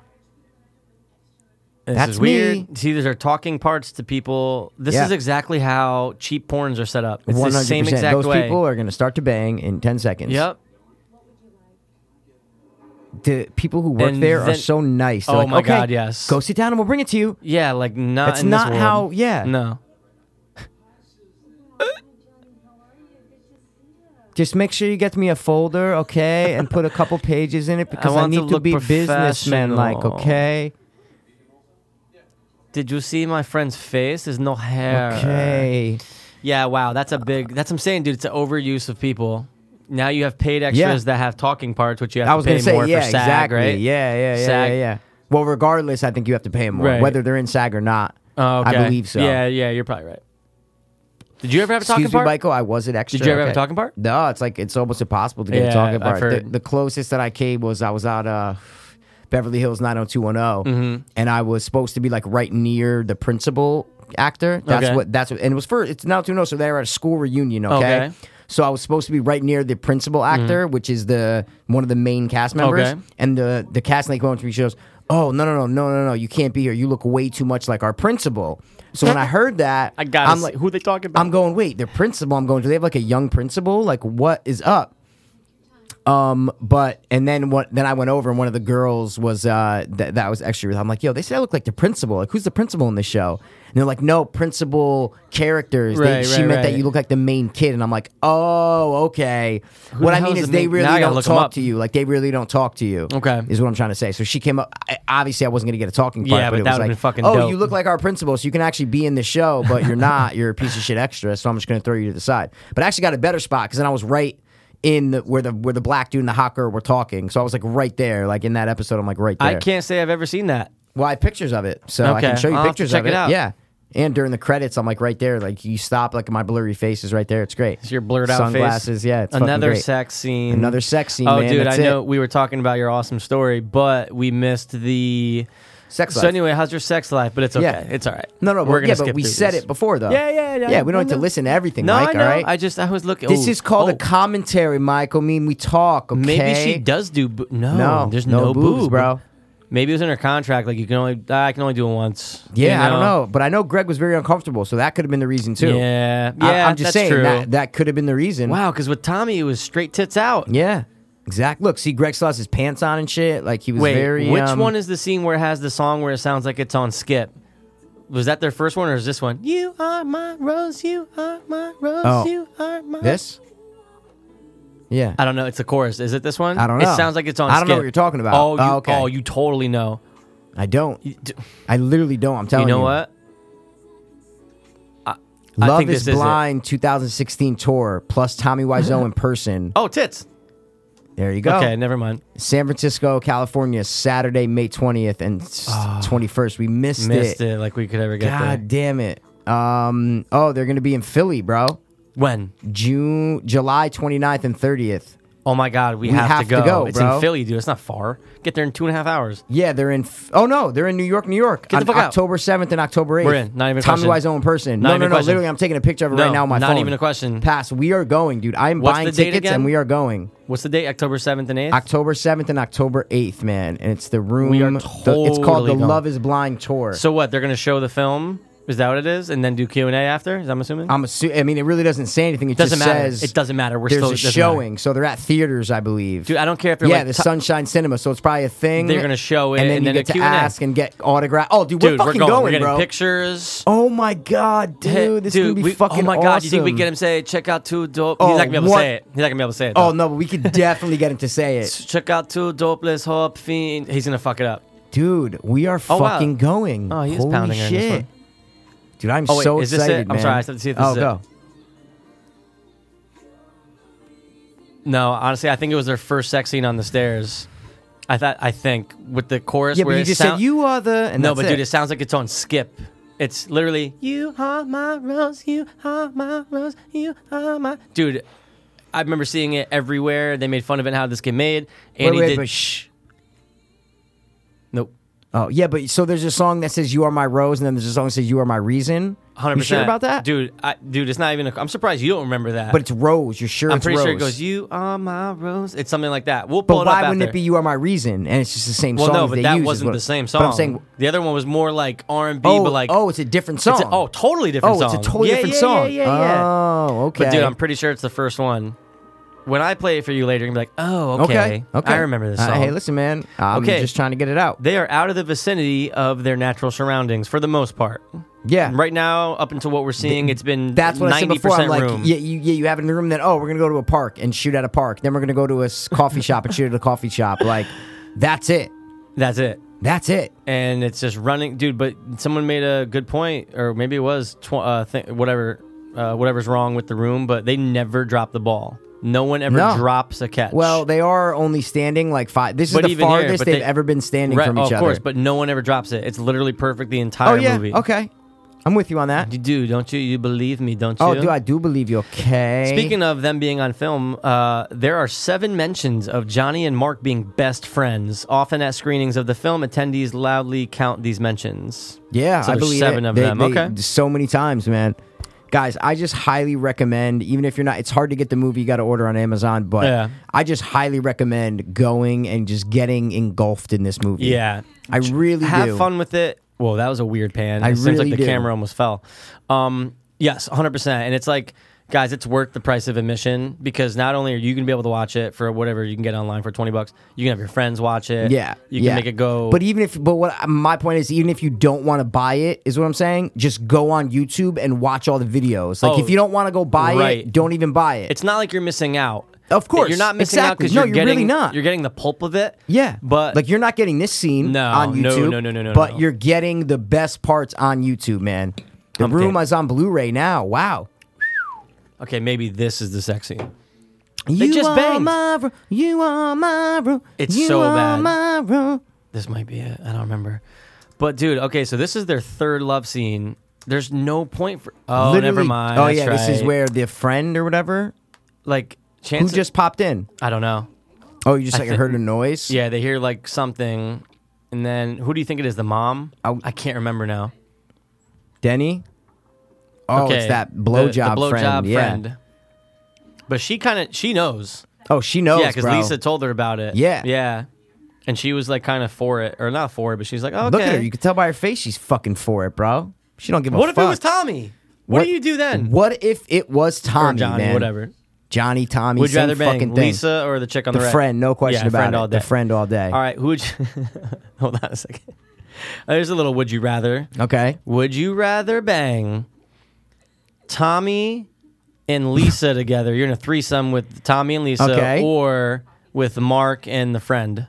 I: This
H: That's
I: is weird.
H: me.
I: See, these are talking parts to people. This
H: Yeah.
I: is exactly how cheap porns are set up. (laughs) It's
H: One
I: the
H: hundred
I: same
H: percent.
I: exact
H: Those
I: way.
H: people are going to start to bang in ten seconds.
I: yep.
H: The people who work
I: And
H: there are
I: then-
H: so nice. They're
I: Oh
H: like,
I: my
H: "Okay,
I: God, yes.
H: Go sit down, and we'll bring it to you.
I: Yeah, like not.
H: That's
I: in
H: Uh, not
I: this
H: how-
I: world.
H: yeah.
I: No.
H: Just make sure you get me a folder, okay, and put a couple pages in
I: (laughs)
H: it because I,
I: want to
H: need to,
I: look
H: be businessman like,
I: professional.
H: okay,
I: Did you see my friend's face? There's no hair.
H: okay.
I: Yeah. Wow. That's a big. That's what I'm saying, dude. It's an overuse of people. Now you have paid extras that have talking parts, which you have
H: I
I: to
H: was
I: pay
H: gonna say,
I: more
H: yeah,
I: for SAG,
H: exactly,
I: right?
H: yeah, yeah, yeah,
I: SAG.
H: yeah, yeah. Well, regardless, I think you have to pay them more,
I: Right.
H: whether they're in SAG or not.
I: Oh, okay.
H: I believe so.
I: Yeah, yeah, you're probably right. Did you ever have a talking
H: Excuse me,
I: part?
H: Michael. I was an extra.
I: you ever have a
H: okay.
I: talking part?
H: No, it's like it's almost impossible to get a
I: Yeah,
H: talking
I: I've
H: part. The,
I: heard.
H: the closest that I came was I was out uh, Beverly Hills 90210,
I: Mm-hmm.
H: and I was supposed to be like right near the principal actor. That's
I: Okay.
H: what that's what, and it was for it's 90210, so they were at a school reunion. Okay.
I: Okay. Mm-hmm.
H: So I was supposed to be right near the principal actor, which is the one of the main cast members,
I: Okay.
H: and the the cast lady came up to me. She goes, "Oh no no no no no no! You can't be here. You look way too much like our principal." So when I heard that,
I: (laughs) I got.
H: I'm like,
I: who they talking about?
H: I'm going, wait, their principal, I'm going, do they have like a young principal? Like what is up? Um, but and then what then I went over and one of the girls was uh that that was extra with I'm like, yo, they said I look like the principal. Like who's the principal in this show? And they're like, no, principal characters. They-
I: Right,
H: she
I: right,
H: meant that
I: right.
H: you look like the main kid, and I'm like, oh, okay. what
I: the
H: I
I: hell
H: mean
I: is
H: is
I: the
H: they
I: main-
H: really
I: now I gotta
H: don't
I: look 'em
H: talk
I: up.
H: to you. Like they really don't talk to you.
I: Okay.
H: Is what I'm trying to say. So she came up I, obviously I wasn't gonna get a talking part,
I: Yeah,
H: but,
I: but
H: it
I: that
H: was
I: would've
H: like
I: been fucking
H: Oh,
I: dope.
H: you look like our principal, so you can actually be in the show, but
I: (laughs)
H: you're not. You're a piece of shit extra, so I'm just gonna throw you to the side. But I actually got a better spot because then I was right in the, where the where the black dude and the hot girl were talking. So I was like right there, like in that episode. I'm like right there.
I: I can't say I've ever seen that.
H: Well, I have pictures of it, so I
I: Okay,
H: can show you
I: I'll have to
H: pictures
I: check
H: of
I: it out.
H: Yeah, And during the credits, I'm like right there. Like you stop, like my blurry face is right there. It's great.
I: It's your blurred out
H: sunglasses.
I: face.
H: Yeah, it's fucking
I: another
H: great.
I: sex scene.
H: Another sex scene,
I: Oh,
H: man,
I: dude,
H: that's
I: I know
H: it.
I: we were talking about your awesome story, but we missed the
H: Sex
I: So
H: life.
I: anyway, how's your sex life? But it's okay.
H: Yeah.
I: It's all right.
H: No, no, but,
I: we're gonna
H: yeah,
I: skip
H: but we
I: through
H: said
I: this.
H: it before though.
I: Yeah, yeah, yeah.
H: Yeah, we don't
I: No,
H: have to
I: no.
H: listen to everything,
I: No,
H: Mike.
I: I know.
H: All right.
I: I just I was looking.
H: this
I: ooh,
H: is called
I: oh,
H: a commentary, Michael. Mean we talk. Okay.
I: Maybe she does do. Bo- no,
H: No,
I: there's
H: no
I: no,
H: boobs,
I: boob.
H: bro.
I: Maybe it was in her contract. Like you can only I can only do it once.
H: Yeah,
I: you
H: I don't know, but I know Greg was very uncomfortable, so that could have been the reason too.
I: Yeah,
H: I,
I: yeah,
H: am just
I: that's
H: saying
I: true.
H: that that could have been the reason.
I: Wow, because with Tommy it was straight tits out.
H: Yeah. Exact. Look, see, Greg still has his pants on and shit. Like he was
I: Wait,
H: very.
I: which
H: um,
I: one is the scene where it has the song where it sounds like it's on skip? Was that their first one or is this one? You are my rose, you are my rose,
H: Oh.
I: you are my
H: this? Yeah.
I: I don't know. It's the chorus. Is it this one?
H: I don't know.
I: It sounds like it's on.
H: I don't know
I: Skip.
H: what you're talking about.
I: Oh, you,
H: Oh, okay.
I: oh, you totally know.
H: I don't.
I: d-
H: I literally don't. I'm
I: You
H: telling you.
I: know what? I, I
H: Love
I: think
H: is
I: this is it.
H: Blind 2016 tour plus Tommy Wiseau in person.
I: Oh, tits.
H: There you go.
I: Okay, never mind.
H: San Francisco, California, Saturday, May 20th and s- 21st. We missed,
I: Ah. Missed it. Like we could ever get
H: God
I: there.
H: damn it. Um, oh, they're going to be in Philly, bro.
I: When?
H: June, July 29th and 30th.
I: Oh my God,
H: We
I: we, have,
H: have to
I: to go.
H: go,
I: it's
H: bro.
I: in Philly, dude. It's not far. Get there in two and a half hours.
H: Yeah, they're in. F- oh no, they're in New York, New York.
I: Get the
H: on
I: fuck out.
H: October seventh and October eighth.
I: We're in. Not even a
H: Tommy
I: question.
H: Wiseau in person.
I: Not
H: no,
I: even
H: no,
I: a
H: no.
I: question.
H: Literally, I'm taking a picture of it right
I: No,
H: now on my
I: not
H: phone.
I: even a question.
H: Pass. We are going, dude. I am
I: What's
H: buying
I: the date
H: tickets
I: again?
H: and we are going.
I: What's the date? October seventh and eighth.
H: October seventh and October eighth, man. And it's the room.
I: We are
H: the- it's called the
I: totally going.
H: Love Is Blind tour.
I: So what? They're gonna show the film? Is that what it is? And then do Q and A after? Is that what I'm assuming?
H: I'm assu- I mean, it really doesn't say anything. Um, It
I: Doesn't
H: just
I: matter.
H: says
I: It doesn't matter. We're
H: there's
I: still-
H: a
I: it doesn't
H: showing, so they're at theaters, I believe.
I: Dude, I don't care if they're
H: yeah,
I: like
H: the
I: to-
H: Sunshine Cinema, so it's probably a thing.
I: They're gonna show it
H: and then
I: and
H: you
I: then a
H: get to
I: Q&A.
H: ask and get autograph. Oh, dude, we're
I: dude,
H: fucking
I: we're going. we're
H: going,
I: getting
H: bro.
I: pictures.
H: Oh my god,
I: Hey,
H: dude, this is gonna be
I: we-
H: fucking
I: Oh my god, you think we
H: awesome.
I: get him say check out two dope?
H: Oh,
I: He's not gonna be able
H: what-
I: to say it. He's not gonna be able to say it.
H: Oh
I: though.
H: no, but we
I: (laughs)
H: could definitely get him to say it,
I: Check out two dopeless hop fiend. He's gonna fuck it up.
H: dude. We are
I: Oh, wow.
H: fucking going.
I: Oh, he is
H: Holy
I: pounding her
H: shit.
I: in this one.
H: Dude, I'm
I: Oh, wait,
H: so
I: is this it?
H: excited, man.
I: I'm sorry, I just have to see if this
H: oh,
I: is it.
H: go.
I: No, honestly, I think it was their first sex scene on the stairs. I thought, I think, with the chorus
H: Yeah,
I: where
H: but you
I: it
H: just
I: sound-
H: said you are the. And
I: no,
H: that's
I: but
H: it.
I: dude, it sounds like it's on skip. It's literally you are my rose, you are my rose, you are my dude. I remember seeing it everywhere. They made fun of it and how this get made.
H: Wait,
I: Andy
H: wait,
I: did.
H: but shh.
I: nope.
H: Oh yeah, but so there's a song that says "You Are My Rose," and then there's a song that says "You Are My Reason."
I: Hundred
H: You
I: percent.
H: sure about that,
I: dude? I, dude, it's not even. A, I'm surprised you don't remember that.
H: But it's Rose. You're sure?
I: I'm
H: it's
I: pretty
H: Rose.
I: sure it goes. You are my rose. It's something like that. We'll pull
H: But
I: it up
H: why wouldn't
I: after.
H: it be "You Are My Reason"? And it's just the same
I: Well,
H: song.
I: no,
H: they
I: but that
H: use is
I: wasn't
H: what-
I: the same song.
H: But I'm saying,
I: the other one was more like R and B,
H: oh,
I: but like
H: oh, it's a different song.
I: it's a- oh, totally different.
H: Oh, it's a
I: song.
H: totally
I: Yeah,
H: different
I: yeah,
H: song.
I: Yeah, yeah, yeah.
H: Oh, okay.
I: But dude, I'm pretty sure it's the first one. When I play it for you later, you're gonna be like, oh, okay,
H: okay.
I: I remember this
H: Uh,
I: song.
H: hey, listen, man. I'm
I: Okay.
H: just trying to get it out.
I: They are out of the vicinity of their natural surroundings for the most part.
H: Yeah.
I: Right now, up until what we're seeing, it's been
H: That's what I said
I: 90%
H: before. I'm like,
I: room.
H: yeah, you, yeah, you have it in the room. Then, oh, we're gonna go to a park and shoot at a park. Then we're gonna go to a s- coffee shop and shoot at a coffee shop. Like, that's it.
I: That's it.
H: That's it.
I: and it's just running, dude. But someone made a good point, or maybe it was tw- uh, th- whatever, uh, whatever's wrong with the room. But they never drop the ball. No one ever
H: No.
I: drops a catch.
H: Well, they are only standing like five. This is
I: But
H: the
I: even here,
H: farthest
I: but
H: they've
I: they-
H: ever been standing
I: Right, oh,
H: from each
I: of
H: other.
I: course, but no one ever drops it. It's literally perfect the
H: oh
I: entire
H: yeah,
I: movie.
H: okay, I'm with you on that.
I: you do, don't you? You believe me, don't you?
H: Oh, do I do believe you? Okay.
I: Speaking of them being on film, uh, there are seven mentions of Johnny and Mark being best friends. Often at screenings of the film, attendees loudly count these mentions.
H: yeah,
I: so
H: I
I: there's
H: believe
I: seven
H: it.
I: of
H: They-
I: them.
H: they-
I: okay,
H: so many times, man. Guys, I just highly recommend. Even if you're not, it's hard to get the movie. You got to order on Amazon, but
I: Yeah.
H: I just highly recommend going and just getting engulfed in this movie.
I: Yeah.
H: I really
I: have
H: do.
I: fun with it. Whoa, that was a weird pan.
H: I
I: it seems
H: really
I: like
H: do.
I: the camera almost fell. Um, yes, 100%. And it's like, guys, it's worth the price of admission because not only are you going to be able to watch it for whatever you can get online for 20 bucks, you can have your friends watch it.
H: Yeah,
I: You can
H: yeah.
I: make it go.
H: But even if, but what my point is, even if you don't want to buy it, is what I'm saying. Just go on YouTube and watch all the videos. Like
I: Oh,
H: if you don't want to go buy it,
I: right.
H: don't even buy it.
I: it's not like you're missing out.
H: Of course,
I: You're not missing out
H: exactly.
I: because
H: No,
I: you're,
H: you're really
I: getting,
H: not.
I: You're getting the pulp of it.
H: yeah,
I: But
H: like you're not getting this scene
I: No,
H: on
I: no,
H: YouTube.
I: no, no, no, no,
H: But
I: no.
H: you're getting the best parts on YouTube, man. The
I: I'm
H: room
I: dead.
H: is on Blu-ray now. Wow.
I: okay, maybe this is the sex scene.
H: you
I: just
H: are
I: banged.
H: my room. You are my room.
I: It's
H: you
I: so
H: are
I: bad.
H: My room.
I: This might be it. I don't remember. But dude, okay, so this is their third love scene There's no point for. Oh, never
H: Literally-
I: mind.
H: Oh
I: that's
H: yeah, this is
I: right.
H: where the friend or whatever
I: like
H: who
I: chance.
H: just popped in.
I: I don't know.
H: Oh, you just
I: I
H: like
I: thi-
H: heard a noise.
I: Yeah, they hear like something, and then who do you think it is? The mom? I,
H: I-
I: can't remember now.
H: Denny. Oh,
I: Okay,
H: it's that
I: the- the
H: blowjob friend.
I: blowjob
H: yeah.
I: friend. But she kind of she knows.
H: Oh, she knows.
I: yeah, because
H: bro.
I: Lisa told her about it.
H: Yeah.
I: yeah, and she was like kind of for it, or not for it, but she's like, okay.
H: Look at her. You can tell by her face she's fucking for it, bro. She don't give a
I: what if
H: fuck.
I: it was Tommy? What, do you do then?
H: What if it was Tommy,
I: or Johnny,
H: man?
I: whatever.
H: Johnny, Tommy,
I: Would you
H: same
I: rather bang
H: fucking thing.
I: Lisa or the chick on the,
H: The
I: right?
H: friend, no question
I: yeah,
H: about
I: friend
H: it.
I: All day.
H: The friend all day.
I: All right, who would you? (laughs) Hold on a second. (laughs) There's a little would you rather.
H: Okay.
I: Would you rather bang Tommy and Lisa (laughs) together? You're in a threesome with Tommy and Lisa,
H: Okay.
I: or with Mark and the friend?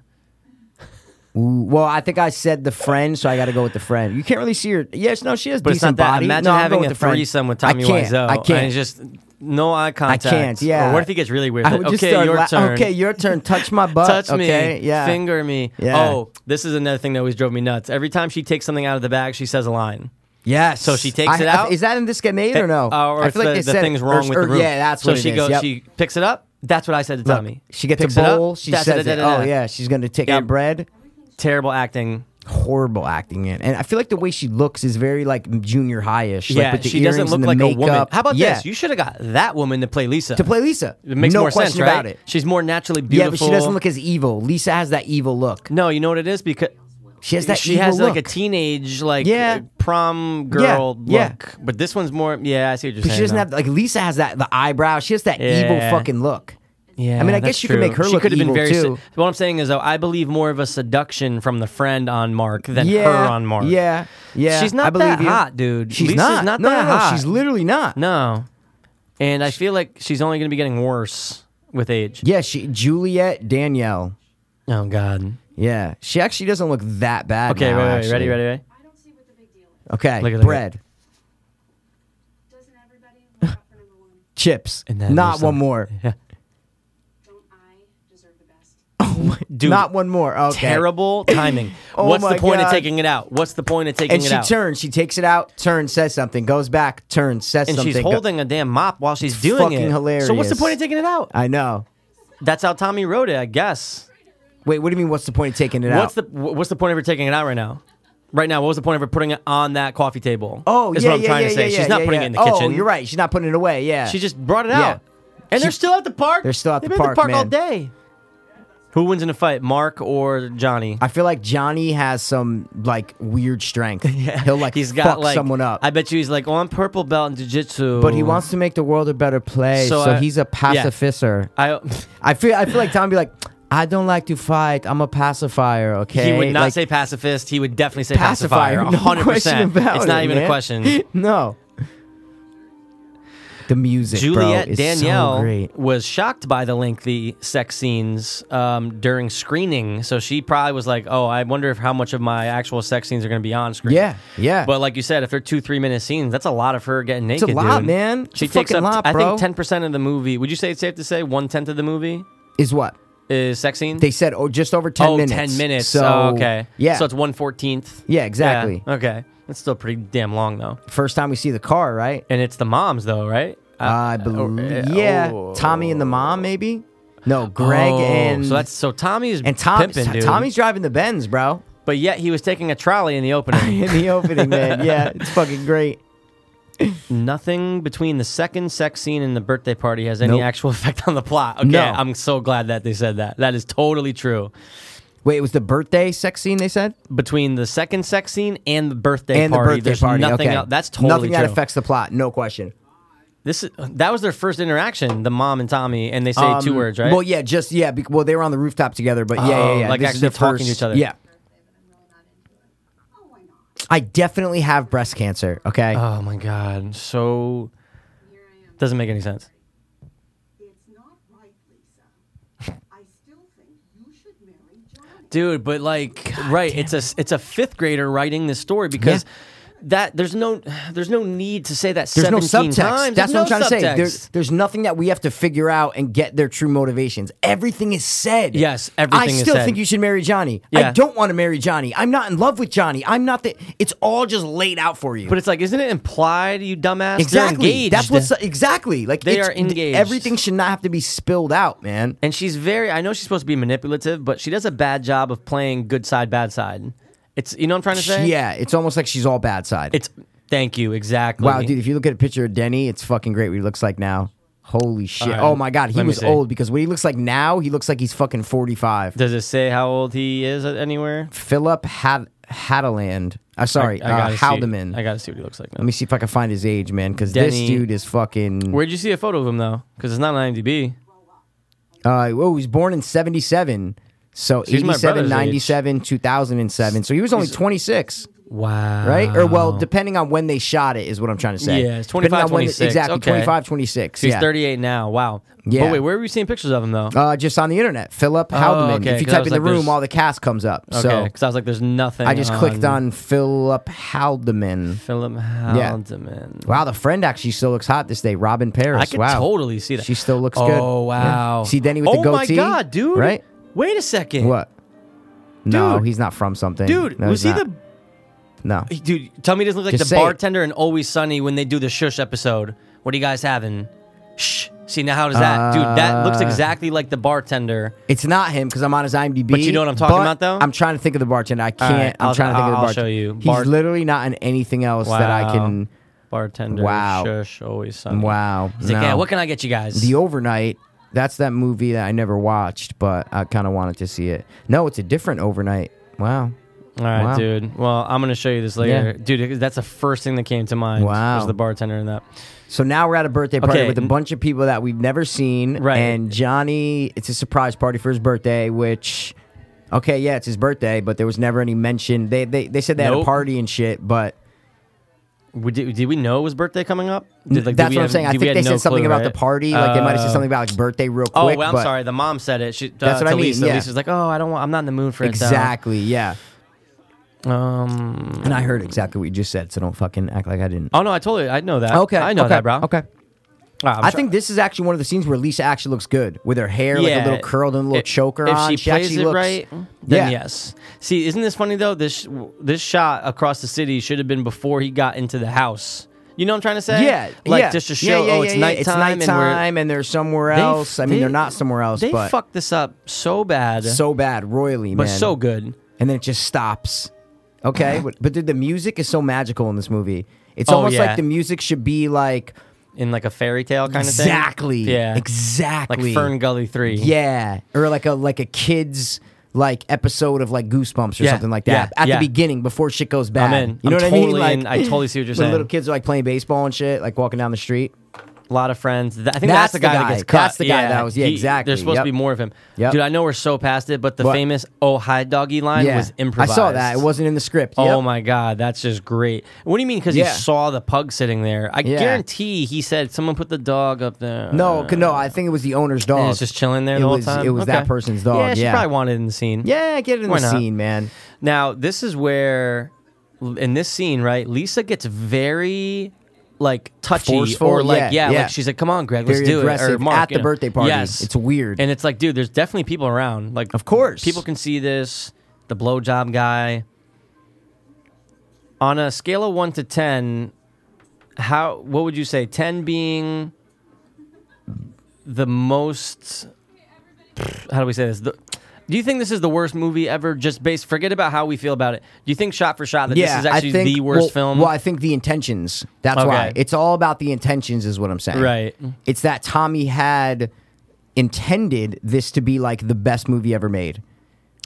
H: Ooh, Well, I think I said the friend, so I got to go with the friend. You can't really see her. Yes, no, she has
I: But it's
H: decent
I: not that.
H: body.
I: Imagine
H: no, I'm
I: having
H: going
I: a
H: with the friend.
I: threesome with
H: I
I: Tommy
H: can't,
I: Wiseau.
H: I
I: And
H: can't.
I: it's just no eye contact.
H: can't, yeah.
I: Or what if he gets really weird?
H: I
I: Like,
H: would just
I: okay,
H: start
I: your
H: la-
I: turn.
H: Okay, your turn. Touch my butt.
I: Touch
H: okay?
I: me,
H: Yeah.
I: finger me.
H: Yeah.
I: Oh, this is another thing that always drove me nuts. Every time she takes something out of the bag, she says a line.
H: Yes.
I: So she takes
H: I-
I: it
H: I-
I: out?
H: is that in this game eight or no?
I: Uh, or
H: I
I: if
H: feel like
I: the,
H: they
I: the
H: said
I: thing's
H: or-
I: wrong with
H: or-
I: the room.
H: Yeah, that's
I: so
H: what it
I: she
H: is,
I: goes.
H: yep.
I: She picks it up. That's what I said to
H: Look,
I: Tommy.
H: She gets
I: Picks
H: a
I: it up,
H: bowl. She
I: da- da-
H: says,
I: da-
H: it.
I: da-
H: "Oh
I: da.
H: yeah, she's gonna take
I: Yeah.
H: out bread."
I: Terrible acting.
H: Horrible acting in, and I feel like the way she looks is very like junior highish.
I: yeah,
H: like, with the
I: she
H: earrings
I: doesn't
H: and
I: look
H: the
I: like
H: makeup.
I: a woman. How about
H: yeah.
I: this? You should have got that woman to play Lisa.
H: to play Lisa.
I: it makes
H: no
I: more
H: question
I: sense, right?
H: about it.
I: She's more naturally
H: Yeah, but
I: beautiful.
H: she doesn't look as evil. Lisa has that evil look.
I: No, you know what it is because
H: She has that
I: she
H: evil
I: has
H: look.
I: like a teenage like
H: Yeah.
I: uh, prom girl
H: yeah.
I: look. But this one's more. Yeah, I see what you're
H: But
I: saying.
H: she doesn't
I: though.
H: have like Lisa has that the eyebrow. She has that evil
I: Yeah.
H: fucking look.
I: Yeah,
H: I mean, I
I: that's
H: guess you could make her
I: she
H: look
I: could have been
H: evil,
I: very.
H: too.
I: What I'm saying is, though, I believe more of a seduction from the friend on Mark than
H: yeah,
I: her on Mark.
H: Yeah, yeah.
I: She's not
H: I believe
I: that
H: you.
I: hot, dude.
H: She's
I: Lisa's
H: not.
I: not
H: no,
I: that
H: no, no,
I: hot.
H: She's literally not.
I: No, and I feel like she's only going to be getting worse with age.
H: Yeah, she Juliet Danielle.
I: Oh God.
H: Yeah, she actually doesn't look that bad.
I: Okay,
H: now,
I: wait, wait,
H: actually.
I: ready, ready, ready.
B: I don't see what the big deal is.
H: Okay,
I: Look at that.
H: bread,
B: Doesn't everybody look out for number one?
H: chips,
I: And then
H: not
I: there's
H: one
I: some-
H: more.
B: Don't I deserve the best?
I: Dude,
H: not one more. Okay. (laughs)
I: terrible timing.
H: Oh
I: What's the
H: my
I: point of
H: God.
I: taking it out? What's the point of taking
H: And
I: it
H: she
I: out?
H: turns. She takes it out. Turns. Says something. Goes back. Turns. Says
I: and
H: something.
I: she's
H: go-
I: holding a damn mop while she's doing
H: fucking
I: it. So what's the
H: hilarious.
I: point of taking it out?
H: I know.
I: That's how Tommy wrote it, I guess.
H: Wait, what do you mean? What's the point of taking it
I: What's
H: out?
I: the wh- what's the point of her taking it out right now? Right now, what was the point of her putting it on that coffee table?
H: Oh,
I: is
H: yeah,
I: what I'm
H: yeah,
I: trying
H: yeah,
I: to say.
H: yeah,
I: She's
H: yeah,
I: not
H: yeah,
I: putting it in the
H: yeah.
I: kitchen.
H: Oh, you're right. She's not putting it away. Yeah.
I: She just brought it
H: Yeah.
I: out, and they're still at the park.
H: They're still at
I: They've
H: the
I: been
H: park,
I: at the park all
H: man.
I: day. Who wins in a fight, Mark or Johnny?
H: I feel like Johnny has some like weird
I: (laughs)
H: strength. He'll like
I: he's
H: fuck
I: got like
H: someone up.
I: I bet you he's like, oh, I'm purple belt in jiu-jitsu,
H: but he wants to make the world a better place,
I: So
H: so,
I: I-
H: he's a pacificer.
I: I
H: I feel I feel like Tom be like, I don't like to fight. I'm a pacifier. Okay,
I: he would not
H: Like,
I: say pacifist. He would definitely say
H: pacifier. (laughs)
I: (laughs) pacifier.
H: no
I: 100.
H: question
I: percent
H: about
I: It's not
H: it,
I: even
H: man.
I: a question.
H: (laughs) no. The music,
I: Juliet
H: bro, is
I: Danielle
H: so great.
I: was shocked by the lengthy sex scenes um, during screening, so she probably was like, "Oh, I wonder if how much of my actual sex scenes are going to be on screen."
H: Yeah, yeah.
I: But like you said, if they're two three minute scenes, that's a lot of her getting
H: a
I: naked.
H: lot,
I: dude.
H: man. It's
I: She
H: a
I: takes
H: fucking
I: up,
H: lot,
I: I
H: bro.
I: think, ten percent of the movie. Would you say it's safe to say one tenth of the movie
H: Is what
I: is sex scene?
H: they said. Oh, just over ten
I: oh,
H: minutes.
I: 10 minutes.
H: So
I: oh, okay.
H: yeah.
I: So it's one fourteenth.
H: Yeah, exactly.
I: Okay. That's still pretty damn long though.
H: first time we see the car, right?
I: And it's the moms though, right?
H: I
I: oh, eh,
H: believe. Yeah, Tommy and the mom, maybe. No, Greg
I: Oh,
H: and
I: so that's so Tommy's
H: and Tom.
I: pimping, dude.
H: Tommy's driving the Benz, bro.
I: but yet he was taking a trolley in the opening.
H: (laughs) In the opening,
I: (laughs)
H: man. Yeah, it's fucking great.
I: Nothing between the second sex scene and the birthday party has any
H: Nope.
I: actual (laughs) effect on the plot. Okay,
H: No.
I: I'm so glad that they said that. That is totally true.
H: Wait, it was the birthday sex scene they said,
I: Between the second sex scene and the birthday
H: and
I: party,
H: the birthday
I: there's
H: party.
I: nothing
H: okay,
I: else. That's totally
H: nothing
I: true.
H: that affects the plot. No question.
I: this is, that was their first interaction, the mom and Tommy, and they say two
H: Um,
I: words, right?
H: Well, yeah, just yeah. Bec- well, they were on the rooftop together, but yeah, yeah,
I: Oh,
H: yeah.
I: like
H: this is
I: actually
H: the
I: talking to
H: first-
I: each other.
H: Yeah,
D: Oh, why not?
H: I definitely have breast cancer. Okay,
I: Oh my god, so
D: Here I am.
I: doesn't make any sense.
D: It's not right, Lisa. I still think you should marry Johnny.
I: Oh dude but like right it's a it's a fifth grader writing this story because that there's no there's no need to say that
H: There's no
I: 17
H: subtext.
I: times.
H: That's
I: There's
H: what I'm trying to say.
I: subtext.
H: There's, there's nothing that we have to figure out and get their true motivations. Everything is said.
I: Yes, everything
H: I
I: is
H: still
I: said.
H: think you should marry Johnny.
I: Yeah.
H: I don't want to marry Johnny. I'm not in love with Johnny. I'm not the. It's all just laid out for you.
I: but it's like, isn't it implied, you dumbass? They're
H: exactly.
I: engaged.
H: That's what's exactly like.
I: They
H: it's-
I: are engaged.
H: Everything should not have to be spilled out, man.
I: And she's very I know she's supposed to be manipulative, but she does a bad job of playing good side, bad side. It's you know what I'm trying to say?
H: Yeah, it's almost like she's all bad side.
I: It's thank you, exactly.
H: wow, dude. If you look at a picture of Denny, it's fucking great. What he looks like now. Holy shit!
I: All right,
H: oh my god, he
I: let me
H: was
I: see.
H: old because what he looks like now, he looks like he's fucking forty five.
I: Does it say how old he is anywhere?
H: Philip Had- Hadaland. Uh, sorry, uh,
I: gotta see-
H: Haldeman.
I: I gotta see what he looks like now.
H: Let me see if I can find his age, man, because this
I: Denny-
H: dude is fucking.
I: Where'd you see a photo of him though? Because it's not on IMDb.
H: Uh, oh, he was born in 77. So
I: he's my
H: 87,
I: brother's age.
H: 97, 2007. So he was only 26,
I: Wow.
H: right? Or, well, depending on when they shot it, is what I'm trying to say.
I: Oh. Yeah, it's
H: Depending
I: 25,
H: on when-
I: 26.
H: Exactly,
I: Okay.
H: 25, 26.
I: So he's
H: yeah.
I: 38 now. Wow.
H: Yeah.
I: But wait, where were you seeing pictures of him though?
H: Uh, just on the internet, Philip Haldeman.
I: Oh, okay,
H: if you
I: 'cause I
H: type
I: was
H: in the
I: like,
H: room,
I: there's-
H: all the cast comes up.
I: okay.
H: Oh, so
I: Because I was like, there's nothing.
H: I just clicked on Philip Haldeman.
I: Philip Haldeman.
H: Wow, the friend actually still looks hot this day. Robin Paris.
I: I could
H: wow.
I: totally see that.
H: She still looks
I: oh,
H: good.
I: Oh wow.
H: Yeah. See Denny with
I: oh
H: the goatee.
I: Oh my god, dude.
H: Right?
I: Wait a second.
H: What? No,
I: Dude.
H: he's not from something.
I: Dude,
H: no,
I: was
H: he's
I: he
H: not.
I: the
H: No.
I: dude? Tell me, he doesn't look like
H: Just
I: the
H: say it.
I: bartender and Always Sunny when they do the Shush episode. What are you guys having? Shh. See now, how does that, dude? That looks
H: Uh,
I: exactly like the bartender.
H: It's not him because I'm on his IMDb.
I: But you know what I'm talking
H: but
I: about, though?
H: I'm trying to think of the bartender. I can't. I'm
I: I'll-
H: trying to think of the
I: I'll show
H: bartender.
I: you.
H: He's
I: Bart-
H: literally not in anything else that I can.
I: Bartender.
H: Wow.
I: Shush. Always Sunny.
H: Wow.
I: He's like,
H: no.
I: yeah. What can I get you guys?
H: The Overnight. That's that movie that I never watched, but I kind of wanted to see it. No, it's a different Overnight. Wow.
I: All right,
H: Wow.
I: dude. Well, I'm gonna show you this later, dude. That's the first thing that came to mind.
H: Wow.
I: Was the bartender in that?
H: So now we're at a birthday party
I: Okay,
H: with a
I: n-
H: bunch of people that we've never seen.
I: Right.
H: And Johnny, it's a surprise party for his birthday, which, okay, yeah, it's his birthday, but there was never any mention. They they, they said they had a
I: Nope.
H: party and shit, but
I: We- Did, did we know it was birthday coming up? Did, like, did
H: that's
I: we
H: what I'm
I: have-
H: saying. I
I: did we
H: think
I: had
H: they
I: no
H: said something
I: clue,
H: about
I: right?
H: the party. Like they might have said
I: Uh,
H: something about like birthday real quick.
I: Oh, well, I'm
H: but-
I: sorry. The mom said it. She, uh,
H: That's what I mean,
I: Talisa,
H: yeah.
I: Lisa's like, oh, I uh, don't want. I'm not in the mood for
H: Exactly, yeah.
I: it. Exactly. Um.
H: And I heard exactly what you just said, so don't fucking act like I didn't.
I: Oh no, I totally. I know that.
H: Okay.
I: I know
H: okay,
I: that, bro.
H: Okay.
I: Wow, I'm
H: i
I: sure-
H: think this is actually one of the scenes where Lisa actually looks good with her hair, like
I: Yeah.
H: a little curled and a little
I: If-
H: choker
I: if
H: on.
I: She, plays
H: actually
I: it
H: looks
I: right. Then
H: Yeah.
I: yes. See, isn't this funny though? This this shot across the city should have been before he got into the house. You know what I'm trying to say?
H: Yeah,
I: Like
H: yeah,
I: just to
H: yeah,
I: show,
H: yeah, yeah,
I: oh, it's
H: yeah,
I: nighttime,
H: it's
I: and we're-
H: nighttime, and they're somewhere
I: They-
H: else. I mean,
I: they-
H: they, are not somewhere else,
I: They
H: but
I: fucked this up so bad,
H: so bad, royally,
I: but
H: man.
I: so good.
H: and then it just stops. Okay, but, but dude, the music is so magical in this movie. It's
I: Oh,
H: almost
I: yeah.
H: like the music should be like
I: in like a fairy tale kind of thing.
H: exactly,
I: Yeah. Like
H: exactly,
I: Fern Gully Three.
H: yeah, or like a like a kids like episode of like Goosebumps or
I: Yeah,
H: something like that
I: yeah,
H: at
I: yeah.
H: the beginning before shit goes bad.
I: in.
H: You know
I: I'm
H: what
I: totally
H: I mean?
I: in.
H: Like
I: I totally see what you're
H: when
I: saying.
H: Little kids are like playing baseball and shit, like walking down the street.
I: A lot of friends. Th- I think
H: That's
I: that's, the
H: the
I: guy,
H: guy.
I: that gets cut.
H: That's the guy that was- yeah, exactly.
I: There's supposed
H: Yep.
I: to be more of him.
H: Yep.
I: Dude, I know we're so past it, but the
H: What?
I: famous "Oh hi doggy" line
H: yeah,
I: was improvised.
H: I saw that. It wasn't in the script.
I: Oh
H: Yep.
I: my god, that's just great. What do you mean? Because
H: Yeah.
I: he saw the pug sitting there. I
H: Yeah.
I: guarantee he said someone put the dog up there.
H: No, c- no, I think it was the owner's dog.
I: and it's just chilling there
H: It
I: the whole
H: was-
I: time.
H: It was
I: Okay.
H: that person's dog.
I: Yeah,
H: Yeah,
I: she probably wanted in the scene.
H: Yeah, get it in
I: Why
H: the
I: not?
H: scene, man.
I: Now, this is where, in this scene, right, Lisa gets very like touchy
H: Forceful,
I: or like
H: yeah,
I: yeah,
H: yeah.
I: like she's like, "Come on, Greg,
H: Very
I: let's do it." Or
H: aggressive
I: Mark,
H: at
I: you
H: the
I: know.
H: birthday party.
I: Yes,
H: It's weird.
I: and it's like, dude, there's definitely people around. Like,
H: Of course.
I: people can see this. The blowjob guy. On a scale of one to ten, how what would you say? Ten being the most. How do we say this? The, do you think this is the worst movie ever? Just based, forget about how we feel about it. Do you think shot for shot that
H: yeah,
I: this is actually
H: I think,
I: the worst
H: well,
I: film?
H: Well, I think the intentions. That's
I: Okay.
H: why it's all about the intentions, is what I'm saying.
I: Right.
H: It's that Tommy had intended this to be like the best movie ever made.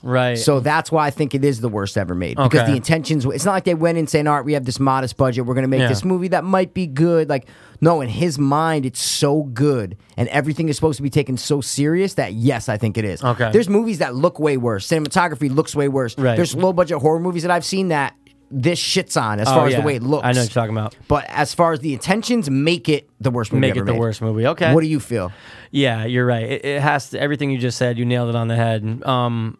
I: right.
H: So that's why I think it is the worst ever made because
I: Okay.
H: the intentions. It's not like they went and saying, "All right, we have this modest budget. We're going to make
I: Yeah.
H: this movie that might be good." Like, no, in his mind, it's so good, and everything is supposed to be taken so serious that yes, I think it is.
I: Okay.
H: there's movies that look way worse. Cinematography looks way worse.
I: Right.
H: There's low budget horror movies that I've seen that this shits on as far as the way it looks.
I: Oh, I know what you're talking about.
H: But as far as the intentions, make it the worst movie.
I: Make it
H: ever
I: the
H: made.
I: worst movie. Okay.
H: What do you feel?
I: Yeah, you're right. It, it has to, everything you just said. You nailed it on the head. Um,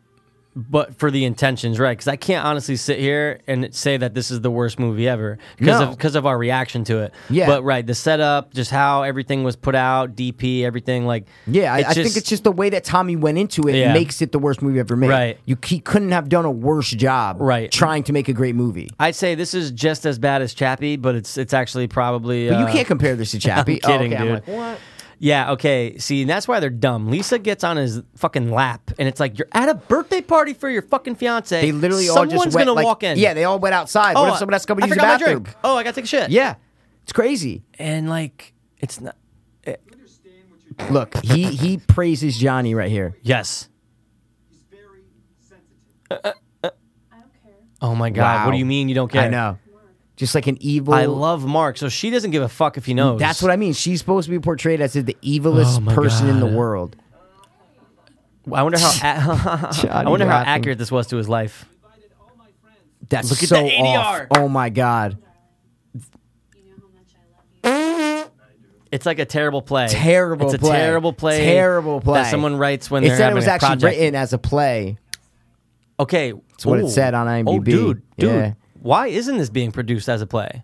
I: but for the intentions, right? Because I can't honestly sit here and say that this is the worst movie ever because
H: No.
I: of because of our reaction to it.
H: Yeah.
I: But right, the setup, just how everything was put out, DP, everything like
H: Yeah, I, I think it's just the way that Tommy went into it
I: Yeah.
H: makes it the worst movie ever made.
I: Right.
H: You he couldn't have done a worse job
I: Right.
H: trying to make a great movie.
I: I'd say this is just as bad as Chappie, but it's it's actually probably.
H: But
I: uh,
H: you can't compare this to Chappie.
I: (laughs) I'm kidding,
H: oh, okay,
I: dude.
H: I'm like, what?
I: Yeah, okay. See, and that's why they're dumb. Lisa gets on his fucking lap, and it's like you're at a birthday party for your fucking fiance.
H: They literally all
I: Someone's
H: just went,
I: gonna
H: like-
I: walk in. Oh,
H: Yeah, they all went outside. what if someone else come and
I: I
H: use the
I: forgot my
H: bathroom?
I: drink. Oh, I gotta take a shit.
H: Yeah, it's crazy.
I: and like it's not. eh,
H: Look, he he praises Johnny right here.
I: yes.
B: I don't care.
I: Oh my god. What
H: Wow.
I: do you mean you don't care?
H: I know, just like an evil.
I: I love Mark, so she doesn't give a fuck if he knows.
H: That's what I mean. She's supposed to be portrayed as the evilest
I: Oh my
H: person in the
I: God.
H: world.
I: I
H: (laughs)
I: wonder how. a- (laughs) I
H: Johnny
I: wonder how
H: laughing.
I: accurate this was to his life.
H: That's
I: Look at
H: so
I: the ADR.
H: off. Oh my god.
B: You know how much I love you.
I: It's like a terrible play.
H: Terrible
I: It's a
H: play.
I: terrible play.
H: Terrible play.
I: That someone writes when
H: it
I: they're
H: said it
I: having
H: was
I: a
H: actually
I: project.
H: written as a play.
I: Okay, that's
H: what it said on
I: Oh,
H: IMDb.
I: dude, dude,
H: Yeah.
I: why isn't this being produced as a play?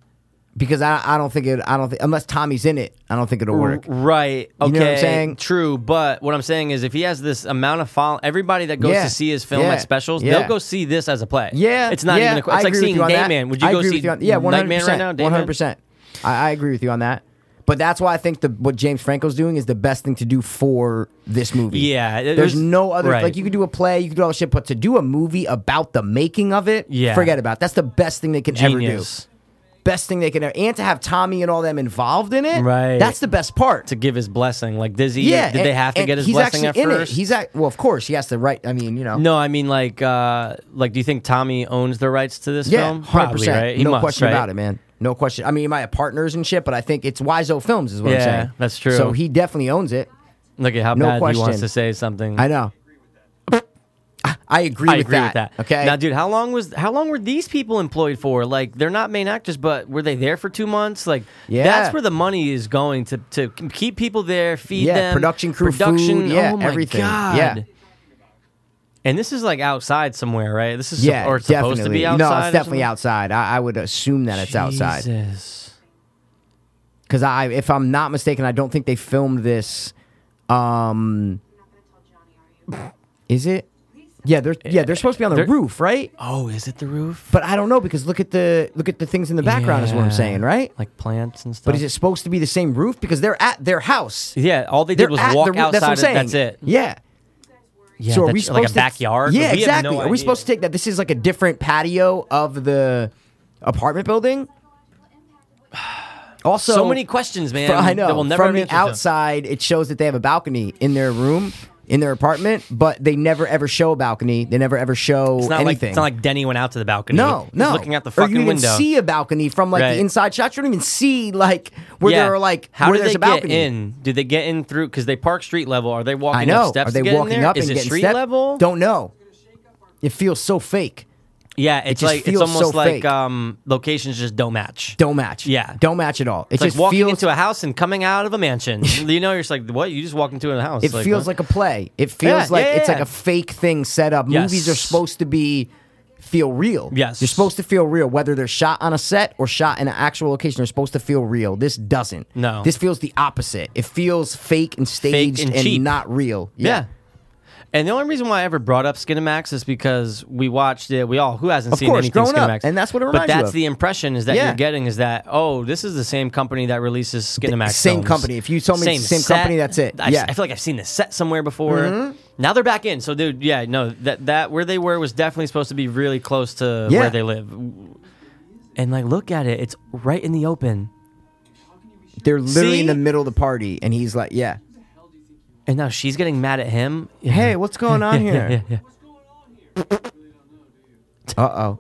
H: because I, I don't think it I don't think unless Tommy's in it I don't think it'll work.
I: Right. Okay.
H: You know what I'm saying?
I: True, but what I'm saying is, if he has this amount of follow, everybody that goes
H: Yeah.
I: to see his film
H: Yeah.
I: at specials,
H: Yeah.
I: they'll go see this as a play.
H: Yeah,
I: It's not
H: yeah,
I: even. A, qu-
H: I
I: it's like
H: agree with
I: seeing
H: you on that.
I: Dayman. Would you
H: I
I: go
H: agree
I: see
H: with you on, yeah, 100%,
I: Nightman right now? Dayman?
H: One hundred percent. I I agree with you on that. But that's why I think the what James Franco's doing is the best thing to do for this movie.
I: Yeah, it-
H: there's
I: there's-
H: no other
I: right.
H: like you could do a play, you could do all this shit, but to do a movie about the making of it,
I: Yeah.
H: forget about. it. That's the best thing they can
I: Genius.
H: ever do. Best thing they can ever, and to have Tommy and all them involved in it,
I: Right.
H: That's the best part.
I: To give his blessing, like Dizzy.
H: yeah,
I: Did they
H: and-
I: have to
H: and
I: get his
H: he's
I: blessing at
H: actually in
I: first?
H: It. He's at well, of course, he has to write. I mean, you know,
I: no, I mean like, uh like, do you think Tommy owns the rights to this
H: Yeah,
I: film?
H: 100%.
I: Probably, right? He
H: no
I: must,
H: question
I: right?
H: about it, man. No question. I mean, he might have partners and shit, but I think it's Wiseau Films is what I'm
I: Yeah,
H: saying.
I: that's true.
H: So he definitely owns it.
I: Look at how
H: No
I: bad he wants
H: question.
I: to say something.
H: I know. I agree,
I: Mm-hmm. I
H: with,
I: agree
H: that,
I: with that.
H: Okay.
I: Now, dude, how long was how long were these people employed for? Like, they're not main actors, but were they there for two months? Like,
H: Yeah.
I: that's where the money is going to to keep people there, feed
H: Yeah,
I: them,
H: production crew,
I: production.
H: food, yeah,
I: oh my
H: everything.
I: god.
H: Yeah.
I: And this is like outside somewhere, right? This is
H: yeah,
I: or it's
H: definitely.
I: supposed to be
H: no,
I: outside.
H: it's
I: or
H: definitely
I: something?
H: outside. I, I would assume that it's outside
I: Jesus.
H: because I, if I'm not mistaken, I don't think they filmed this. Um,
B: I'm not gonna tell Johnny, are you?
H: is it? Yeah, they're yeah they're supposed to be on the
I: They're-
H: roof, right?
I: Oh, is it the roof?
H: But I don't know because look at the look at the things in the background is what I'm
I: Yeah.
H: saying, right?
I: Like plants and stuff.
H: But is it supposed to be the same roof because they're at their house?
I: Yeah, all they
H: They're
I: did was
H: at
I: walk
H: the roo-
I: outside.
H: That's what I'm saying.
I: and That's it.
H: Yeah.
I: Yeah,
H: so are
I: that's
H: we
I: like
H: supposed
I: a backyard?
H: To, yeah,
I: We have no
H: exactly. are we
I: idea.
H: supposed to take that? This is like a different patio of the apartment building. (sighs) Also,
I: So, many questions, man.
H: fr- (sighs) I know.
I: That will never
H: from
I: be
H: the outside, it shows that they have a balcony in their room, in their apartment, but they never ever show a balcony. They never ever show
I: It's not
H: anything.
I: like it's not like Denny went out to the balcony.
H: No,
I: He's
H: no.
I: looking out the
H: Or
I: fucking
H: you even
I: window.
H: see a balcony from like
I: Right.
H: the inside shot. You don't even see like where
I: yeah.
H: there are like
I: how
H: where
I: did
H: there's
I: they
H: a balcony.
I: get in? Did they get in through? Because they park street level. Are they walking
H: I know.
I: up steps?
H: are they
I: to get in
H: walking
I: there?
H: up
I: Is
H: and
I: it
H: getting
I: street
H: stepped?
I: level?
H: Don't know. It feels so fake.
I: Yeah, it's
H: just
I: like it's
H: feels so
I: almost like
H: fake.
I: um, locations just don't match.
H: Don't match.
I: Yeah.
H: Don't match at all. It
I: It's like
H: just
I: walking
H: feels.
I: into a house and coming out of
H: (laughs)
I: a mansion. you know, you're just like, what? You just walked into a house.
H: it feels
I: what?
H: like a play. It feels
I: Yeah,
H: like
I: yeah,
H: it's
I: yeah.
H: like a fake thing set up.
I: Yes.
H: Movies are supposed to be feel real.
I: Yes.
H: They're supposed to feel real, whether they're shot on a set or shot in an actual location. They're supposed to feel real. This doesn't.
I: No.
H: This feels the opposite. It feels fake and staged
I: and cheap.
H: not real.
I: Yeah. And the only reason why I ever brought up Skinamax is because we watched it. We all who hasn't
H: Of
I: seen
H: course,
I: anything
H: growing up,
I: Skinamax,
H: and that's what it
I: But
H: reminds you
I: that's
H: of.
I: the impression is that
H: Yeah.
I: you're getting is that oh, this is the same company that releases Skinamax.
H: same
I: films.
H: company. If you told me it's the same
I: set.
H: company, that's it.
I: I,
H: Yeah. Mm-hmm.
I: I feel like I've seen this set somewhere before. Now they're back in. So dude, yeah, no, that that where they were was definitely supposed to be really close to
H: Yeah.
I: where they live. And like, look at it. It's right in the open.
H: They're literally in
I: See?
H: the middle of the party, and he's like, "Yeah,
I: And now she's getting mad at him. (laughs) Yeah.
H: hey, what's going (laughs) on here?"
I: yeah, yeah.
H: Uh oh.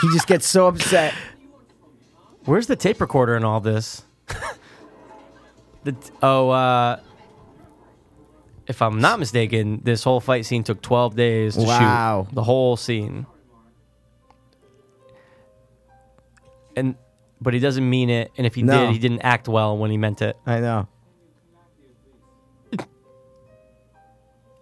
H: He just gets so upset.
I: Where's the tape recorder in all this? (laughs) the t- oh, uh, if I'm not mistaken, this whole fight scene took 12 days to
H: Wow.
I: shoot. The whole scene. And but he doesn't mean it, and if he
H: No.
I: did, he didn't act well when he meant it.
H: I know.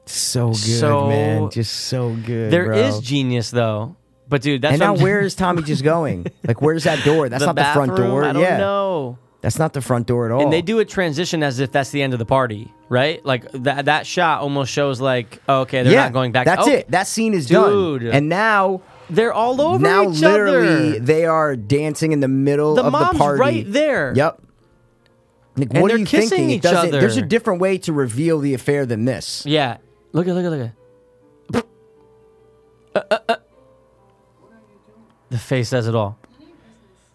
H: So good,
I: So-
H: man. Just so good.
I: There is
H: bro.
I: genius though, but dude, that's
H: and
I: what
H: now
I: I'm- (laughs)
H: where is Tommy just going? Like where's that door? That's
I: the
H: not the front
I: bathroom?
H: door.
I: I don't
H: yeah. Oh.
I: know.
H: That's not the front door at all.
I: And they do a transition as if that's the end of the party, right? Like that that shot almost shows like oh, okay, they're
H: yeah,
I: not going back.
H: That's
I: Okay.
H: it. That scene is
I: Dude.
H: done. And now
I: They're all over
H: now
I: each
H: literally
I: other.
H: they are dancing in the middle
I: The
H: of
I: mom's
H: the party.
I: right there.
H: Yep. Like,
I: And
H: what
I: they're
H: are you
I: kissing
H: thinking? It
I: each
H: doesn't- There's a
I: other.
H: different way to reveal the affair than this.
I: Yeah. Look at look at look at. uh. The face says it all.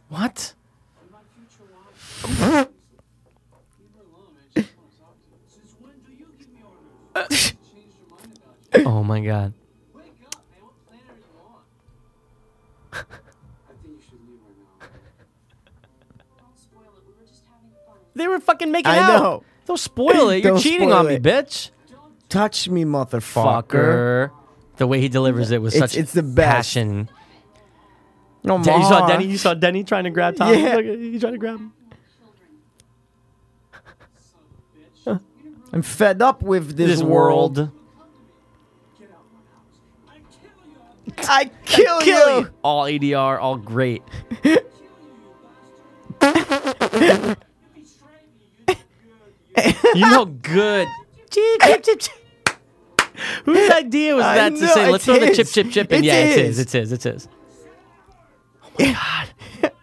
I: What? (laughs) oh my god.
B: Don't spoil it. We were just having fun.
I: They were fucking making
H: I
I: out.
H: know.
I: Don't
H: (laughs)
I: spoil it. You're
H: Don't
I: cheating
H: spoil
I: on me,
H: it.
I: bitch.
H: Touch me, motherfucker.
I: Fucker. The way he delivers it was
H: It's-
I: such
H: it's the best.
I: passion.
H: No,
I: Den- you saw
H: Ma.
I: Denny. You saw Denny trying to grab Tommy.
H: Yeah.
I: Look, he's trying to grab him.
H: I'm fed up with this,
I: This world.
H: I kill,
I: Kill
H: you.
I: you. All ADR. All great. you know, good. Chip, chip, chip, chip.
H: (laughs)
I: Whose idea was
H: I
I: that to
H: know,
I: say? Let's
H: it's
I: throw the chip,
H: his.
I: chip, chip, and
H: It's
I: yeah, it's his.
H: his.
I: It's his. It's his.
H: (laughs)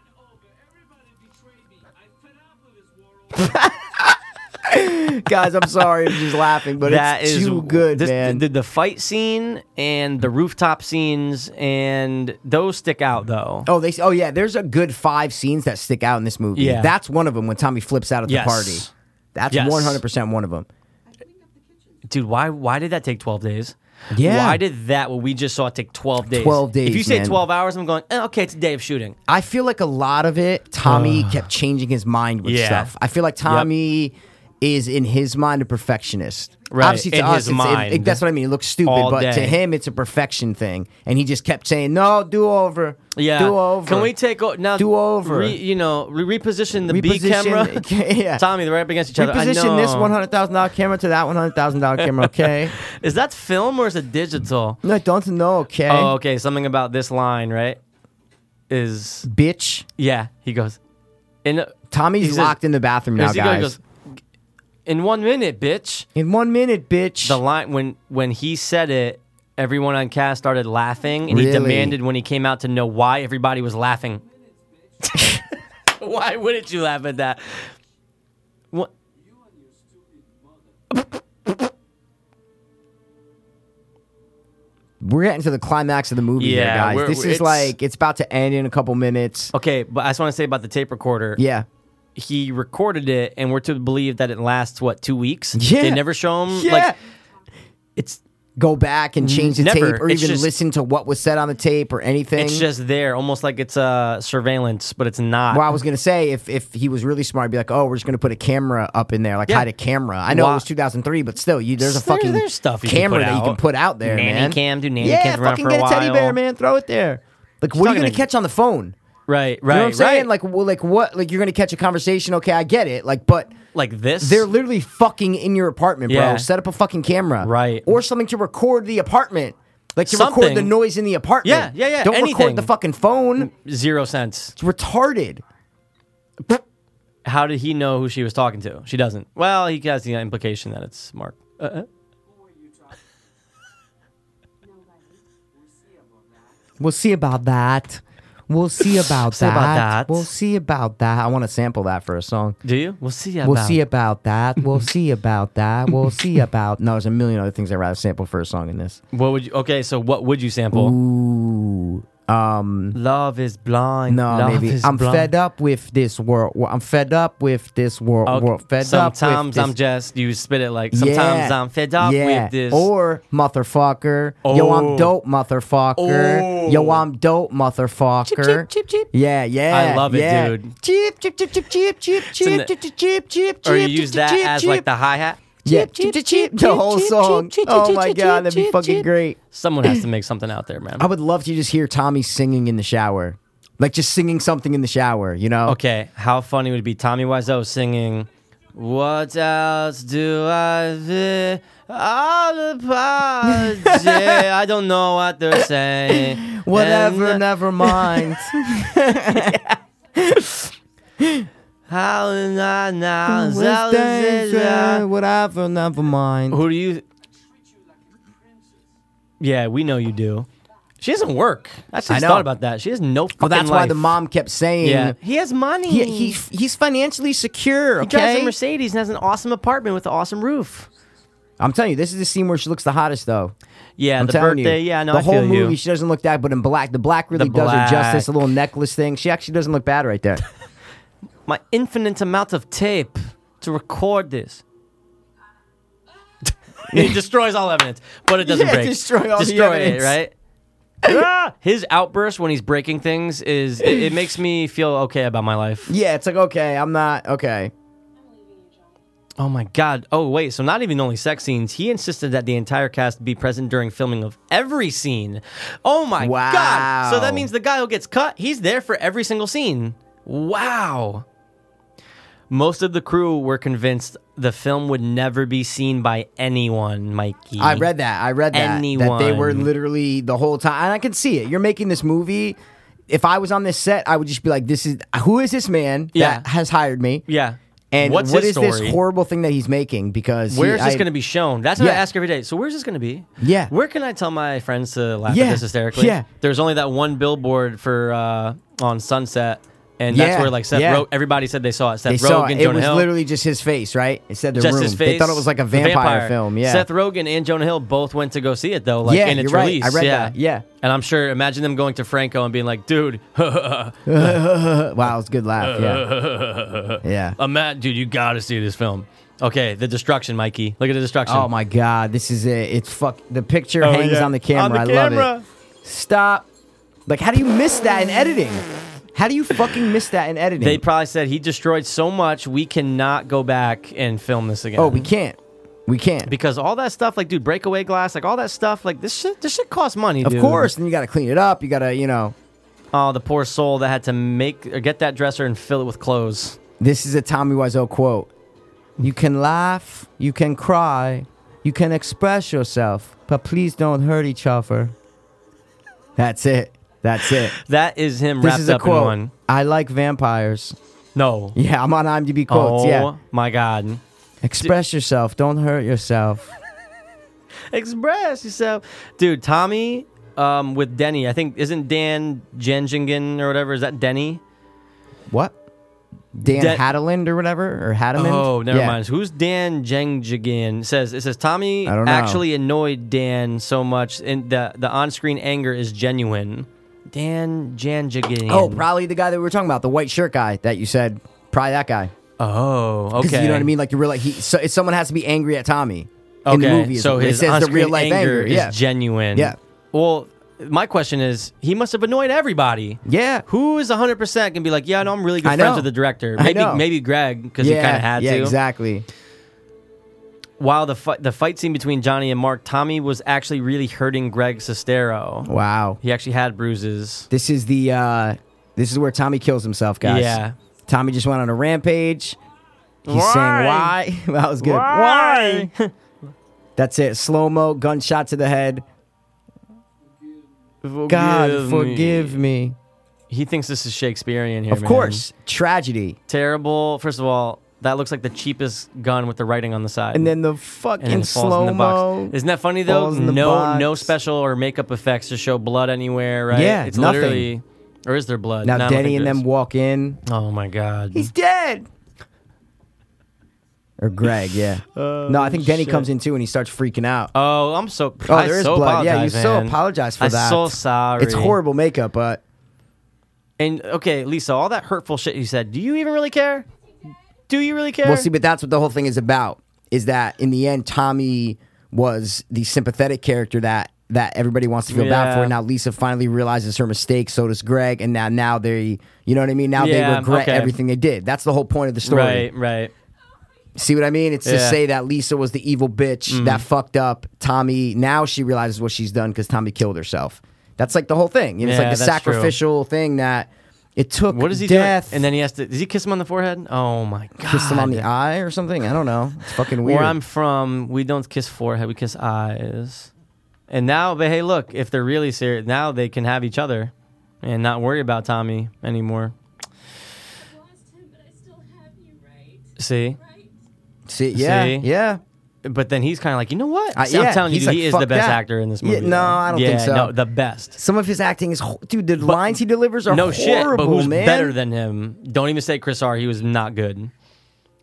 H: Guys, I'm sorry. I'm just laughing, but
I: That
H: it's
I: is
H: too good,
I: this,
H: man.
I: The, the fight scene and the rooftop scenes and those stick out though.
H: Oh, they. Oh, yeah. There's a good five scenes that stick out in this movie.
I: Yeah.
H: that's one of them. When Tommy flips out at the
I: Yes.
H: party, that's
I: Yes.
H: 100 percent one of them.
I: Dude, why why did that take twelve days?
H: Yeah.
I: Why did that what we just saw take twelve days?
H: 12
I: If you
H: days,
I: say
H: man.
I: twelve hours, I'm going, eh, okay, it's a day of shooting.
H: I feel like a lot of it, Tommy kept changing his mind with
I: Yeah.
H: stuff. I feel like Tommy is in his mind a perfectionist.
I: Right,
H: Obviously, to
I: in
H: us,
I: his
H: it's- it-
I: mind.
H: it- that's what I mean. It looks stupid,
I: All
H: but to
I: day.
H: him, it's a perfection thing, and he just kept saying, "No, do over.
I: Yeah.
H: do over.
I: Can we take o- now?
H: Do over.
I: Re, you know, re- reposition the B camera.
H: Reposition- (laughs) yeah.
I: (laughs) Tommy, they're right up against each other. I
H: Reposition this
I: know.
H: one hundred thousand dollar camera to that one hundred thousand dollar camera,
I: (laughs)
H: okay?
I: Is that film or is it digital?
H: no, don't know, okay?
I: Oh, okay. Something about this line, right? Is
H: Bitch,
I: yeah. He goes, in
H: Tommy's
I: He says-
H: locked in the bathroom now,
I: as he goes,
H: guys.
I: he goes, in one minute, bitch.
H: in one minute, bitch.
I: The line when when he said it, everyone on cast started laughing, and he
H: Really?
I: demanded when he came out to know why everybody was laughing. (laughs) why wouldn't you laugh at that? What?
H: we're getting to the climax of the movie
I: Yeah,
H: here,
I: we're-
H: guys. This
I: it's-
H: is like it's about to end in a couple minutes.
I: Okay, but I just want to say about the tape recorder.
H: Yeah.
I: he recorded it, and we're to believe that it lasts what two weeks.
H: Yeah.
I: they never show him.
H: Yeah.
I: Mm, Like it's
H: Go back and change the
I: Never.
H: tape or
I: It's
H: even
I: just-
H: listen to what was said on the tape or anything.
I: it's just there, almost like it's uh, surveillance, but it's not.
H: well, I was gonna say if if he was really smart, he'd be like, "Oh, we're just gonna put a camera up in there, like
I: Yeah.
H: hide a camera." I know
I: Why-
H: it was 2003, but still, you there's a
I: There's-
H: fucking
I: there's stuff you can
H: camera
I: put
H: that you can
I: out.
H: put out there,
I: Nanny
H: man.
I: cam, do nanny
H: yeah,
I: cams around
H: fucking
I: for a
H: get a teddy
I: while.
H: bear, man. Throw it there. Like, what are you
I: talking
H: gonna
I: to-
H: catch on the phone?
I: right, right,
H: You know what I'm saying?
I: right.
H: Like, well, like what? Like you're gonna catch a conversation? Okay, I get it. Like, but
I: like this.
H: They're literally fucking in your apartment, bro.
I: Yeah.
H: Set up a fucking camera.
I: Right.
H: Or something to record the apartment. Like to record the
I: Something.
H: noise in the apartment.
I: Yeah, yeah, yeah,
H: Don't
I: anything.
H: record the fucking phone.
I: zero sense.
H: It's retarded.
I: How did he know who she was talking to? She doesn't. Well, he has the implication that it's Mark. Uh,
H: Uh-uh.
I: uh.
H: We'll see about that. We'll
I: (laughs)
H: see about,
I: See
H: that.
I: about that.
H: We'll see about that. I want to sample that for a song.
I: Do you? We'll see.
H: We'll
I: about-
H: see about
I: (laughs)
H: that. We'll see about that. We'll see about. No, there's a million other things I'd rather sample for a song in this.
I: What would you? Okay, so what would you sample?
H: Ooh. Um.
I: Love is blind.
H: No,
I: Love
H: maybe
I: is
H: I'm
I: blind.
H: fed up with this world. Well, I'm fed up with this world.
I: Okay,
H: world. Fed up with
I: sometimes
H: this.
I: I'm just you spit it like sometimes
H: Yeah.
I: I'm fed up
H: Yeah.
I: with this.
H: Or motherfucker. Yo,
I: Oh.
H: I'm dope, motherfucker. Yo, I'm dope, motherfucker.
I: chip, chip, chip.
H: Yeah, yeah.
I: I love it,
H: yeah.
I: dude.
H: Chip, chip, chip, chip, chip, chip,
I: in
H: chip,
I: the-
H: chip, chip, chip, chip,
I: or you
H: chip,
I: use
H: chip,
I: that
H: chip,
I: as
H: chip.
I: like the hi hat.
H: yeah. chip, chip, chip, the whole song. Oh my god, that'd be fucking great.
I: Someone has to make something out there, man.
H: (clears throat) I would love to just hear Tommy singing in the shower, like just singing something in the shower. You know?
I: Okay, how funny would it be Tommy Wiseau singing What else do I fear? All
H: (laughs)
I: apology. I don't know what they're saying.
H: Whatever,
I: And
H: never
I: (laughs)
H: mind.
I: How am I now?
H: What's
I: So this is
H: danger?
I: wrong.
H: Whatever, never mind.
I: Who do you? Yeah, we know you do. She doesn't work. I
H: I
I: actually
H: know.
I: thought about that. She has no.
H: Well,
I: fucking
H: that's why the
I: life.
H: mom kept saying,
I: Yeah, he has money.
H: he, he, he's financially secure,
I: He drives
H: okay?
I: a Mercedes and has an awesome apartment with an awesome roof.
H: I'm telling you, this is the scene where she looks the hottest, though.
I: Yeah,
H: I'm
I: the
H: telling
I: birthday.
H: you,
I: Yeah, no,
H: the
I: I
H: whole
I: feel you.
H: movie she doesn't look that, but in black, the black really
I: The
H: does her justice. The
I: black.
H: little necklace thing, she actually doesn't look bad
I: (laughs)
H: right there.
I: My infinite amount of tape to
H: (laughs)
I: record this. it destroys all evidence, but it doesn't
H: Yeah,
I: break.
H: destroy all the
I: Destroy
H: evidence. (laughs)
I: it, right? Ah! His outburst when he's breaking things is it, it makes me feel okay about my life.
H: yeah, it's like okay, I'm not okay.
I: Oh my god. Oh wait, so not even only sex scenes. He insisted that the entire cast be present during filming of every scene. Oh my god. So
H: Wow.
I: that means the guy who gets cut, he's there for every single scene. Wow. Most of the crew were convinced the film would never be seen by anyone, Mikey.
H: I read that. I read that that they were
I: Anyone.
H: literally the whole time, and I can see it. You're making this movie. If I was on this set, I would just be like, "This is who is this man
I: Yeah.
H: that has hired me?"
I: Yeah.
H: And
I: What's
H: what
I: his
H: is this
I: story?
H: horrible thing that he's making? Because he-
I: Where's this
H: I-
I: going to be shown? That's what I
H: Yeah.
I: ask every day. So where's this going to be?
H: Yeah.
I: Where can I tell my friends to laugh
H: Yeah.
I: at this hysterically?
H: Yeah.
I: There's only that one billboard for uh, on Sunset, and
H: Yeah.
I: that's where like Seth
H: Yeah.
I: Ro- everybody said they saw it. Seth
H: They
I: Rogen,
H: saw it. It
I: Jonah
H: was
I: Hill.
H: literally just his face, right? It said the
I: just
H: room.
I: his face.
H: They thought it was like a
I: The
H: vampire, film. Yeah.
I: Seth Rogen and Jonah Hill both went to go see it though. Like
H: Yeah,
I: in its
H: you're right.
I: release.
H: I read
I: yeah.
H: that. Yeah.
I: And I'm sure. Imagine them going to Franco and being like, "Dude, uh,
H: wow, it's a good laugh. Yeah.
I: (laughs)
H: Yeah.
I: Matt, dude, you got to see this film." Okay, the destruction, Mikey. Look at the destruction.
H: Oh my God, this is it. It's fuck. The picture
I: Oh,
H: hangs
I: yeah.
H: on the camera.
I: On the
H: I love
I: camera.
H: it. Stop. Like, how do you miss that in editing? How do you fucking miss that in editing?
I: They probably said he destroyed so much we cannot go back and film this again.
H: oh, we can't. We can't.
I: because all that stuff, like dude, breakaway glass, like all that stuff, like this shit, this shit costs money.
H: of
I: dude.
H: course, and you got to clean it up. You got to, you know,
I: Oh, the poor soul that had to make or get that dresser and fill it with clothes.
H: this is a Tommy Wiseau quote. You can laugh, you can cry, you can express yourself, but please don't hurt each other. That's it. That's it.
I: That is him
H: This
I: wrapped
H: is a
I: up in
H: quote.
I: one.
H: I like vampires. (laughs)
I: No.
H: Yeah, I'm on IMDb quotes.
I: oh
H: Yeah.
I: my god.
H: Express yourself. Don't hurt yourself.
I: Express yourself, dude. Tommy, um, with Denny. I think isn't Dan Jenjingen or whatever. Is that Denny?
H: What? Dan
I: That-
H: Hadeland or whatever? Or Hadamond?
I: Oh, never
H: Yeah.
I: mind. Who's Dan Jengjigin? Says it says Tommy
H: I don't know.
I: actually annoyed Dan so much, and the the on screen anger is genuine. Dan Jenjigin.
H: Oh, probably the guy that we were talking about, the white shirt guy that you said. Probably that guy.
I: Oh,
H: 'Cause
I: okay.
H: You know what I mean? Like, you realize he, so, if someone has to be angry at Tommy
I: Okay,
H: in the movie. is
I: so
H: what- it
I: his
H: says the
I: on-screen
H: real life
I: anger,
H: anger.
I: is
H: yeah.
I: genuine.
H: Yeah.
I: Well, my question is, he must have annoyed everybody.
H: yeah.
I: Who is 100% can be like, yeah, no, I'm really good
H: I
I: friends
H: know.
I: with the director.
H: I
I: Maybe
H: know.
I: maybe Greg because
H: yeah,
I: he kind of had
H: yeah,
I: to.
H: exactly.
I: While the fi- the fight scene between Johnny and Mark, Tommy was actually really hurting Greg Sestero.
H: Wow.
I: He actually had bruises.
H: This is the uh this is where Tommy kills himself, guys.
I: Yeah.
H: Tommy just went on a rampage. He's
I: Why?
H: saying why. (laughs) that was good.
I: Why?
H: That's it. Slow mo, gunshot to the head. God forgive me.
I: He thinks this is Shakespearean here.
H: Of
I: man.
H: course, tragedy.
I: Terrible. First of all, that looks like the cheapest gun with the writing on the side.
H: And then the
I: And then
H: fucking
I: it falls in
H: slow
I: the
H: mo.
I: box. Isn't that funny though?
H: falls in the
I: No,
H: box.
I: no special or makeup effects to show blood anywhere, right?
H: Yeah,
I: it's
H: nothing.
I: literally. Or is there blood?
H: Now
I: No, I don't
H: Denny
I: think
H: and
I: there
H: them
I: is.
H: walk in.
I: Oh my god.
H: He's dead. Or Greg, yeah. no, I think Denny comes in too and he starts freaking out.
I: oh, I'm so.
H: Oh,
I: I
H: there is
I: so
H: blood. Yeah, you
I: apologize,
H: so
I: man.
H: apologize for
I: I'm
H: that.
I: so sorry.
H: It's horrible makeup, but
I: And okay, Lisa, all that hurtful shit you said. Do you even really care? Do you really care?
H: Well, see, but that's what the whole thing is about. Is that in the end, Tommy was the sympathetic character that that everybody wants to feel bad for.
I: Yeah.
H: Now Lisa finally realizes her mistake. So does Greg, and now now they, you know what I mean. Now they
I: Yeah,
H: regret
I: okay.
H: everything they did. That's the whole point of the story.
I: right, right.
H: See what I mean? It's to
I: Yeah. Mm-hmm.
H: say that Lisa was the evil bitch that fucked up Tommy. Now she realizes what she's done because Tommy killed herself. That's like the whole thing. You know, it's
I: Yeah,
H: like the
I: that's true.
H: sacrificial thing that It took
I: What is he
H: death
I: doing? And then he has to. Does he kiss him on the forehead? Oh my god!
H: kissed him on the eye or something. I don't know. It's fucking weird.
I: Where I'm from, we don't kiss forehead. We kiss eyes. And now, but hey, look, if they're really serious, now they can have each other, and not worry about Tommy anymore.
B: I've lost him, but I still have you, right?
I: See.
B: Right?
H: See, yeah,
I: See?
H: yeah.
I: But then he's kind of like, you know what?
H: Uh,
I: See, I'm
H: yeah,
I: telling you,
H: he's
I: dude,
H: like,
I: he is the
H: "Fuck
I: best
H: that."
I: actor in this
H: Yeah,
I: movie.
H: no,
I: though.
H: I don't
I: yeah,
H: think so.
I: No, the best.
H: Some of his acting is, ho- dude. The lines he delivers are
I: no shit. But
H: horrible,
I: who's
H: man.
I: better than him? Don't even say Chris R. He was not good.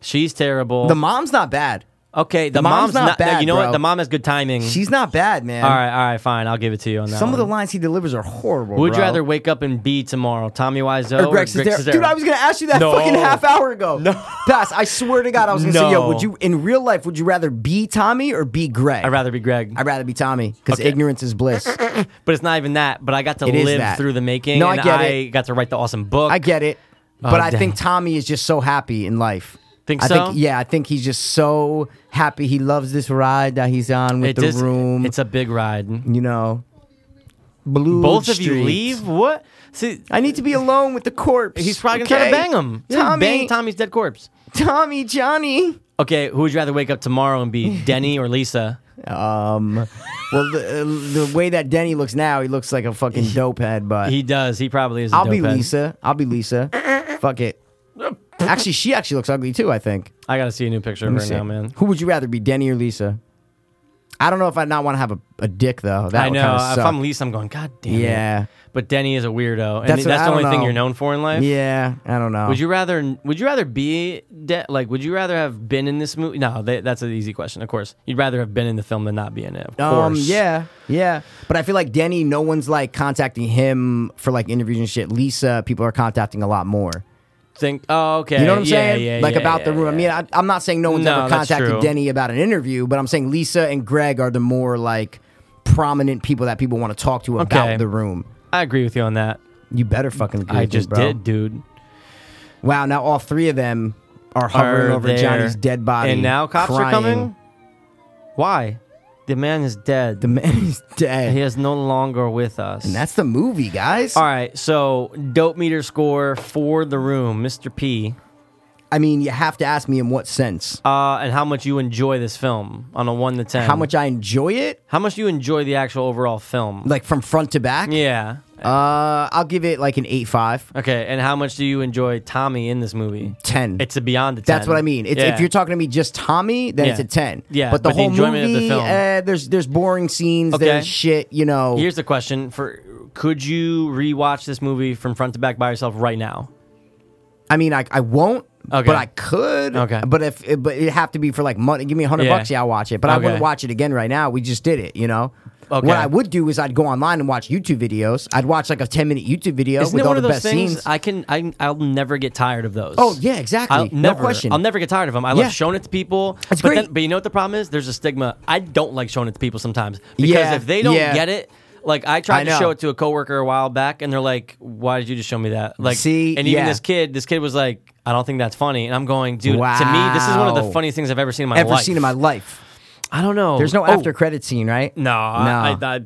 I: She's terrible.
H: the mom's not bad.
I: okay, the,
H: mom's not
I: no,
H: bad,
I: you know
H: bro.
I: what? The mom has good timing.
H: She's not bad, man.
I: all right, all right, fine. I'll give it to you on that.
H: Some of the
I: one.
H: lines he delivers are horrible.
I: Would
H: bro.
I: you rather wake up and be tomorrow, Tommy Wiseau
H: Or
I: or,
H: Greg Sestero.
I: Sestero?
H: Dude, I was gonna ask you that
I: No.
H: fucking half hour ago. No, Pass. I swear to God, I was gonna say, yo,
I: No.
H: would you in real life? Would you rather be Tommy or be Greg?
I: I'd rather be Greg,
H: I'd rather be Tommy because
I: Okay.
H: ignorance is bliss.
I: but it's not even that. But I got to
H: It is
I: live
H: that.
I: through the making.
H: No, I
I: and
H: get
I: I
H: it.
I: got to write the awesome book.
H: I get it, but I
I: Oh, dang.
H: think Tommy is just so happy in life.
I: Think
H: I
I: so?
H: think yeah, I think he's just so happy. He loves this ride that he's on with
I: it
H: the
I: is-
H: room.
I: It's a big ride.
H: you know, blue.
I: Both of you leave. What? See,
H: I need to be alone with the corpse.
I: he's probably gonna try
H: okay?
I: to bang him. Yeah,
H: Tommy,
I: bang Tommy's dead corpse.
H: Tommy, Johnny.
I: Okay, who would you rather wake up tomorrow
H: (laughs)
I: and be Denny or Lisa?
H: Um, well, the, uh, the way that Denny looks now, he looks like a
I: (laughs)
H: fucking dope head. But
I: He does. He probably is. i
H: I'll be Lisa. I'll be Lisa. Fuck it. Actually, she actually looks ugly too. I think.
I: I gotta see a new picture of
H: Let
I: her
H: me see.
I: now, man.
H: Who would you rather be, Denny or Lisa? I don't know if I'd not want to have a, a dick though. That
I: I
H: would
I: know.
H: kinda
I: If
H: suck.
I: I'm Lisa, I'm going. God damn. it."
H: Yeah.
I: But Denny is a weirdo, and
H: That's
I: that's,
H: what- I
I: the
H: don't
I: only thing
H: know.
I: you're known for in life.
H: Yeah, I don't know.
I: Would you rather? Would you rather be de- like? Would you rather have been in this movie? No, they, that's an easy question. Of course, you'd rather have been in the film than not be in it. Of
H: Um.
I: course.
H: Yeah. Yeah. But I feel like Denny, no one's like contacting him for like interviews and shit. Lisa, people are contacting a lot more.
I: Think. Oh, okay.
H: You know what I'm
I: Yeah,
H: saying?
I: yeah,
H: like
I: yeah,
H: about the
I: yeah,
H: room. I mean,
I: yeah.
H: I, I'm not saying no one's
I: No,
H: ever
I: that's
H: contacted
I: true.
H: Denny about an interview, but I'm saying Lisa and Greg are the more like prominent people that people want to talk to about
I: Okay.
H: the room.
I: I agree with you on that.
H: You better fucking agree
I: I
H: with me,
I: just
H: bro.
I: did, dude.
H: Wow, now all three of them are hovering
I: Are
H: over
I: there-
H: Johnny's dead body.
I: and now cops
H: crying.
I: are coming. Why? The man is dead.
H: The man (laughs) is dead.
I: he is no longer with us.
H: And that's the movie, guys.
I: all right. So dope meter score for the room, Mr. P.
H: I mean, you have to ask me in what sense.
I: Uh, and how much you enjoy this film on a one to ten?
H: How much I enjoy it,
I: How much you enjoy the actual overall film?
H: like from front to back.
I: yeah.
H: Uh, I'll give it like an 8.5,
I: Okay, and how much do you enjoy Tommy in this movie?
H: 10.
I: It's a beyond a 10.
H: That's what I mean. It's,
I: Yeah.
H: If you're talking to me just Tommy, then it's
I: Yeah.
H: a ten.
I: Yeah,
H: but the
I: but the
H: whole
I: enjoyment of
H: movie,
I: the film.
H: eh, there's there's boring scenes,
I: Okay.
H: there's shit, you know.
I: Here's the question for could you rewatch this movie from front to back by yourself right now?
H: I mean, I, I won't,
I: Okay.
H: but I could.
I: Okay.
H: but if it- but it have to be for like money. Give me a hundred
I: Yeah.
H: bucks, yeah, I'll watch it. But I
I: Okay.
H: wouldn't watch it again right now. We just did it, you know.
I: Okay.
H: What I would do is I'd go online and watch YouTube videos. I'd watch like a ten minute YouTube video
I: Isn't
H: with
I: it
H: all
I: one of
H: the
I: those
H: best
I: things
H: scenes.
I: I can I I'll never get tired of those.
H: Oh, yeah, exactly.
I: I'll
H: No
I: never,
H: question.
I: I'll never get tired of them. I
H: Yeah.
I: love showing it to people.
H: It's
I: but
H: great.
I: Then, but you know what the problem is? There's a stigma. I don't like showing it to people sometimes because
H: Yeah,
I: if they don't
H: yeah.
I: get it, like I tried
H: I
I: to
H: know.
I: show it to a coworker a while back, and they're like, "Why did you just show me that?" Like,
H: See,
I: and even
H: yeah.
I: this kid, this kid was like, "I don't think that's funny," and I'm going, "Dude, to me, this is one of
H: Wow.
I: the funniest things I've ever seen in my
H: Ever
I: life.
H: seen in my life?
I: I don't know.
H: There's no
I: Oh,
H: after credit scene, right?
I: No, I, I, I,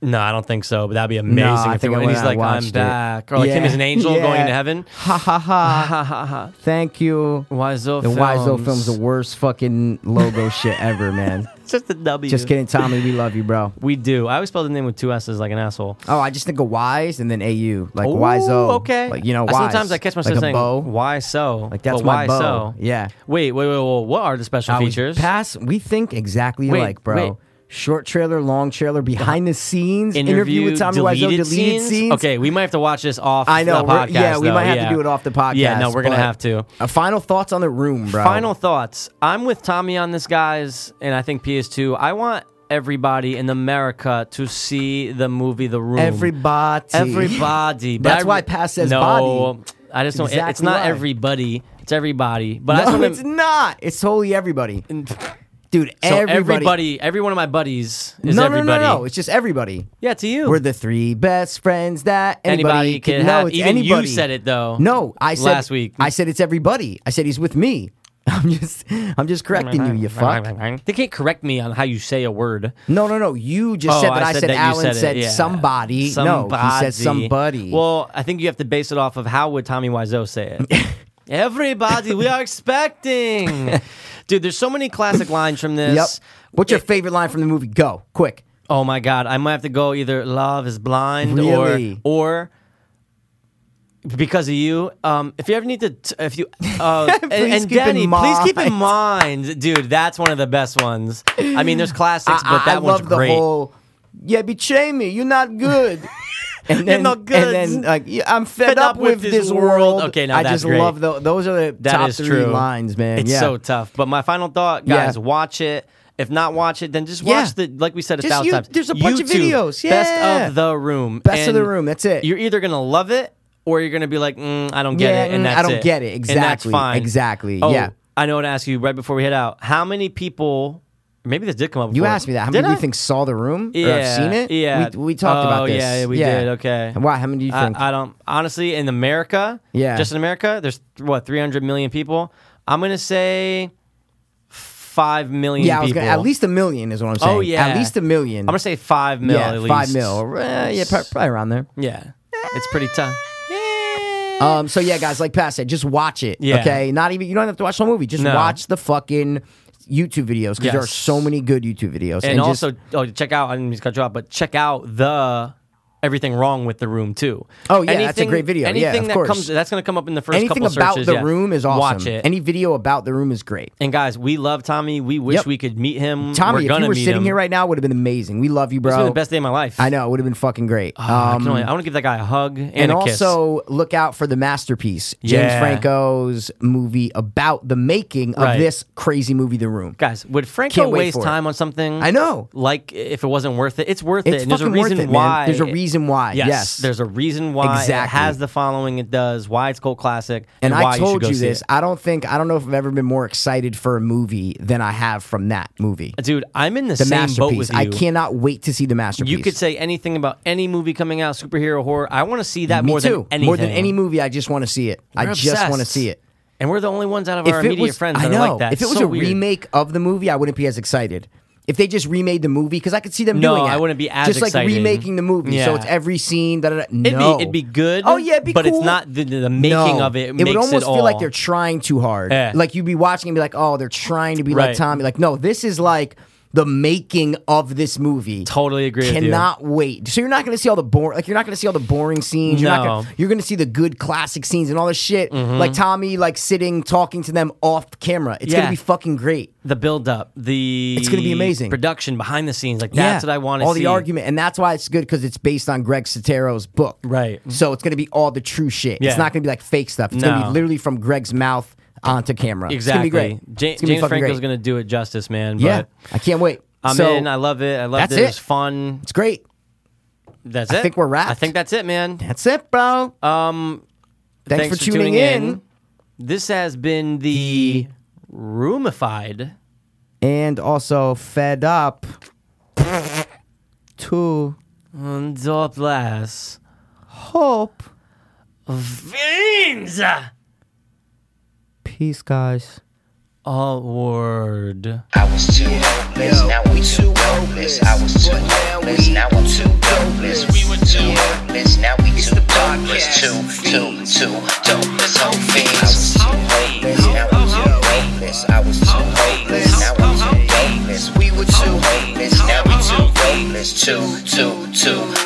I: no, I don't think so. But that'd be amazing.
H: I
I: if they
H: think I
I: went, and he's
H: went
I: like,
H: and
I: "I'm
H: watched it."
I: back," or like him
H: Yeah.
I: as an angel going
H: Yeah.
I: into heaven.
H: (laughs) Ha ha
I: (laughs)
H: ha ha ha ha. Thank you.
I: Wiseau
H: The
I: films.
H: Wiseau film's the worst fucking
I: (laughs)
H: logo shit ever, man.
I: It's just a W.
H: Just kidding, Tommy. We love you, bro.
I: We do. I always spell the name with two S's like an asshole.
H: Oh, I just think of wise and then au, like
I: Ooh,
H: wise o.
I: Okay.
H: like you know,
I: I
H: wise.
I: sometimes I catch myself
H: like a
I: saying,
H: bow.
I: "Why so?"
H: Like that's
I: but
H: my
I: why
H: bow.
I: so.
H: Yeah.
I: Wait, wait, wait, wait. What are the special
H: I was-
I: features?
H: Pass. We think exactly
I: Wait,
H: alike, bro.
I: wait.
H: Short trailer, long trailer, behind the scenes interview, with Tommy Wiseau, deleted scenes.
I: Okay, we might have to watch this off.
H: I know.
I: The
H: we're-
I: podcast,
H: yeah, we
I: though.
H: might have
I: Yeah.
H: to do it off the podcast.
I: Yeah, no, we're gonna
H: but-
I: have to.
H: Uh, final thoughts on the room, bro.
I: Final thoughts. I'm with Tommy on this, guys, and I think PS2. I want everybody in America to see the movie The Room.
H: Everybody.
I: Everybody. but
H: That's
I: I-
H: why Pat says
I: no,
H: body.
I: I just don't. it's
H: Exactly
I: not
H: why.
I: everybody. It's everybody. But I just
H: (laughs) No,
I: want
H: it's
I: to.
H: not. It's totally
I: (laughs)
H: everybody, dude.
I: So everybody,
H: everybody.
I: every one of my buddies is
H: no, no,
I: everybody.
H: no, no, no. It's just everybody.
I: Yeah, to you.
H: We're the three best friends that anybody,
I: Anybody can
H: No,
I: have-
H: it's
I: even you
H: anybody.
I: said it, though,
H: No, I said
I: last week.
H: I said it's everybody. I said he's with me. (laughs) I'm just, I'm just correcting you,
I: (laughs)
H: you fuck.
I: They can't correct me on how you say a word.
H: No, no, no. You just
I: Oh,
H: said that I, said,
I: you
H: Alan said,
I: it, yeah.
H: somebody. No, he said somebody.
I: Well, I think you have to base it off of how would Tommy Wiseau say
H: (laughs)
I: it. Everybody, we are expecting. Dude, there's so many classic lines from this.
H: yep. What's your favorite line from the movie? Go quick.
I: Oh my god, I might have to go either Love is Blind
H: Really?
I: or or because of you. Um, if you ever need to, t- if you uh, and,
H: (laughs) Please
I: and
H: keep in
I: Denny, please keep in
H: mind.
I: mind, dude, that's one of the best ones. I mean,
H: (laughs)
I: there's classics,
H: I-
I: but
H: I,
I: that
H: I
I: one's
H: love
I: great.
H: the whole. Yeah, betray me. You're not
I: (laughs)
H: good. And
I: You're
H: then,
I: not
H: And
I: good.
H: then, like, yeah, I'm fed, up, with this world.
I: Okay, now
H: I
I: that's
H: just
I: great.
H: love tho- those. Are the
I: That
H: top
I: is
H: three
I: true.
H: lines, man.
I: It's
H: yeah.
I: so tough. But my final thought,
H: Yeah.
I: guys, watch it. If not watch it, then just
H: Yeah.
I: watch the like we said a
H: Just
I: thousand
H: you-
I: times.
H: there's a bunch of
I: YouTube,
H: videos.
I: Best
H: Yeah.
I: of the room.
H: Best of the
I: And
H: Room, that's it.
I: You're either gonna love it or you're gonna be like, mm, I don't get
H: Yeah,
I: it, and
H: mm, I
I: that's
H: don't
I: it.
H: get it.
I: And that's
H: Exactly.
I: fine.
H: Exactly,
I: Oh,
H: yeah.
I: I know what to ask you right before we head out. How many people? Maybe this did come up.
H: You
I: before.
H: asked me that. How
I: Did
H: many do
I: I?
H: you think saw the room or have
I: Yeah,
H: seen it?
I: Yeah,
H: we, we talked
I: Oh,
H: about this.
I: Yeah, we did. Okay.
H: Why? How many do you
I: I-
H: think?
I: I, don't honestly in America.
H: Yeah.
I: just in America, there's what 300 million people. I'm gonna say five million.
H: yeah, I was
I: people.
H: gonna, at least a million is what I'm saying.
I: Oh yeah,
H: at least a million.
I: I'm gonna say five mil.
H: yeah,
I: at least.
H: five mil. or, eh, yeah, prob- probably around there.
I: Yeah, it's pretty tough.
H: Eh. Um, so yeah, guys, like Pat said, just watch it.
I: Yeah.
H: Okay, not even you don't have to watch the whole movie. Just
I: No.
H: watch the fucking YouTube videos because there are
I: Yes.
H: so many good YouTube videos.
I: And,
H: just-
I: also, oh, check out. I didn't mean to cut you off, but check out the. Everything wrong with the room too.
H: Oh, yeah, that's a great video. Yeah,
I: Anything
H: of
I: that
H: course.
I: comes that's going to come up in the first
H: anything
I: couple
H: about
I: searches.
H: the
I: yeah.
H: room is awesome.
I: Watch it.
H: Any video about the room is great.
I: And guys, we love Tommy. We wish
H: Yep.
I: we could meet him.
H: Tommy,
I: we're
H: if
I: gonna
H: you were
I: meet
H: sitting
I: him.
H: here right now, would have been amazing. We love you, bro.
I: It's been the best day of my life.
H: I know it would have been fucking great.
I: I,
H: Um,
I: can only- I want to give that guy a hug and,
H: and
I: a kiss.
H: also look out for the masterpiece, James
I: Yeah.
H: Franco's movie about the making of
I: Right.
H: this crazy movie, The Room.
I: guys, would Franco
H: Can't wait
I: waste
H: for it.
I: time on something?
H: I know.
I: Like if it wasn't worth it, it's worth
H: It's
I: it. And there's a
H: fucking worth
I: reason
H: it, man.
I: why.
H: There's a reason why,
I: Yes,
H: Uh, yes.
I: there's a reason why it
H: Exactly.
I: has the following it does. Why it's cult classic.
H: And
I: And, why
H: I told
I: you, should go
H: you,
I: see
H: this.
I: it.
H: I don't think I don't know if I've ever been more excited for a movie than I have from that movie,
I: dude. I'm in the,
H: the
I: same
H: masterpiece.
I: boat with you.
H: I cannot wait to see the masterpiece.
I: You could say anything about any movie coming out, superhero horror. I want to see that
H: Me
I: more
H: too.
I: than anything.
H: More than any movie, I just want to see it. I
I: We're
H: just want to
I: obsessed.
H: see it.
I: And we're the only ones out of our
H: it
I: immediate
H: was-
I: friends
H: I
I: that
H: know.
I: are like that.
H: If it
I: It's
H: was
I: so
H: a
I: weird.
H: remake of the movie, I wouldn't be as excited. If they just remade the movie, because I could see them
I: No,
H: doing
I: I
H: that.
I: wouldn't be as
H: just
I: excited.
H: like remaking the movie. So
I: Yeah.
H: it's every scene. Da, da, da.
I: It'd
H: No.
I: be it'd be good.
H: Oh yeah, it'd be
I: but
H: cool.
I: it's not the, the the making
H: No.
I: of it.
H: It
I: makes
H: would almost
I: it
H: feel like
I: all.
H: they're trying too hard.
I: Yeah.
H: Like you'd be watching and be like, oh, they're trying to be
I: Right.
H: like Tommy. Like no, this is like the making of this movie.
I: Totally agree with you.
H: Cannot wait. So you're not going to see all the boring. Like you're not going to see all the boring scenes. You're not
I: No. Mm-hmm.
H: gonna, you're going to see the good classic scenes and all this shit. Like Tommy, like sitting talking to them off camera. It's going
I: Yeah.
H: to be fucking great.
I: the build up, the
H: It's gonna be amazing.
I: Production behind the scenes, like that's
H: Yeah.
I: what I want to
H: All
I: see.
H: the argument, and that's why it's good because it's based on Greg Sotero's book.
I: Right.
H: So it's going to be all the true shit.
I: Yeah.
H: It's not going to be like fake stuff. It's going to
I: No.
H: be literally from Greg's mouth onto camera.
I: Exactly.
H: It's going to be great.
I: Ja-
H: It's gonna be
I: James
H: fucking
I: Franco's
H: great.
I: gonna do it justice, man. But
H: Yeah, I can't wait.
I: I'm
H: so
I: in. I love it. I love
H: that's
I: it. It was
H: it.
I: fun.
H: it's great.
I: That's
H: I
I: it.
H: think we're wrapped.
I: I think that's it, man.
H: That's it, bro.
I: Uh,
H: Um, thanks, for, tuning, in.
I: This has been the roomified.
H: and also fed
I: (laughs)
H: up. to
I: Dopless
H: hope,
I: veins
H: peace, guys.
I: award.
G: I was too hopeless, now we too hopeless. I was too hopeless, now I'm too hopeless. We were too hopeless, now we too hopeless. Too, too, too dopeless, whole fiends. I was too hopeless, now I'm too hopeless. I was too hopeless, now I'm too hopeless. We were too hopeless, now we too hopeless. Too, too, too